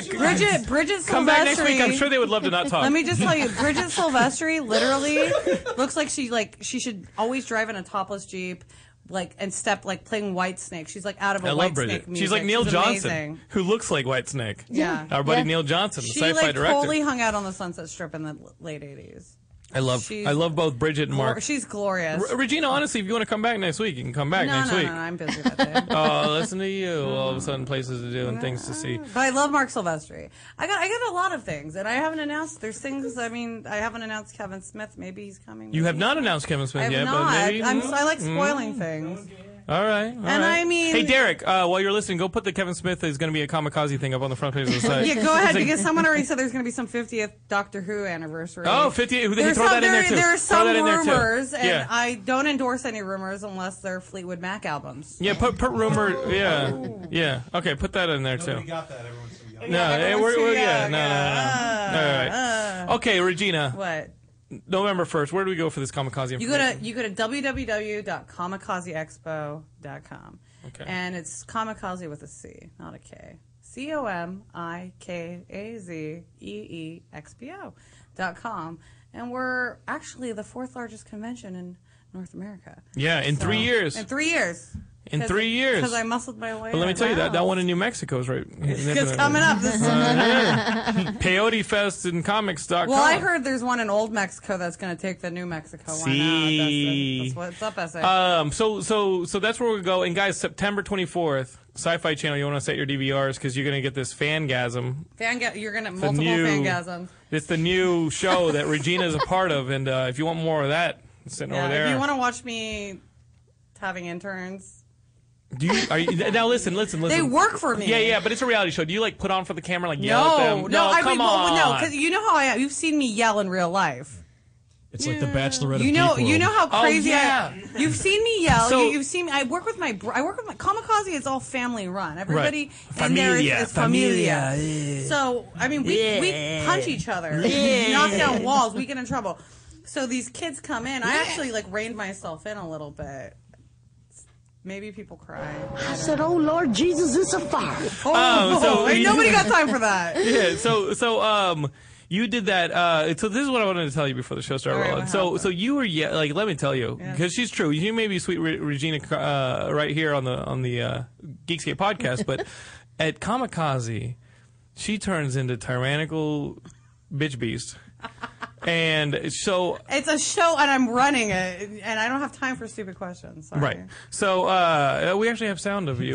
Speaker 17: Bridget, Bridget Silvestri.
Speaker 5: Come back next week. I'm sure they would love to not talk.
Speaker 17: Let me just tell you, Bridget Silvestri literally looks like she like she should always drive in a topless jeep, like and step like playing White Snake. She's like out of a
Speaker 5: I
Speaker 17: White
Speaker 5: love Bridget.
Speaker 17: Snake music.
Speaker 5: She's like Neil Johnson,
Speaker 17: amazing.
Speaker 5: who looks like Whitesnake.
Speaker 17: Yeah.
Speaker 5: our buddy
Speaker 17: Yeah.
Speaker 5: Neil Johnson, the
Speaker 17: She
Speaker 5: sci-fi
Speaker 17: like
Speaker 5: director.
Speaker 17: totally hung out on the Sunset Strip in the l- late '80s.
Speaker 5: I love,
Speaker 17: she's
Speaker 5: I love both Bridget and Mark.
Speaker 17: Glor- She's glorious.
Speaker 5: R- Regina, honestly, if you want to come back next week, you can come back
Speaker 17: no,
Speaker 5: next
Speaker 17: no,
Speaker 5: week.
Speaker 17: no, no, I'm busy that day.
Speaker 5: oh, listen to you! All of a sudden, places to do and things to see.
Speaker 17: But I love Mark Silvestri. I got I got a lot of things, and I haven't announced. There's things. I mean, I haven't announced Kevin Smith. Maybe he's coming.
Speaker 5: You have not announced Kevin Smith
Speaker 17: I've
Speaker 5: yet,
Speaker 17: not.
Speaker 5: but maybe
Speaker 17: I'm, I like
Speaker 5: Mm.
Speaker 17: spoiling things.
Speaker 5: All right. all
Speaker 17: And
Speaker 5: right.
Speaker 17: I mean-
Speaker 5: hey Derek, uh, while you're listening, go put the Kevin Smith is going to be a kamikaze thing up on the front page of the site.
Speaker 17: yeah, go ahead
Speaker 5: It's like-
Speaker 17: because someone already said there's going to be some 50th Doctor Who anniversary.
Speaker 5: Oh, 50 who-
Speaker 17: There's
Speaker 5: throw
Speaker 17: some,
Speaker 5: that in there,
Speaker 17: there-
Speaker 5: too.
Speaker 17: There are
Speaker 5: Throw
Speaker 17: some
Speaker 5: that in there, too.
Speaker 17: rumors, and
Speaker 5: Yeah.
Speaker 17: I don't endorse any rumors unless they're Fleetwood Mac albums.
Speaker 5: Yeah, put put rumor. Yeah, yeah. Okay, put that in there too.
Speaker 17: got
Speaker 5: that. Everyone's too
Speaker 17: young.
Speaker 5: No,
Speaker 17: Yeah,
Speaker 5: eh,
Speaker 17: everyone's
Speaker 5: we're,
Speaker 17: too
Speaker 5: we're yeah.
Speaker 17: young.
Speaker 5: No, no, no, no. All right. Okay, Regina.
Speaker 17: Uh. What?
Speaker 5: November first. Where do we go for this kamikaze?
Speaker 17: You go to
Speaker 5: information?
Speaker 17: you go to www.kamikazeexpo.com.
Speaker 5: Okay.
Speaker 17: And it's kamikaze with a C, not a K. C O M I K A Z E E X P O dot com. And we're actually the fourth largest convention in North America.
Speaker 5: Yeah, in three years.
Speaker 17: In three years.
Speaker 5: In three years.
Speaker 17: Because I muscled my way.
Speaker 5: But let me tell you that
Speaker 17: around.
Speaker 5: that one in New Mexico is right.
Speaker 17: It's coming up this
Speaker 5: Peyote Fest and Comics.com.
Speaker 17: Well, I heard there's one in Old Mexico that's going to take the New Mexico
Speaker 5: See.
Speaker 17: one out. uh, That's, that's what's up, SA.
Speaker 5: Um, so so so that's where we go. And guys, September 24th, Sci-Fi Channel. You want to set your DVRs because you're going to get this fangasm.
Speaker 17: Fanga- you're going to
Speaker 5: The
Speaker 17: multiple
Speaker 5: new-
Speaker 17: fangasms.
Speaker 5: It's the new show that Regina's a part of, and uh, if you want more of that, it's sitting
Speaker 17: Yeah,
Speaker 5: over there.
Speaker 17: If you want to watch me having interns,
Speaker 5: Do you, are you now? Listen, listen, listen.
Speaker 17: They work for me.
Speaker 5: Yeah, yeah, but it's a reality show. Do you like put on for the camera, like yell
Speaker 17: no,
Speaker 5: at them?
Speaker 17: no, I
Speaker 5: come
Speaker 17: mean,
Speaker 5: on.
Speaker 17: well, no, because you know how I am. You've seen me yell in real life.
Speaker 15: It's
Speaker 17: Uh.
Speaker 15: like the Bachelorette.
Speaker 17: You
Speaker 15: of
Speaker 17: know,
Speaker 15: Geek World.
Speaker 17: you know
Speaker 5: Oh,
Speaker 17: how crazy I. You've seen me yell.
Speaker 15: So-
Speaker 17: you, you've seen. Me, I work with my. br- I work with my kamikaze. It's all family run. Everybody
Speaker 4: Right.
Speaker 17: in there is,
Speaker 4: Familia,
Speaker 17: is familia.
Speaker 4: familia, yeah.
Speaker 17: So I mean, we we
Speaker 4: Yeah.
Speaker 17: punch each other,
Speaker 4: Yeah.
Speaker 17: knock down walls, we get in trouble. So these kids come in. I actually like reined myself in a little bit. Maybe people cry.
Speaker 4: I said, "Oh Lord Jesus, it's a fire."
Speaker 5: Oh, so-
Speaker 17: ain't nobody got time for that.
Speaker 5: yeah. So so um, you did that. Uh, so this is what I wanted to tell you before the show started. rolling. so so you were yeah, like let me tell you because she's true. You may be sweet Re- Regina uh, right here on the on the uh, Geekscape podcast, but at Kamikaze, she turns into tyrannical bitch beast, and so
Speaker 17: It's a show, and I'm running it, and I don't have time for stupid questions. Sorry.
Speaker 5: right. So uh, we actually have sound of you.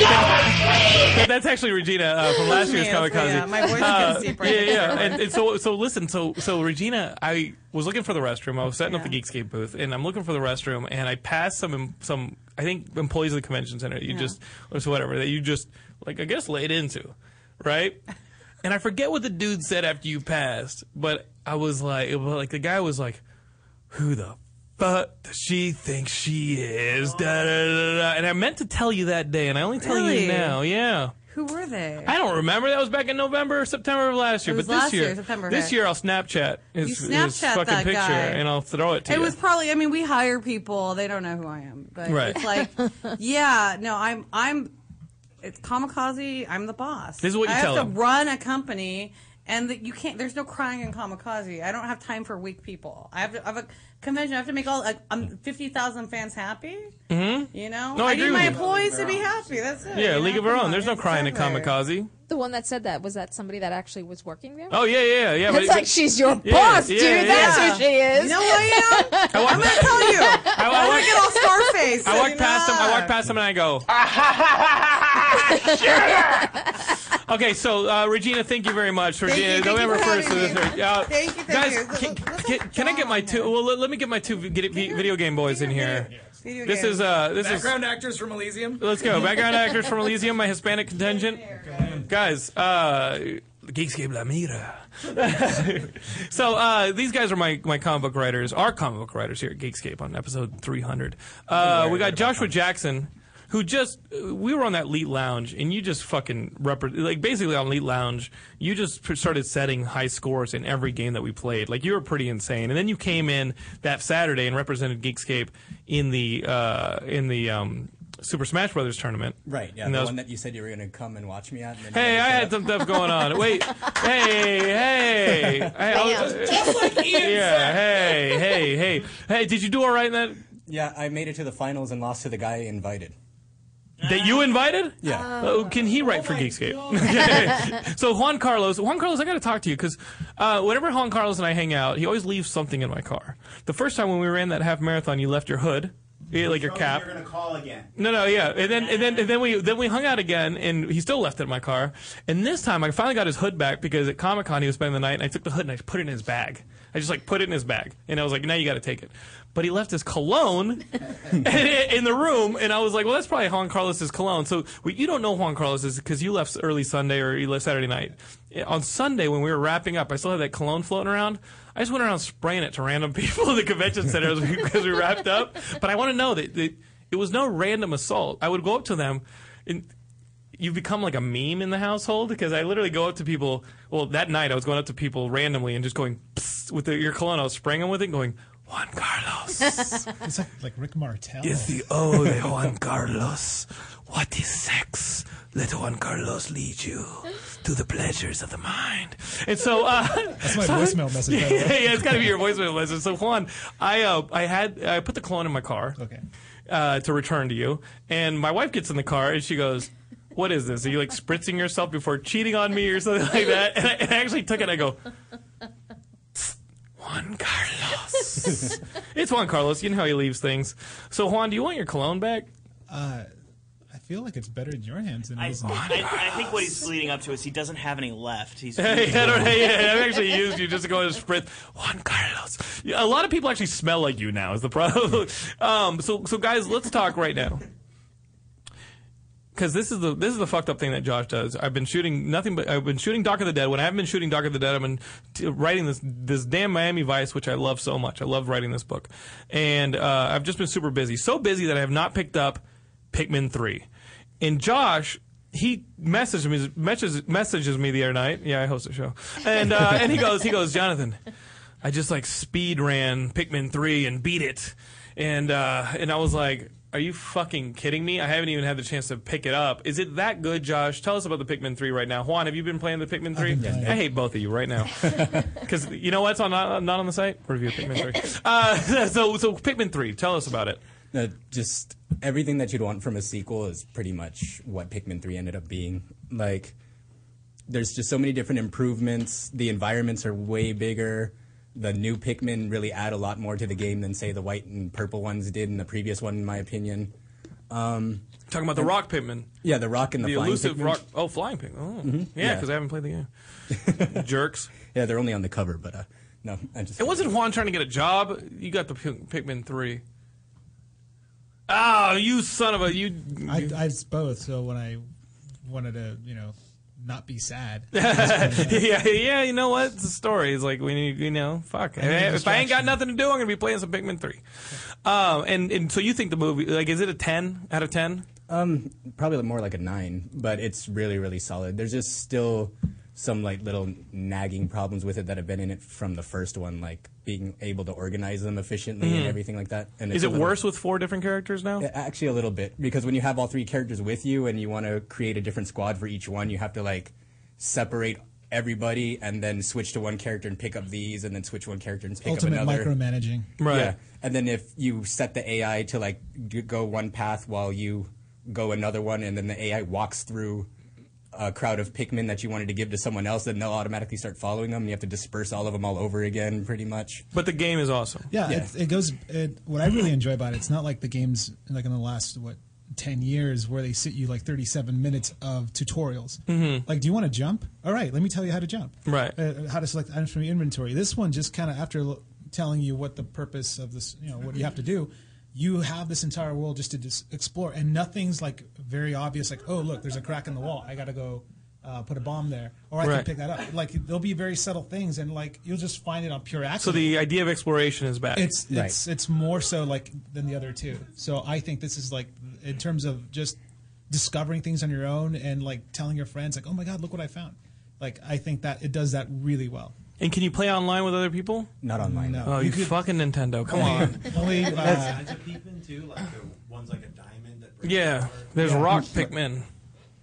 Speaker 5: That- That's actually Regina uh, from last
Speaker 17: Me,
Speaker 5: year's
Speaker 17: it's me,
Speaker 5: Kamikaze.
Speaker 17: yeah. My voice is
Speaker 5: Uh,
Speaker 17: getting deep
Speaker 5: yeah,
Speaker 17: right
Speaker 5: yeah.
Speaker 17: now.
Speaker 5: And, and so, so listen. So, so Regina, I was looking for the restroom. I was setting up the Geekscape booth, and I'm looking for the restroom, and I passed some, em- some. I think employees of the convention center. You
Speaker 20: Yeah.
Speaker 5: just, or so whatever that you just, like, I guess laid into, right? And I forget what the dude said after you passed, but I was like, it was like the guy was like, who the but she thinks she is. Da, da, da, da. And I meant to tell you that day, and I only tell
Speaker 17: Really?
Speaker 5: you now. Yeah.
Speaker 17: Who were they?
Speaker 5: I don't remember. That was back in November or September of last year.
Speaker 17: It was
Speaker 5: but this
Speaker 17: last
Speaker 5: year,
Speaker 17: year, September,
Speaker 5: this
Speaker 17: okay.
Speaker 5: year I'll Snapchat his,
Speaker 17: You
Speaker 5: his
Speaker 17: Snapchat
Speaker 5: fucking
Speaker 17: that
Speaker 5: picture
Speaker 17: guy.
Speaker 5: and I'll throw it to
Speaker 17: It
Speaker 5: you.
Speaker 17: was probably. I mean, we hire people; they don't know who I am, but
Speaker 5: Right.
Speaker 17: it's like, yeah, no, I'm, I'm, it's kamikaze. I'm the boss.
Speaker 5: This is what you
Speaker 17: I
Speaker 5: tell
Speaker 17: have to
Speaker 5: them.
Speaker 17: run a company, and that you can't. There's no crying in kamikaze. I don't have time for weak people. I have, to, I have a convention. I have to make all like um, fifty thousand fans happy.
Speaker 5: hmm
Speaker 17: You know,
Speaker 5: No, I
Speaker 17: need
Speaker 5: agree with
Speaker 17: my
Speaker 5: you.
Speaker 17: employees to be happy. That's it.
Speaker 5: Yeah,
Speaker 17: you
Speaker 5: League
Speaker 17: know?
Speaker 5: of Our
Speaker 17: Come
Speaker 5: Own.
Speaker 17: on,
Speaker 5: There's no
Speaker 17: it's
Speaker 5: crying at
Speaker 17: over.
Speaker 5: Kamikaze.
Speaker 9: The one that said that was that somebody that actually was working there.
Speaker 5: Oh, yeah, yeah, yeah.
Speaker 9: It's like she's your boss, dude. That's who she is.
Speaker 17: You know who I am?
Speaker 5: I walk, I'm going to tell
Speaker 17: you.
Speaker 5: I,
Speaker 17: I'm gonna
Speaker 5: walk-
Speaker 17: get all Scarface.
Speaker 5: I walk past him. I walk past him and I go, Okay, so uh, Regina, thank you very much.
Speaker 4: Thank
Speaker 5: Regina,
Speaker 4: you, thank you
Speaker 5: November
Speaker 4: for
Speaker 5: first to the
Speaker 4: having me.
Speaker 5: third. Uh,
Speaker 4: Thank you, thank
Speaker 5: guys,
Speaker 4: you.
Speaker 5: Can, can- can I get my two? Well, let, let me get my two vi- get, video game boys in here.
Speaker 4: Video
Speaker 5: This
Speaker 4: game.
Speaker 5: is uh, this
Speaker 10: Background actors from Elysium.
Speaker 5: is. Let's go. Background actors from Elysium, my Hispanic contingent. Guys, uh, Geekscape La Mira. so uh, these guys are my, my comic book writers, our comic book writers here at Geekscape on episode 300. Uh, we got Joshua Jackson, who just uh, we were on that Leet Lounge, and you just fucking repre- like basically on Leet Lounge, you just pr- started setting high scores in every game that we played. Like you were pretty insane, and then you came in that Saturday and represented Geekscape in the uh, in the um, Super Smash Brothers tournament.
Speaker 10: Right, yeah,
Speaker 5: And
Speaker 10: the
Speaker 5: that was
Speaker 10: one that you said you were going to come and watch me at. And then
Speaker 5: Hey, I had some stuff going on. Wait, hey, hey, hey, I was- yeah, hey, hey, hey, hey. Did you do all right in that?
Speaker 10: Yeah, I made it to the finals and lost to the guy I invited.
Speaker 5: That you invited?
Speaker 10: Yeah.
Speaker 5: Oh, can he write for Geekscape? Okay. so Juan Carlos, Juan Carlos, I got to talk to you because uh, whenever Juan Carlos and I hang out, he always leaves something in my car. The first time when we ran that half marathon, you left your hood, yeah, like your cap.
Speaker 21: You're Oh, gonna call again.
Speaker 5: No, no, yeah, and then and then and then we then we hung out again, and he still left it in my car. And this time, I finally got his hood back because at Comic Con he was spending the night, and I took the hood and I put it in his bag. I just like put it in his bag, and I was like, "Now you got to take it." But he left his cologne in, in the room, and I was like, "Well, that's probably Juan Carlos's cologne." So we, you don't know Juan Carlos's because you left early Sunday or you left Saturday night. On Sunday when we were wrapping up, I still had that cologne floating around. I just went around spraying it to random people in the convention center as we, as we wrapped up. But I want to know that, that it was no random assault. I would go up to them, and you become like a meme in the household because I literally go up to people. Well, that night I was going up to people randomly and just going "Psst," with the, your cologne. I was spraying them with it, going Juan Carlos.
Speaker 12: it's like, like Rick Martel.
Speaker 5: It's Oh, the O de Juan Carlos. What is sex? Let Juan Carlos lead you to the pleasures of the mind. And so, uh,
Speaker 12: That's my
Speaker 5: so I-
Speaker 12: voicemail message, by
Speaker 5: Yeah,
Speaker 12: the way.
Speaker 5: yeah, it's got to be your voicemail message. So Juan, I uh, I had I put the cologne in my car. Okay. Uh, to return to you, and my wife gets in the car and she goes. What is this? Are you like spritzing yourself before cheating on me or something like that? And I, and I actually took it. and I go, Juan Carlos. it's Juan Carlos. You know how he leaves things. So Juan, do you want your cologne back?
Speaker 12: Uh, I feel like it's better in your hands than it
Speaker 6: I,
Speaker 12: is in mine.
Speaker 6: I, I think what he's leading up to is he doesn't have any left. He's
Speaker 5: Hey, I don't, hey, hey, I've actually used you just to go and sprint. Juan Carlos. Yeah, a lot of people actually smell like you now. Is the problem? um, so, so guys, let's talk right now. Because this is the this is the fucked up thing that Josh does. I've been shooting nothing but I've been shooting Doc of the Dead. When I haven't been shooting Doc of the Dead, I've been t- writing this this damn Miami Vice, which I love so much. I love writing this book, and uh, I've just been super busy, so busy that I have not picked up Pikmin three. And Josh, he messaged me messages, messages me the other night. Yeah, I host a show, and uh, and he goes he goes Jonathan, I just like speed ran Pikmin three and beat it, and uh, and I was like. Are you fucking kidding me? I haven't even had the chance to pick it up. Is it that good, Josh? Tell us about the Pikmin 3 right now. Juan, have you been playing the Pikmin 3? I hate both of you right now. Because you know what's on, not on the site? Review Pikmin 3. Uh, so, so Pikmin 3, tell us about it.
Speaker 10: No, Uh, just everything that you'd want from a sequel is pretty much what Pikmin 3 ended up being. Like, there's just so many different improvements. The environments are way bigger. The new Pikmin really add a lot more to the game than, say, the white and purple ones did in the previous one, in my opinion. Um,
Speaker 5: Talking about the
Speaker 10: and-
Speaker 5: rock Pikmin.
Speaker 10: Yeah, the rock and the, flying
Speaker 5: elusive
Speaker 10: Pikmin.
Speaker 5: rock. Oh, flying Pikmin. Oh,
Speaker 10: Mhm.
Speaker 5: yeah,
Speaker 10: Yeah.
Speaker 5: because I haven't played the game. Jerks.
Speaker 10: Yeah, they're only on the cover, but uh, no, I just
Speaker 5: It wasn't Juan trying to get a job. You got the Pik- Pikmin three. Ah, you son of a you.
Speaker 12: I, I was both. So when I wanted to, you know, not be sad,
Speaker 5: yeah, yeah. You know what? It's a story. It's like we need, you know, fuck.
Speaker 12: I need a
Speaker 5: if I ain't got nothing to do, I'm gonna be playing some Pikmin three. Um, and and so you think the movie like is it a ten out of ten?
Speaker 10: Um, probably more like a nine, but it's really, really solid. There's just still some like little nagging problems with it that have been in it from the first one, like being able to organize them efficiently and
Speaker 5: Mhm.
Speaker 10: everything like that. And
Speaker 5: Is
Speaker 10: a
Speaker 5: it
Speaker 10: little-
Speaker 5: worse with four different characters now?
Speaker 10: Yeah, Actually, a little bit because when you have all three characters with you and you want to create a different squad for each one, you have to like separate everybody and then switch to one character and pick up these, and then switch one character and pick
Speaker 12: ultimate
Speaker 10: up another.
Speaker 12: micromanaging.
Speaker 10: Yeah. And then if you set the AI to like g- go one path while you go another one, and then the AI walks through a crowd of Pikmin that you wanted to give to someone else, then they'll automatically start following them. and You have to disperse all of them all over again, pretty much.
Speaker 5: But the game is awesome.
Speaker 12: Yeah, It, it goes. It, what I really enjoy about it, it's not like the games like in the last what ten years where they sit you like thirty-seven minutes of tutorials.
Speaker 5: Mhm.
Speaker 12: Like, do you want to jump? All right, let me tell you how to jump.
Speaker 5: Right.
Speaker 12: Uh, how to select items from your inventory. This one just kind of after l- telling you what the purpose of this, you know, what you have to do. You have this entire world just to dis- explore, and nothing's like very obvious. Like, oh, look, there's a crack in the wall. I got to go
Speaker 13: uh, put a bomb there, or I
Speaker 5: Right.
Speaker 13: can pick that up. Like there'll be very subtle things, and like you'll just find it on pure accident.
Speaker 5: So the idea of exploration is back.
Speaker 13: It's it's it's more so like than the other two. So I think this is like in terms of just discovering things on your own and like telling your friends like, "Oh my god, look what I found." Like I think that it does that really well.
Speaker 5: And can you play online with other people?
Speaker 10: Not online.
Speaker 13: No.
Speaker 5: Oh, you,
Speaker 13: You could-
Speaker 5: fucking Nintendo! Come on.
Speaker 13: Only, uh,
Speaker 15: Signs of Pikmin too, like the ones like a diamond that. breaks
Speaker 5: Yeah,
Speaker 15: apart.
Speaker 5: there's rock Pikmin.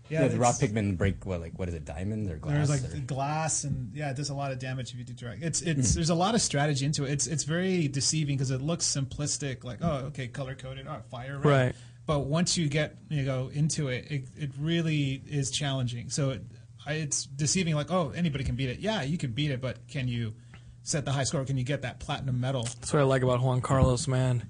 Speaker 10: Yeah, the rock
Speaker 13: it's-
Speaker 10: Pikmin break what like what is it diamonds or glass?
Speaker 13: There's like
Speaker 10: or-
Speaker 13: the glass and yeah, it does a lot of damage if you do direct. It's
Speaker 14: Hmm.
Speaker 13: it's there's a lot of strategy into it. It's it's very deceiving because it looks simplistic, like oh okay, color coded, oh fire red.
Speaker 5: Right.
Speaker 13: But once you get you go into it, it, it really is challenging. So it, I- it's deceiving, like oh anybody can beat it. Yeah, you can beat it, but can you set the high score? Can you get that platinum medal?
Speaker 5: That's what I like about Juan Carlos, man.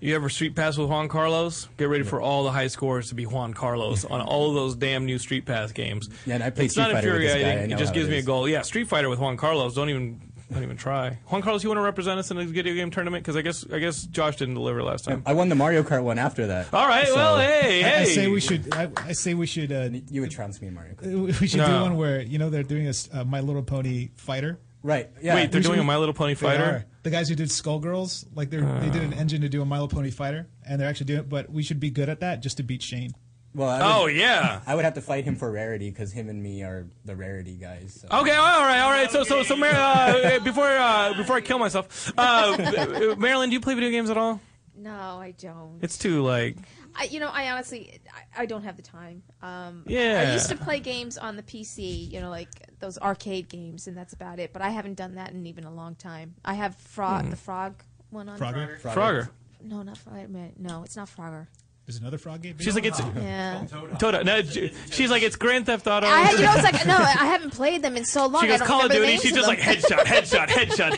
Speaker 5: You ever street pass with Juan Carlos? Get ready for all the high scores to be Juan Carlos on all of those damn new Street Pass games.
Speaker 10: Yeah, and I play
Speaker 5: it's
Speaker 10: Street
Speaker 5: not
Speaker 10: Fighter with this guy.
Speaker 5: infuriating.
Speaker 10: I know
Speaker 5: it just
Speaker 10: how
Speaker 5: gives
Speaker 10: it
Speaker 5: me a
Speaker 10: is.
Speaker 5: goal. Yeah, Street Fighter with Juan Carlos. Don't even don't even try. Juan Carlos, you want to represent us in a video game tournament? Because I guess I guess Josh didn't deliver last time.
Speaker 10: I won the Mario Kart one after that.
Speaker 5: All right, well, hey,
Speaker 13: I, I
Speaker 5: hey.
Speaker 13: say we should. I, I say we should. Uh,
Speaker 10: you would trounce me in Mario
Speaker 13: We should do
Speaker 5: No.
Speaker 13: one where you know they're doing a s- uh, My Little Pony fighter.
Speaker 10: Right.
Speaker 5: yeah. Wait, they're doing a My Little Pony fighter? Ah.
Speaker 13: The guys who did Skullgirls, like they are they did an engine to do a My Little Pony fighter, and they're actually doing it. But we should be good at that just to beat Shane.
Speaker 10: Well, I would-
Speaker 5: Oh, yeah.
Speaker 10: I would have to fight him for rarity because him and me are the rarity guys. So.
Speaker 5: Okay, all right, all right. So, so, so, Mar- uh, before uh, before I kill myself, uh, Marilyn, do you play video games at all?
Speaker 9: No, I don't.
Speaker 5: It's too like
Speaker 9: I, you know, I honestly, I, I don't have the time. Um,
Speaker 5: Yeah.
Speaker 9: I used to play games on the PC, you know, like those arcade games, and that's about it. But I haven't done that in even a long time. I have Frog,
Speaker 13: Hmm.
Speaker 9: the Frog one on
Speaker 13: Frogger? Frogger. Frogger.
Speaker 9: No, not Frogger. No, it's not Frogger.
Speaker 13: There's another frog game.
Speaker 5: she's like it's
Speaker 9: Yeah.
Speaker 5: Toda. No, j- she's like it's Grand Theft Auto.
Speaker 9: I, you know, it's like no, I haven't played them in so long.
Speaker 5: she
Speaker 9: I
Speaker 5: goes
Speaker 9: don't
Speaker 5: Call of
Speaker 9: remember the
Speaker 5: Duty.
Speaker 9: names
Speaker 5: She's
Speaker 9: of
Speaker 5: just
Speaker 9: them.
Speaker 5: like headshot, headshot, headshot,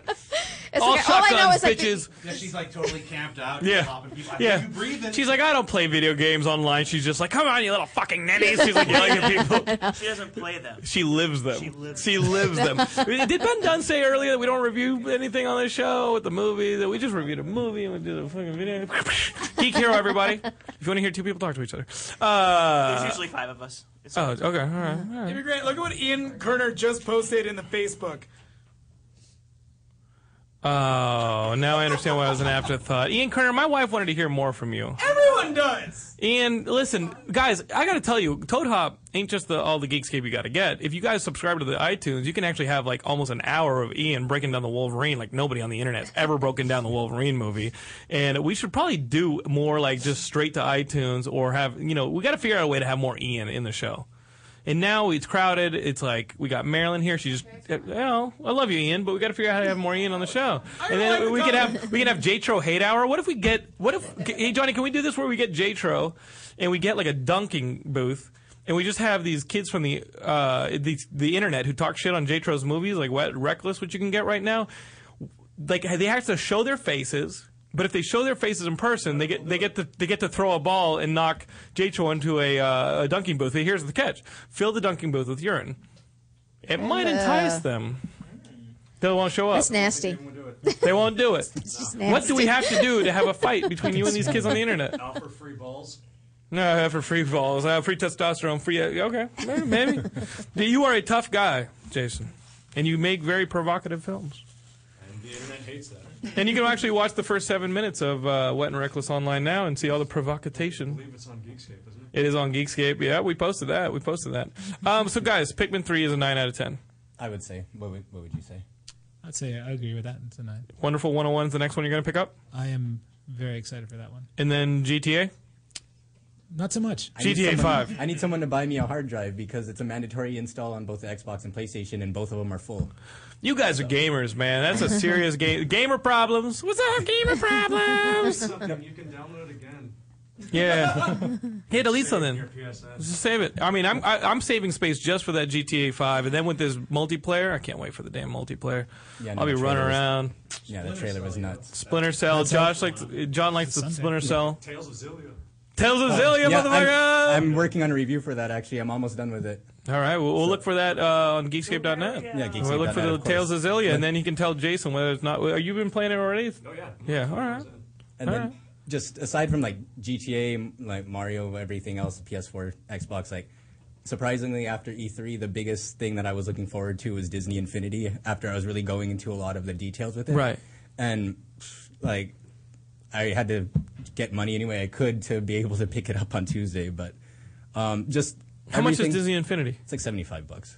Speaker 5: headshot.
Speaker 9: It's
Speaker 5: all
Speaker 9: like, all I know
Speaker 5: shotguns,
Speaker 9: is, like, the-
Speaker 5: bitches.
Speaker 15: Yeah, she's like totally camped out.
Speaker 5: Yeah.
Speaker 15: popping people. I
Speaker 5: Yeah.
Speaker 15: think You breathe in.
Speaker 5: She's like, I don't play video games online. She's just like, come on, you little fucking ninnies. She's like yelling at people.
Speaker 6: She doesn't play them.
Speaker 5: She lives them. She lives, them.
Speaker 6: them.
Speaker 5: Did Ben Dunn say earlier that we don't review anything on this show with the movie? That we just reviewed a movie and we did a fucking video. Geek Hero, everybody. If you want to hear two people talk to each other. Uh,
Speaker 6: There's usually five of us. It's
Speaker 5: Oh, okay. All right. all
Speaker 14: It'd
Speaker 5: right.
Speaker 14: be great. Look at what Ian Kerner just posted in the Facebook.
Speaker 5: Oh, now I understand why I was an afterthought. Ian Kerner, my wife wanted to hear more from you.
Speaker 14: Everyone does.
Speaker 5: Ian, listen, guys, I got to tell you, Toad Hop ain't just the all the Geekscape you got to get. If you guys subscribe to the iTunes, you can actually have like almost an hour of Ian breaking down the Wolverine like nobody on the internet's ever broken down the Wolverine movie. And we should probably do more like just straight to iTunes or have, you know, we got to figure out a way to have more Ian in the show. And now it's crowded. It's like we got Marilyn here. She just, you know, I love you, Ian, but we got to figure out how to have more Ian on the show. And then we could have we could have Jatro Hate Hour. What if we get? What if? Hey, Johnny, can we do this where we get Jatro, and we get like a dunking booth, and we just have these kids from the uh, the, the internet who talk shit on Jatro's movies, like what Reckless, which you can get right now. Like they have to show their faces. But if they show their faces in person, they get they get to they get to throw a ball and knock Jatro into a, uh, a dunking booth. Here's the catch: fill the dunking booth with urine. It might
Speaker 9: Uh.
Speaker 5: entice them. They won't show up.
Speaker 9: That's nasty.
Speaker 5: They won't do it.
Speaker 9: just
Speaker 5: What do we have to do to have a fight between you and these kids on the internet?
Speaker 15: Offer free balls.
Speaker 5: No, I have for free falls. I have free testosterone. Free. uh, Okay, maybe. maybe. you are a tough guy, Jason, and you make very provocative films.
Speaker 15: And the internet hates that.
Speaker 5: And you can actually watch the first seven minutes of uh, Wet and Reckless online now and see all the
Speaker 15: I
Speaker 5: provocation.
Speaker 15: believe it's on Geekscape, isn't
Speaker 5: It is on Geekscape. Yeah, we posted that. We posted that. Um, so guys, Pikmin three is a nine out of ten.
Speaker 10: I would say. What would, what would you say?
Speaker 13: I'd say I agree with that tonight.
Speaker 5: Wonderful 101 is the next one you're going to pick up,
Speaker 13: I am very excited for that one.
Speaker 5: and then GTA.
Speaker 13: Not so much.
Speaker 10: I need
Speaker 5: GTA
Speaker 10: someone-
Speaker 5: 5.
Speaker 10: I need someone to buy me a hard drive because it's a mandatory install on both the Xbox and PlayStation, and both of them are full.
Speaker 5: You guys are gamers, man. That's a serious game. Gamer problems. What's up, gamer
Speaker 15: it?
Speaker 5: problems?
Speaker 15: Something you can download again.
Speaker 5: Yeah. Hey, delete something.
Speaker 15: Your PSN.
Speaker 5: Just save it. I mean, I'm I, I'm saving space just for that GTA 5, and then with this multiplayer, I can't wait for the damn multiplayer.
Speaker 10: Yeah, no,
Speaker 5: I'll be
Speaker 10: the
Speaker 5: running
Speaker 10: trailer was-
Speaker 5: around.
Speaker 10: Yeah, the trailer was nuts.
Speaker 5: Splinter Cell.
Speaker 10: That's
Speaker 5: Josh likes John likes the Splinter Cell.
Speaker 15: Tales of Zillia.
Speaker 5: Tales of
Speaker 10: Uh,
Speaker 5: Zillia,
Speaker 10: yeah,
Speaker 5: motherfucker.
Speaker 10: I'm, I'm working on a review for that. Actually, I'm almost done with it.
Speaker 5: All right, we'll, we'll look for that uh, on Geekscape.net.
Speaker 10: Yeah, Geekscape
Speaker 5: We'll look for
Speaker 10: dot net,
Speaker 5: the
Speaker 10: of course.
Speaker 5: Tales of Zillia, and then he can tell Jason whether it's not. Are you been playing it already? Oh yeah. Yeah. All right.
Speaker 10: And
Speaker 5: All
Speaker 10: then
Speaker 5: right.
Speaker 10: just aside from like GTA, m- like Mario, everything else, PS4, Xbox, like surprisingly, after E3, the biggest thing that I was looking forward to was Disney Infinity. After I was really going into a lot of the details with it,
Speaker 5: Right.
Speaker 10: And like, I had to get money any way I could to be able to pick it up on Tuesday. But um, just
Speaker 5: How much is
Speaker 10: everything-
Speaker 5: Disney Infinity?
Speaker 10: It's like seventy-five bucks.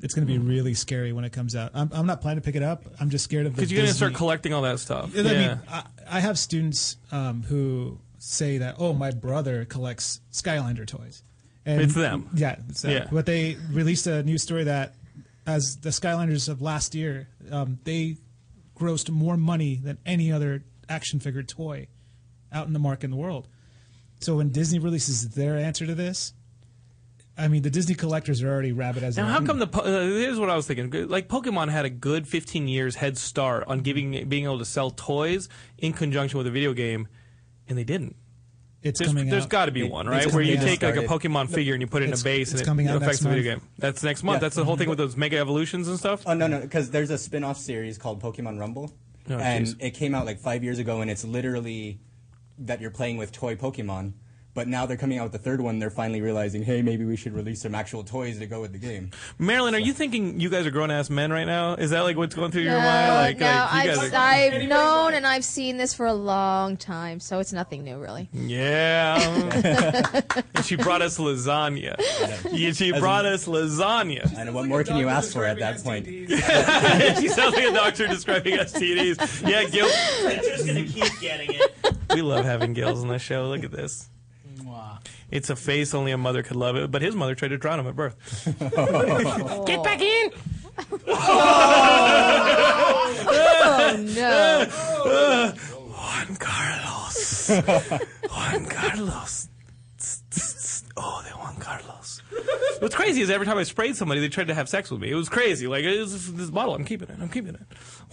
Speaker 12: It's going to be really scary when it comes out. I'm, I'm not planning to pick it up. I'm just scared of the
Speaker 5: Because you're going to
Speaker 12: Disney-
Speaker 5: start collecting all that stuff.
Speaker 12: I mean, I, I have students um, who say that, "Oh, my brother collects Skylander toys."
Speaker 5: It's them.
Speaker 12: Yeah, it's them.
Speaker 5: Yeah.
Speaker 12: But they released a news story that, as the Skylanders of last year, um, they grossed more money than any other action figure toy out in the market in the world. So when Disney releases their answer to this, I mean, the Disney collectors are already rabid as.
Speaker 5: Now,
Speaker 12: they
Speaker 5: how
Speaker 12: are.
Speaker 5: come the po- uh, here's what I was thinking? Good- Like Pokemon had a good 15 years head start on giving being able to sell toys in conjunction with a video game, and they didn't.
Speaker 12: It's
Speaker 5: there's,
Speaker 12: coming
Speaker 5: There's
Speaker 12: out.
Speaker 5: got to be
Speaker 12: It-
Speaker 5: one,
Speaker 12: it's
Speaker 5: right? Where
Speaker 12: coming
Speaker 5: you
Speaker 12: out.
Speaker 5: take like a
Speaker 12: Started.
Speaker 5: Pokemon figure and you put it in a
Speaker 12: It's-
Speaker 5: base,
Speaker 12: it's
Speaker 5: and
Speaker 12: coming
Speaker 5: it,
Speaker 12: out
Speaker 5: it affects
Speaker 12: next
Speaker 5: the video
Speaker 12: month.
Speaker 5: game. That's next month.
Speaker 10: Yeah.
Speaker 5: That's the whole thing with those mega evolutions and stuff.
Speaker 10: Oh no, no, because there's a spin-off series called Pokemon Rumble,
Speaker 5: Oh,
Speaker 10: and
Speaker 5: jeez.
Speaker 10: it came out like five years ago, and it's literally that you're playing with toy Pokemon. But now they're coming out with the third one. They're finally realizing, hey, maybe we should release some actual toys to go with the game.
Speaker 5: Marilyn, are you thinking you guys are grown ass men right now? Is that like what's going through your
Speaker 9: No,
Speaker 5: mind? Like,
Speaker 9: no,
Speaker 5: like you
Speaker 9: I've,
Speaker 5: guys are-
Speaker 9: I've known and I've seen this for a long time, so it's nothing new, really.
Speaker 5: yeah. and she brought us lasagna. Yeah, she
Speaker 10: As
Speaker 5: brought us lasagna.
Speaker 10: I know what more can you ask for at that point?
Speaker 5: she sounds like a doctor describing STDs. Yeah, Gil.
Speaker 3: I'm just gonna keep getting it.
Speaker 5: We love having Gills on the show. Look at this. It's a face only a mother could love it, but his mother tried to drown him at birth.
Speaker 4: Get back in!
Speaker 5: Oh,
Speaker 4: no.
Speaker 5: Uh, Juan Carlos. Juan Carlos. Tss, tss, tss. Oh, they Juan Carlos. What's crazy is every time I sprayed somebody, they tried to have sex with me. It was crazy. Like, it was this bottle, I'm keeping it. I'm keeping it.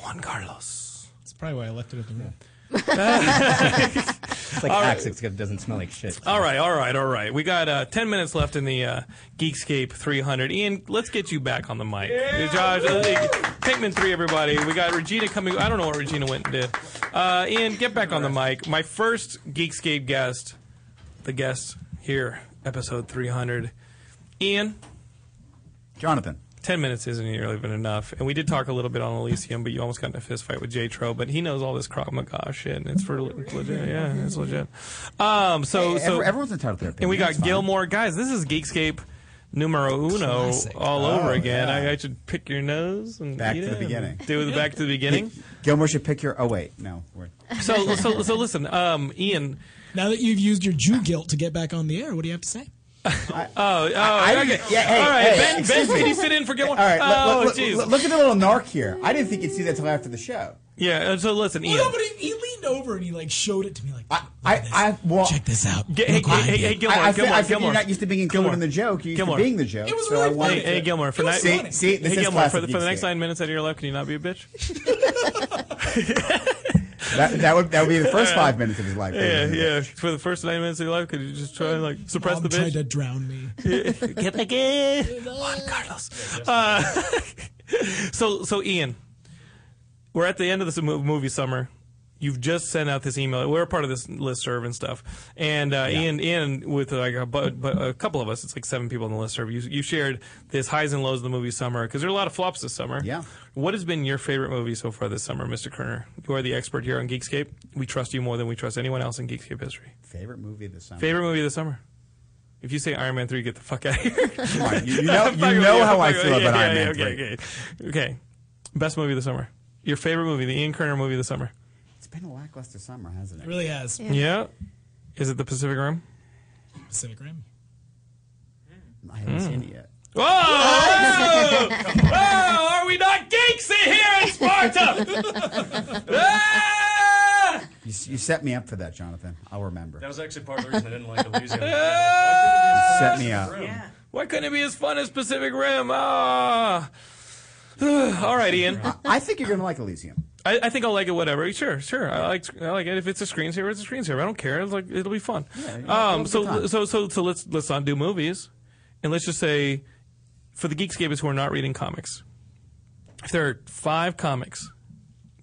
Speaker 5: Juan Carlos.
Speaker 12: That's probably why I left it at the room.
Speaker 10: It's like
Speaker 5: All right.
Speaker 10: Axe, it's- it doesn't smell like shit.
Speaker 5: All right, all right, all right. We got uh, 10 minutes left in the uh, Geekscape 300. Ian, let's get you back on the mic. Josh, uh, Pikmin 3, everybody. We got Regina coming. I don't know what Regina went and did. Uh, Ian, get back on the mic. My first Geekscape guest, the guest here, episode 300. Ian.
Speaker 19: Jonathan.
Speaker 5: 10 minutes isn't nearly been enough. And we did talk a little bit on Elysium, but you almost got in a fist fight with J Tro, but he knows all this Krav Maga shit, and it's for it's legit. Yeah, it's legit. Um, so,
Speaker 19: Hey,
Speaker 5: so
Speaker 19: every- everyone's entitled to their
Speaker 5: And we
Speaker 19: opinion.
Speaker 5: got
Speaker 19: That's fine.
Speaker 5: Gilmore. Guys, this is Geekscape numero uno all
Speaker 19: Oh,
Speaker 5: over again.
Speaker 19: yeah.
Speaker 5: I, I should pick your nose and
Speaker 19: Back
Speaker 5: eat
Speaker 19: to the
Speaker 5: it and
Speaker 19: beginning.
Speaker 5: Do it back to the beginning.
Speaker 19: Gilmore should pick your. Oh wait, no. We're,
Speaker 5: so, so, so listen, um, Ian.
Speaker 12: Now that you've used your Jew guilt to get back on the air, what do you have to say?
Speaker 5: Oh, oh,
Speaker 19: I
Speaker 5: okay.
Speaker 19: didn't- yeah, hey,
Speaker 5: all right,
Speaker 19: hey,
Speaker 5: Ben, Ben,
Speaker 19: excuse me.
Speaker 5: can you sit in for Gilmore?
Speaker 19: all right,
Speaker 5: oh,
Speaker 19: look, look,
Speaker 5: jeez.
Speaker 19: look, look at the little narc here. I didn't think you'd see that till after the show.
Speaker 5: Yeah, uh, so listen, Ian.
Speaker 19: Well, no,
Speaker 12: he, leaned over and he like showed it to me like
Speaker 19: I, I, well, check
Speaker 12: this out.
Speaker 5: G- hey,
Speaker 19: Look what I
Speaker 5: hey, hey,
Speaker 19: did.
Speaker 5: hey, Gilmore,
Speaker 19: I, I, feel-
Speaker 5: Gilmore,
Speaker 19: I feel
Speaker 5: Gilmore.
Speaker 19: you're not used to being included
Speaker 5: Gilmore.
Speaker 19: in the joke. You're used
Speaker 5: Gilmore.
Speaker 19: to being the joke. so I wanted
Speaker 5: Hey,
Speaker 19: to-
Speaker 5: hey, Gilmore, for night.
Speaker 19: see, see, this
Speaker 5: hey,
Speaker 19: is
Speaker 5: Gilmore, for
Speaker 19: classic
Speaker 5: the, for the next
Speaker 19: Geekscape.
Speaker 5: nine minutes out of your life, can you not be a bitch?
Speaker 19: That, that would that would be the first five minutes of his life.
Speaker 5: Yeah, yeah. For the first nine minutes of your life, could you just try and like suppress the bitch?
Speaker 12: tried to drown me.
Speaker 5: Get back in, Juan Carlos. Uh, so, so Ian, we're at the end of this mo- movie summer. You've just sent out this email. We're a part of this listserv and stuff. And uh, Ian, Ian, with like a, bu- bu- a couple of us, it's like seven people on the listserv. You, you shared this highs and lows of the movie summer because there are a lot of flops this summer. Yeah. What has been your favorite movie so far this summer, Mr. Kerner? You are the expert here on Geekscape. We trust you more than we trust anyone else in Geekscape history.
Speaker 19: Favorite movie this summer.
Speaker 5: Favorite movie of the summer? If you say Iron Man 3, get the fuck out of here.
Speaker 19: on, you- you know-
Speaker 5: I'm fucking
Speaker 19: you
Speaker 5: with
Speaker 19: know how
Speaker 5: I'm
Speaker 19: I
Speaker 5: fucking
Speaker 19: feel
Speaker 5: with you.
Speaker 19: about
Speaker 5: Yeah,
Speaker 19: Iron
Speaker 5: yeah,
Speaker 19: Man
Speaker 5: okay, Okay, okay. Best movie of the summer. Your favorite movie, the Ian Kerner movie of the summer.
Speaker 19: It's been a lackluster summer, hasn't it?
Speaker 12: It really has.
Speaker 5: Yeah. Is it the Pacific Rim?
Speaker 12: Pacific Rim.
Speaker 19: I
Speaker 5: Hmm.
Speaker 19: haven't seen it yet.
Speaker 5: Whoa! Whoa! Are we not geeks in here in Sparta? Ah!
Speaker 19: You, s- you set me up for that, Jonathan. I'll remember.
Speaker 15: That was actually part of the reason I didn't like Elysium.
Speaker 19: Set me up.
Speaker 5: Why couldn't it be as fun as Pacific Rim? Ah. All right, Ian.
Speaker 19: I, I think you're going to like Elysium.
Speaker 5: I, I think I'll like it. Whatever. Sure, sure. I like. I like it. If it's a screensaver, it's a screensaver. I don't care. It's like it'll be fun.
Speaker 19: have a
Speaker 5: um.
Speaker 19: good
Speaker 5: So
Speaker 19: time.
Speaker 5: so so so let's let's not do movies, and let's just say, for the geekscapists who are not reading comics, if there are five comics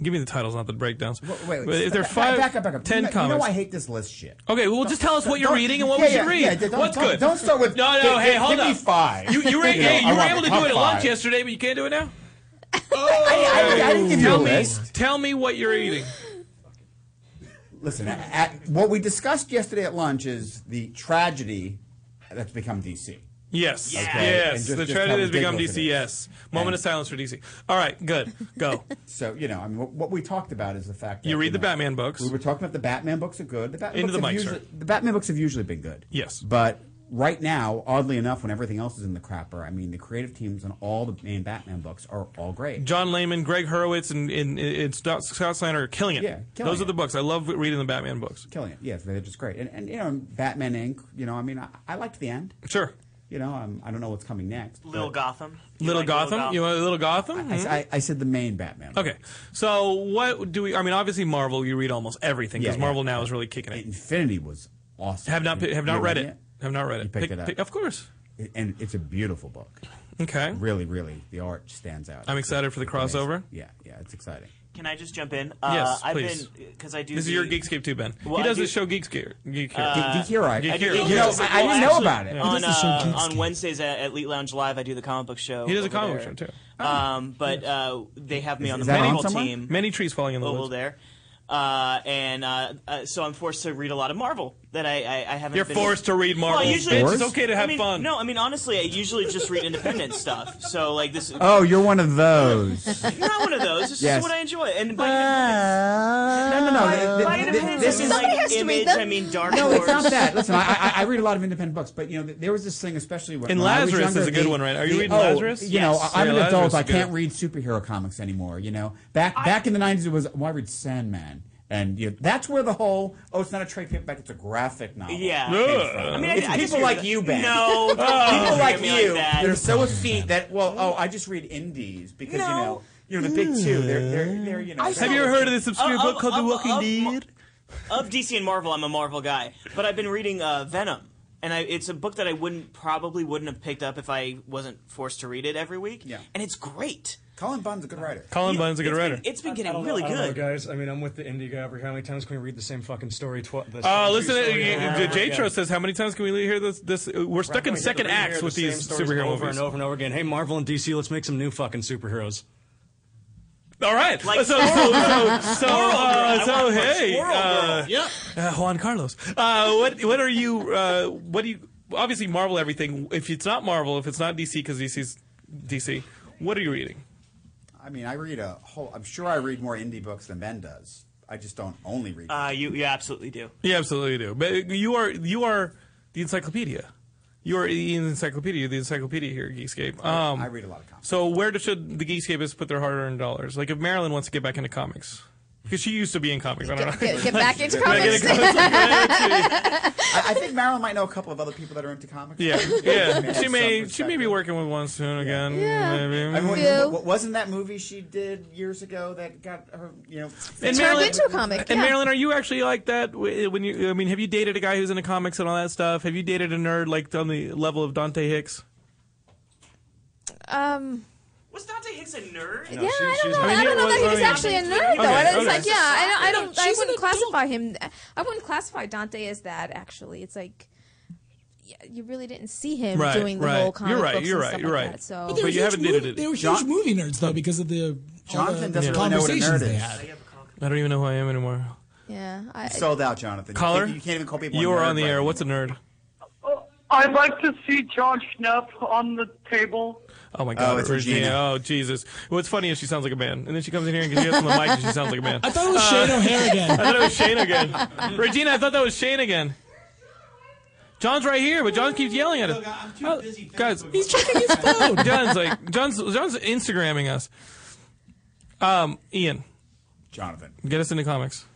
Speaker 5: Give me the titles, not the breakdowns.
Speaker 19: Wait, wait,
Speaker 5: But if there are
Speaker 19: back-
Speaker 5: five,
Speaker 19: back up, back up.
Speaker 5: ten
Speaker 19: you know,
Speaker 5: comics.
Speaker 19: You know I hate this list shit.
Speaker 5: Okay, well, just tell us what you're
Speaker 19: Don't-
Speaker 5: reading and what
Speaker 19: yeah,
Speaker 5: we should
Speaker 19: yeah,
Speaker 5: read.
Speaker 19: yeah, don't-
Speaker 5: What's
Speaker 19: don't-
Speaker 5: good?
Speaker 19: Don't start with
Speaker 5: No, no.
Speaker 19: gi-
Speaker 5: hey,
Speaker 19: gi-
Speaker 5: hold
Speaker 19: give
Speaker 5: up.
Speaker 19: Me five.
Speaker 5: You, you were,
Speaker 19: know,
Speaker 5: hey,
Speaker 19: I
Speaker 5: you were
Speaker 19: want
Speaker 5: able to
Speaker 19: top
Speaker 5: do it at
Speaker 19: five.
Speaker 5: lunch yesterday, but you can't do it now.
Speaker 19: I- I didn't give you a
Speaker 5: tell me,
Speaker 19: list.
Speaker 5: Tell me what you're eating.
Speaker 19: Listen, at, what we discussed yesterday at lunch is the tragedy that's become DC.
Speaker 5: Yes.
Speaker 19: Okay,
Speaker 5: Yes.
Speaker 19: and just-
Speaker 5: the
Speaker 19: just
Speaker 5: tragedy
Speaker 19: how
Speaker 5: has become
Speaker 19: ridiculous it
Speaker 5: DC.
Speaker 19: is.
Speaker 5: Yes. Moment
Speaker 19: And-
Speaker 5: of silence for DC. All right. Good. Go.
Speaker 19: So you know, I mean, what, what we talked about is the fact that
Speaker 5: You read the
Speaker 19: know,
Speaker 5: Batman books.
Speaker 19: We were talking about the Batman books are good. The Batman
Speaker 5: Into
Speaker 19: books
Speaker 5: the
Speaker 19: have
Speaker 5: mic,
Speaker 19: usually,
Speaker 5: sir.
Speaker 19: the Batman books have usually been good.
Speaker 5: Yes.
Speaker 19: but right now, oddly enough, when everything else is in the crapper, I mean, the creative teams on all the main Batman books are all great.
Speaker 5: John Layman, Greg Hurwitz, and, and, and Scott Scott Snyder are killing it.
Speaker 19: Yeah, killing
Speaker 5: Those are
Speaker 19: it.
Speaker 5: the books. I love reading the Batman books.
Speaker 19: Killing it. Yes, they're just great. And, and you know, Batman Inc. You know, I mean, I, I liked the end.
Speaker 5: Sure.
Speaker 19: You know, um, I don't know what's coming next.
Speaker 6: Little
Speaker 19: but-
Speaker 6: Gotham. You
Speaker 5: Little
Speaker 6: like
Speaker 5: Gotham? You want a Little Gotham?
Speaker 19: I,
Speaker 5: Hmm?
Speaker 19: I, I said the main Batman.
Speaker 5: Okay, so what do we? I mean, obviously Marvel. You read almost everything because
Speaker 19: Yeah, yeah.
Speaker 5: Marvel now is really kicking it.
Speaker 19: Infinity was awesome.
Speaker 5: Have not pi- have
Speaker 19: You
Speaker 5: not read
Speaker 19: read
Speaker 5: it.
Speaker 19: it?
Speaker 5: Have not read it.
Speaker 19: You picked
Speaker 5: Pick-
Speaker 19: it up.
Speaker 5: pick- of course.
Speaker 19: and it's a beautiful book.
Speaker 5: Okay.
Speaker 19: Really, really, the art stands out.
Speaker 5: I'm excited for the
Speaker 19: It's amazing.
Speaker 5: crossover.
Speaker 19: Yeah, yeah, it's exciting.
Speaker 6: Can I just jump in? Uh,
Speaker 5: yes,
Speaker 6: I've
Speaker 5: please.
Speaker 6: been because I do.
Speaker 5: This
Speaker 6: the-
Speaker 5: is your Geekscape too, Ben.
Speaker 6: Well,
Speaker 5: he
Speaker 6: I
Speaker 5: does
Speaker 6: do-
Speaker 5: this show Geekscape. Geek Here.
Speaker 6: Uh, I do
Speaker 5: Geek Here.
Speaker 6: Geek
Speaker 5: You know,
Speaker 6: Here.
Speaker 5: I-
Speaker 19: I didn't know about it.
Speaker 6: On,
Speaker 19: He does the show
Speaker 6: uh,
Speaker 19: Geeks
Speaker 6: on Wednesdays at, at Elite Lounge Live, I do the comic book show.
Speaker 5: He does a
Speaker 6: over
Speaker 5: comic
Speaker 6: there.
Speaker 5: book show, too.
Speaker 6: Um, but uh, they have me
Speaker 5: Is-
Speaker 6: on the
Speaker 5: is that on
Speaker 6: Marvel
Speaker 5: somewhere?
Speaker 6: team.
Speaker 5: Many trees falling in the
Speaker 6: over
Speaker 5: woods.
Speaker 6: there, uh, and uh, uh, so I'm forced to read a lot of Marvel that I I, I haven't.
Speaker 5: You're
Speaker 6: been-
Speaker 5: forced to read
Speaker 6: Well,
Speaker 5: Marvel.
Speaker 6: usually
Speaker 5: Bitch, it's okay to
Speaker 6: I
Speaker 5: have
Speaker 6: mean,
Speaker 5: fun.
Speaker 6: No, I mean honestly, I usually just read independent stuff. So like this.
Speaker 19: Oh, you're one of those.
Speaker 6: You're not one of those. This
Speaker 19: Yes.
Speaker 6: is what I enjoy. And by
Speaker 19: no, no, no.
Speaker 6: By
Speaker 19: th- th-
Speaker 6: independent,
Speaker 19: this
Speaker 6: I
Speaker 19: is-
Speaker 6: mean,
Speaker 19: Somebody
Speaker 6: like,
Speaker 19: has to read
Speaker 6: image,
Speaker 19: them.
Speaker 6: I mean, dark
Speaker 19: No, it's not
Speaker 6: Horse.
Speaker 19: that. Listen, I, I, I read a lot of independent books, but you know, th- there was this thing, especially when
Speaker 5: And
Speaker 19: when I was
Speaker 5: Lazarus
Speaker 19: younger,
Speaker 5: is a good
Speaker 19: the-
Speaker 5: one, right? Are you
Speaker 19: the-
Speaker 5: reading
Speaker 19: oh,
Speaker 5: Lazarus?
Speaker 19: You know,
Speaker 5: Yes.
Speaker 19: I, am
Speaker 5: Yeah,
Speaker 19: an
Speaker 5: Lazarus
Speaker 19: adult.
Speaker 5: is
Speaker 19: I
Speaker 5: good.
Speaker 19: can't read superhero comics anymore. You know, back back in the '90s, it was well, I read Sandman, and you know, that's where the whole oh, it's not a trade paperback, it's a graphic novel.
Speaker 6: Yeah.
Speaker 19: came from.
Speaker 6: I mean, I-
Speaker 19: it's
Speaker 6: I
Speaker 19: people
Speaker 6: disagree
Speaker 19: like
Speaker 6: with
Speaker 19: you,
Speaker 6: that.
Speaker 19: Ben.
Speaker 6: No, don't
Speaker 19: people
Speaker 6: look
Speaker 19: like
Speaker 6: at
Speaker 19: you
Speaker 6: me like that. Mm-hmm.
Speaker 19: that are so effete that well, oh, I just read indies because you know, you know, the big two. They're they're, they're you know.
Speaker 6: I
Speaker 19: they're-
Speaker 6: saw- Of- of- of- of-
Speaker 5: Dead?
Speaker 6: Of DC and Marvel, I'm a Marvel guy, but I've been reading uh, Venom, and I, it's a book that I wouldn't probably wouldn't have picked up if I wasn't forced to read it every week. Yeah, and it's great.
Speaker 19: Colin Bunn's a good writer.
Speaker 5: Colin Bunn's a good
Speaker 6: it's been-
Speaker 5: writer.
Speaker 6: it's been
Speaker 15: I
Speaker 6: getting
Speaker 15: don't know-
Speaker 6: really
Speaker 15: I don't know,
Speaker 6: good.
Speaker 15: guys. I mean, I'm with the indie guy over here. How many times can we read the same fucking story? Tw- the
Speaker 5: Oh,
Speaker 15: same
Speaker 5: listen!
Speaker 15: story
Speaker 5: uh,
Speaker 15: over and
Speaker 5: uh,
Speaker 15: over
Speaker 5: J Tro
Speaker 15: again?
Speaker 5: says, "How many times can we hear this? This we're stuck in
Speaker 15: Right,
Speaker 5: second
Speaker 15: we hear
Speaker 5: acts
Speaker 15: the
Speaker 5: with
Speaker 15: same
Speaker 5: these
Speaker 15: stories
Speaker 5: superhero
Speaker 15: over
Speaker 5: movies."
Speaker 15: and over and over again. Hey, Marvel and DC, let's make some new fucking superheroes.
Speaker 5: All right.
Speaker 15: Like-
Speaker 5: so, so, so, so,
Speaker 15: Squirrel
Speaker 5: uh,
Speaker 15: Girl. I
Speaker 5: so
Speaker 15: want my
Speaker 5: hey,
Speaker 15: Squirrel
Speaker 5: uh,
Speaker 15: Girl. Yep.
Speaker 5: uh, Juan Carlos. Uh, what, what are you? Uh, what do you? Obviously, Marvel. Everything. If it's not Marvel, if it's not DC, because DC's DC. What are you reading?
Speaker 19: I mean, I read a whole. I'm sure I read more indie books than Ben does. I just don't only read.
Speaker 6: Uh, you you absolutely do.
Speaker 5: You absolutely do. But you are you are the encyclopedia. You are the encyclopedia. The encyclopedia here at Geekscape. Um,
Speaker 19: I read a lot of comics.
Speaker 5: So where do- should the Geekscapists put their hard-earned dollars? Like if Marilyn wants to get back into comics. Because she used to be in comics. I don't know.
Speaker 9: Get- get back into
Speaker 5: Get back
Speaker 19: I, I think Marilyn might know a couple of other people that are into comics.
Speaker 5: Yeah,
Speaker 19: May
Speaker 5: yeah.
Speaker 19: have
Speaker 5: She
Speaker 19: some
Speaker 5: may Mm, she
Speaker 19: perspective.
Speaker 5: may be working with one soon again.
Speaker 19: Yeah.
Speaker 5: maybe.
Speaker 19: I mean, wa- wa- wasn't that movie she did years ago that got her? You know,
Speaker 5: And Marilyn, are you actually like that? w- When you, I mean, have you dated a guy who's into comics and all that stuff? Have you dated a nerd like on the level of Dante Hicks?
Speaker 9: Um,
Speaker 6: Was Dante Hicks a nerd?
Speaker 9: yeah, I don't know. I, don't know that he was actually a nerd, though. I don't, it's like, yeah, I don't. I, don't, I wouldn't classify him. I wouldn't classify Dante as that. Actually, it's like yeah, you really didn't see him
Speaker 5: Right,
Speaker 9: doing the
Speaker 5: right.
Speaker 9: whole comic
Speaker 5: You're right,
Speaker 9: books and
Speaker 5: you're right,
Speaker 9: stuff
Speaker 5: you're
Speaker 9: like
Speaker 5: right.
Speaker 9: That, so,
Speaker 5: But they were But you huge haven't dated movie- it.
Speaker 26: They were huge
Speaker 5: John-
Speaker 26: movie nerds though because of the all
Speaker 14: uh,
Speaker 19: Jonathan
Speaker 26: the,
Speaker 19: doesn't really know what a
Speaker 26: conversations
Speaker 19: nerd
Speaker 26: they
Speaker 19: is.
Speaker 26: had.
Speaker 5: I don't even know who I am anymore.
Speaker 9: yeah, I,
Speaker 19: Sold out, Jonathan. You
Speaker 5: Caller,
Speaker 19: can't- you can't even call people a
Speaker 5: You are
Speaker 19: nerd
Speaker 5: on the
Speaker 19: right
Speaker 5: air.
Speaker 19: now.
Speaker 5: What's a nerd?
Speaker 18: I'd like to see John Schnepp on the table.
Speaker 5: Oh my God,
Speaker 18: it's
Speaker 5: Regina.
Speaker 18: Regina.
Speaker 5: Oh Jesus. What's funny is she sounds like a man, and then she comes in here and gets hit on the mic and she sounds like a man. Uh,
Speaker 18: I thought it was Shane O'Hare again.
Speaker 5: I thought it was Shane again. Regina, I thought that was Shane again. John's right here, but John keeps yelling at us. I'm too
Speaker 9: Oh.
Speaker 5: busy. Guys, he's checking his phone. John's like John's John's Instagramming us. Um, Ian,
Speaker 19: Jonathan,
Speaker 5: get us into comics.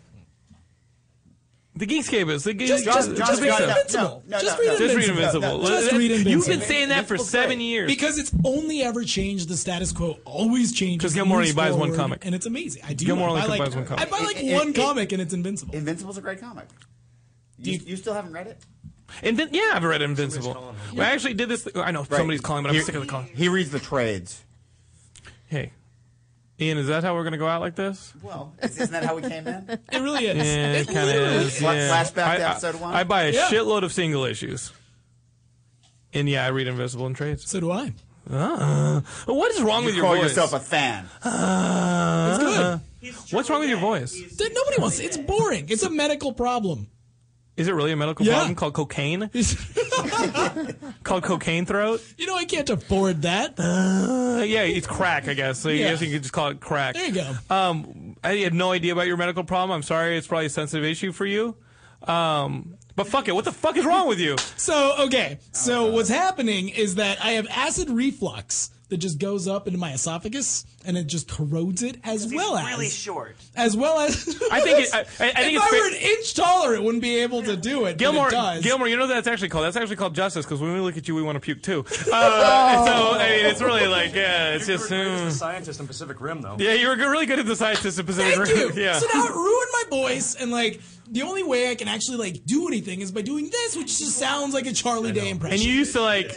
Speaker 5: The Geekscape is the Geekscape.
Speaker 19: Just- just- just read Invincible.
Speaker 14: No, no, Just read
Speaker 5: Just read
Speaker 14: Invincible.
Speaker 5: Invincible.
Speaker 14: No, no. Just read
Speaker 5: You've been
Speaker 14: Invincible.
Speaker 5: saying that for seven years.
Speaker 14: Because it's only ever changed the status quo. Always changes.
Speaker 5: Because Gilmore
Speaker 14: moves
Speaker 5: only buys one
Speaker 14: forward,
Speaker 5: comic.
Speaker 14: and it's amazing. I do.
Speaker 5: Gilmore
Speaker 14: I buy
Speaker 5: only
Speaker 14: like,
Speaker 5: buys one comic.
Speaker 14: I buy like
Speaker 5: It- it-
Speaker 14: one
Speaker 5: it-
Speaker 14: comic, and it's Invincible.
Speaker 19: Invincible's a great comic. You, you still haven't read it?
Speaker 5: Invin- yeah, I've read Invincible. We actually did this. I know somebody's calling, but I'm
Speaker 19: He-
Speaker 5: sick of the calling.
Speaker 19: He reads the trades.
Speaker 5: Hey, Ian, is that how we're going to go out like this?
Speaker 19: Well, isn't that how we came in?
Speaker 6: It really
Speaker 5: Yeah, it kind of is.
Speaker 19: Fla-
Speaker 5: yeah.
Speaker 19: Flashback
Speaker 5: I,
Speaker 19: to
Speaker 5: I-
Speaker 19: episode one.
Speaker 5: I buy a
Speaker 19: Yeah.
Speaker 5: shitload of single issues. And yeah, I read Invisible and Trades. So do I. Uh, what is wrong
Speaker 19: You
Speaker 5: with your
Speaker 19: call
Speaker 5: voice?
Speaker 19: yourself a fan.
Speaker 5: Uh,
Speaker 14: It's good.
Speaker 5: What's wrong with your voice?
Speaker 14: That nobody wants. It's boring. It's a medical problem.
Speaker 5: Is it really a medical
Speaker 14: Yeah.
Speaker 5: problem called cocaine? called cocaine throat?
Speaker 14: You know, I can't afford that.
Speaker 5: Uh, yeah, it's crack, I guess. So
Speaker 14: Yeah.
Speaker 5: I guess you could just call it crack.
Speaker 14: There you go.
Speaker 5: Um, I had no idea about your medical problem. I'm sorry. It's probably a sensitive issue for you. Um, but fuck it. What the fuck is wrong with you?
Speaker 14: So okay,
Speaker 5: Oh,
Speaker 14: so what's happening is that I have acid reflux that just goes up into my esophagus and it just corrodes it as well as
Speaker 3: really short.
Speaker 14: as well as
Speaker 5: I think it- I- I- I think
Speaker 14: if
Speaker 5: it's
Speaker 14: I
Speaker 5: fair-
Speaker 14: were an inch taller, it wouldn't be able to do it. but
Speaker 5: Gilmore,
Speaker 14: it does.
Speaker 5: Gilmore, you know what that's actually called. That's actually called justice because when we look at you, we want to puke too. Uh, So I mean, it's really like yeah, it's just
Speaker 1: As a
Speaker 5: mm.
Speaker 1: scientist in Pacific Rim, though.
Speaker 5: yeah. You were good- really good at the scientist in Pacific
Speaker 14: Thank
Speaker 5: Rim.
Speaker 14: you.
Speaker 5: Yeah.
Speaker 14: So now it ruined my voice, and like the only way I can actually like do anything is by doing this, which just sounds like a Charlie Day impression.
Speaker 5: and you used to like,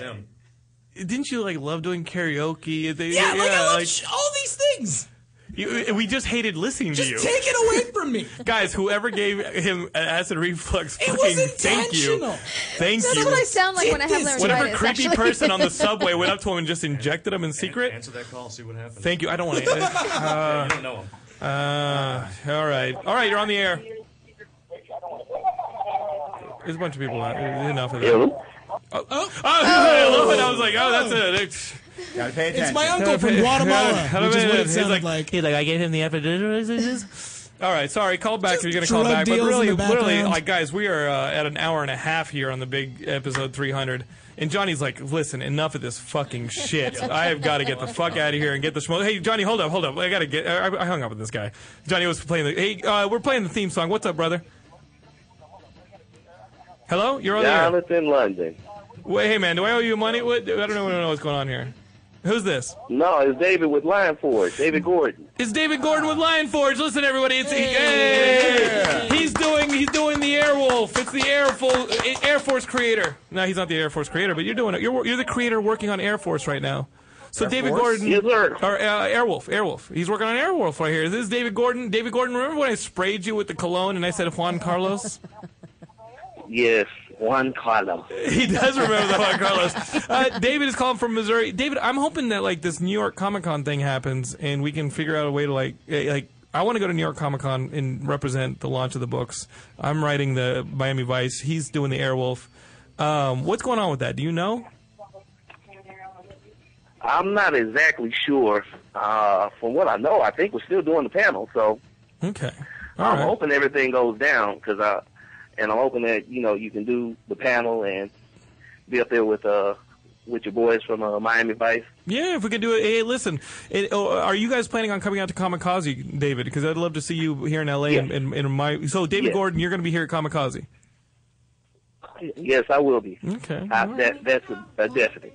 Speaker 5: didn't you like love doing karaoke? They-
Speaker 14: yeah, like I love sh- all these things.
Speaker 5: you, we just hated listening
Speaker 14: Just
Speaker 5: to you.
Speaker 14: take it away from me.
Speaker 5: Guys, whoever gave him an acid reflux,
Speaker 14: It
Speaker 5: fucking
Speaker 14: was
Speaker 5: thank you.
Speaker 14: intentional.
Speaker 5: Thank
Speaker 9: That's
Speaker 5: you.
Speaker 9: what I sound like when I have laryngitis.
Speaker 5: Whatever creepy
Speaker 9: actually.
Speaker 5: person on the subway went up to him and just injected him in secret.
Speaker 1: Answer that call, see what happens.
Speaker 5: Thank you. I don't want to. Uh,
Speaker 1: you don't know him.
Speaker 5: Uh, all right, all right. You're on the air. There's a bunch of people. Out. Enough of that. Oh, oh, hello, and I was like, oh, that's it. It's,
Speaker 19: Gotta pay
Speaker 14: It's my attention. uncle from Guatemala, which is what it sounded
Speaker 5: like, He's like, I gave him the epiductis. All right, sorry. Call back if you're gonna call
Speaker 14: drug
Speaker 5: back. But
Speaker 14: deals in
Speaker 5: really,
Speaker 14: the background.
Speaker 5: literally, like guys, we are uh, at an hour and a half here on the big episode 300, and Johnny's like, "Listen, enough of this fucking shit. I have got to get the fuck out of here and get the schmo." Hey, Johnny, hold up, hold up. I gotta get. I, I hung up with this guy. Johnny was playing the. Hey, uh, we're playing the theme song. What's up, brother? Hello, you're on the air.
Speaker 27: Jonathan London.
Speaker 5: Wait, hey man, do I owe you money? What? I don't know, I don't know what's going on here. Who's this?
Speaker 27: No, it's David with Lion Forge. David Gordon.
Speaker 5: It's David Gordon with Lion Forge. Listen, everybody, it's hey! he's doing he's doing the Airwolf. It's the Air, Fo- Air Force creator. No, he's not the Air Force creator, but you're doing it. You're you're the creator working on Air Force right now. So
Speaker 27: Air
Speaker 5: David
Speaker 27: Force?
Speaker 5: Gordon,
Speaker 27: Yes, sir.
Speaker 5: or uh, Airwolf, Airwolf. He's working on Airwolf right here. This is David Gordon. David Gordon, remember when I sprayed you with the cologne and I said Juan Carlos?
Speaker 27: Yes, Juan Carlos.
Speaker 5: he does remember that Juan Carlos. Uh, David is calling from Missouri. David, I'm hoping that like this New York Comic Con thing happens and we can figure out a way to like eh, like I want to go to New York Comic Con and represent the launch of the books. I'm writing the Miami Vice. He's doing the Airwolf. Um, what's going on with that? Do you know?
Speaker 27: I'm not exactly sure. Uh, from what I know, I think we're still doing the panel, so
Speaker 5: Okay.
Speaker 27: I'm hoping everything goes down because I, and I'm hoping that you know you can do the panel and be up there with uh with your boys from uh, Miami Vice.
Speaker 5: Yeah, if we could do it. Hey, listen, it, oh, are you guys planning on coming out to Kamikaze, David? Because I'd love to see you here in LA and, and, and my. So, David
Speaker 27: Yes.
Speaker 5: Gordon, you're going to be here at Kamikaze.
Speaker 27: Yes, I will be.
Speaker 5: Okay.
Speaker 27: I, that that's a, a definite.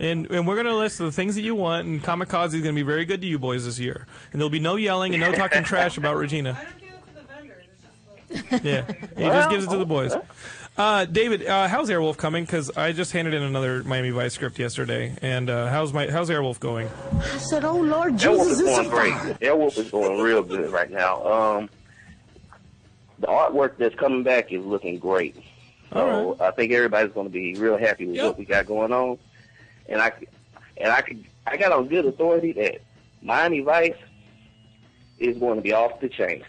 Speaker 5: And, and we're going to list the things that you want, and Kamikaze is going to be very good to you boys this year. And there'll be no yelling and no talking trash about Regina. Yeah, he just gives it to the boys. Uh, David, uh, how's Airwolf coming? Because I just handed in another Miami Vice script yesterday, and uh, how's my how's Airwolf going?
Speaker 27: I said, "Oh Lord Airwolf is going great. Airwolf is going real good right now. Um, the artwork that's coming back is looking great. So I think everybody's going to be real happy with what we got going on. And I and I could I got on good authority that Miami Vice is going to be off the chain.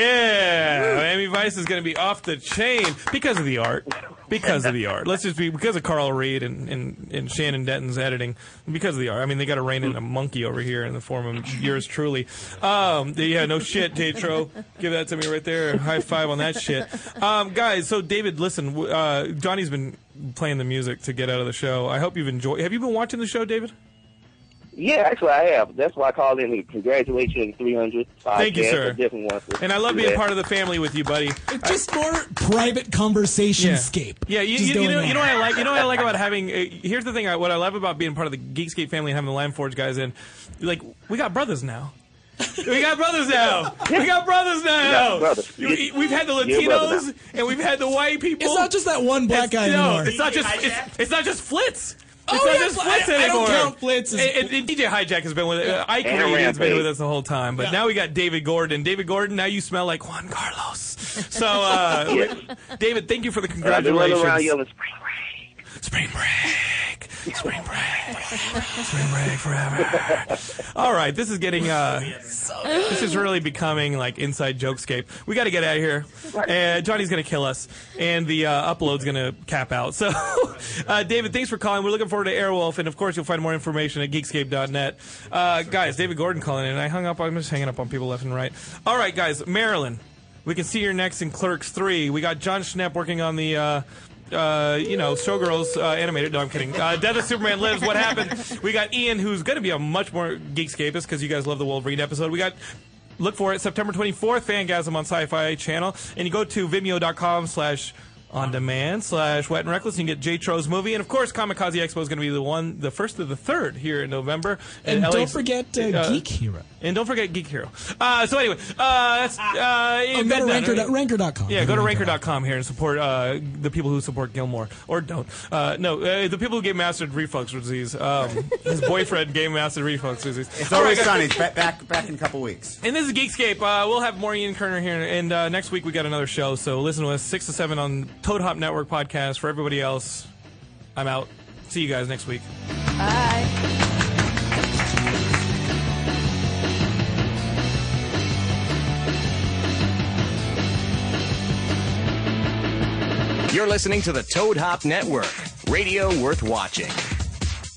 Speaker 5: Yeah, Miami Vice is going to be off the chain because of the art. Because of the art. Let's just be because of Carl Reed and, and, and Shannon Denton's editing. Because of the art. I mean, they got to rein in a monkey over here in the form of yours truly. Um, they- yeah, no shit, Tatro. Give that to me right there. High five on that shit, um, guys. So David, listen. w- Uh, Johnny's been playing the music to get out of the show. I hope you've enjoyed. Have you been watching the show, David?
Speaker 27: Yeah, actually I have. That's why I called in to congratulate you on the 300.
Speaker 5: Thank you,
Speaker 27: podcast.
Speaker 5: sir.
Speaker 27: I definitely want to
Speaker 5: And I love
Speaker 27: do
Speaker 5: being
Speaker 27: that.
Speaker 5: part of the family with you, buddy.
Speaker 14: Just more private conversation
Speaker 5: Yeah.
Speaker 14: scape.
Speaker 5: Yeah, you,
Speaker 14: Just
Speaker 5: you, you
Speaker 14: going
Speaker 5: know, you know what I
Speaker 14: there.
Speaker 5: like. You know what I like about having. Uh, here's the thing. I, what I love about being part of the Geekscape family and having the Lion Forge guys in, like we got brothers now. we got brothers now. We got brothers now.
Speaker 27: You got brothers.
Speaker 5: You- you- we've had the
Speaker 27: You're a brother
Speaker 5: Latinos and we've had the white people.
Speaker 14: It's not just that one black guy
Speaker 5: no,
Speaker 14: anymore.
Speaker 5: it's not just it's, it's not just flits. it's not
Speaker 14: Oh, yeah,
Speaker 5: just
Speaker 14: Fl-
Speaker 5: Blitz
Speaker 14: I- I don't
Speaker 5: anymore.
Speaker 14: count Blitz as-
Speaker 5: And- and DJ Hijack has been with uh, Ike
Speaker 14: And
Speaker 5: Meridian's been
Speaker 14: Rampage.
Speaker 5: with us the whole time, but now we got David Gordon. David Gordon, now you smell like Juan Carlos. So, uh,
Speaker 4: Yes.
Speaker 5: David, thank you for the
Speaker 4: I've been running
Speaker 5: congratulations.
Speaker 4: around yelling spring
Speaker 5: break, spring break, spring break forever. All right, this is getting uh, this is really becoming like inside jokescape. We got to get out of here. And Johnny's gonna kill us, and the uh, upload's gonna cap out. So, uh, David, thanks for calling. We're looking forward to Airwolf, and of course, you'll find more information at geekscape.net. Uh, guys, David Gordon calling in. I hung up. I'm just hanging up on people left and right. All right, guys, Marilyn. We can see your next in Clerks Three. We got John Schnepp working on the. Uh, uh, you know, Showgirls uh, animated. No, I'm kidding. Uh, Death of Superman Lives. What happened? We got Ian, who's going to be a much more Geekscapist because you guys love the Wolverine episode. We got. Look for it September 24th, Fangasm on Sci-Fi Channel, and you go to Vimeo.com slash on demand slash wet and reckless and you can get J Tro's movie and of course Kamikaze Expo is going to be the one the first to the third here in November at
Speaker 14: And don't
Speaker 5: LA's
Speaker 14: forget uh, Geek Hero.
Speaker 5: and don't forget Geek Hero uh, so anyway uh, that's uh,
Speaker 14: Oh, go to ranker, dot- ranker.com.
Speaker 5: yeah, go to ranker.com here and support uh, the people who support Gilmore or don't. Uh, no, uh, the people who gave mastered reflux disease. Um, his boyfriend gave mastered reflux disease.
Speaker 19: It's
Speaker 5: All right,
Speaker 19: always
Speaker 5: guys.
Speaker 19: sunny. It's ba- back back in a couple weeks.
Speaker 5: And this is Geekscape. Uh, we'll have more Ian Kerner here, and uh, next week we got another show. So listen to us six to seven on Toad Hop Network podcast. For everybody else, I'm out. See you guys next week.
Speaker 7: You're listening to the Toad Hop Network, radio worth watching.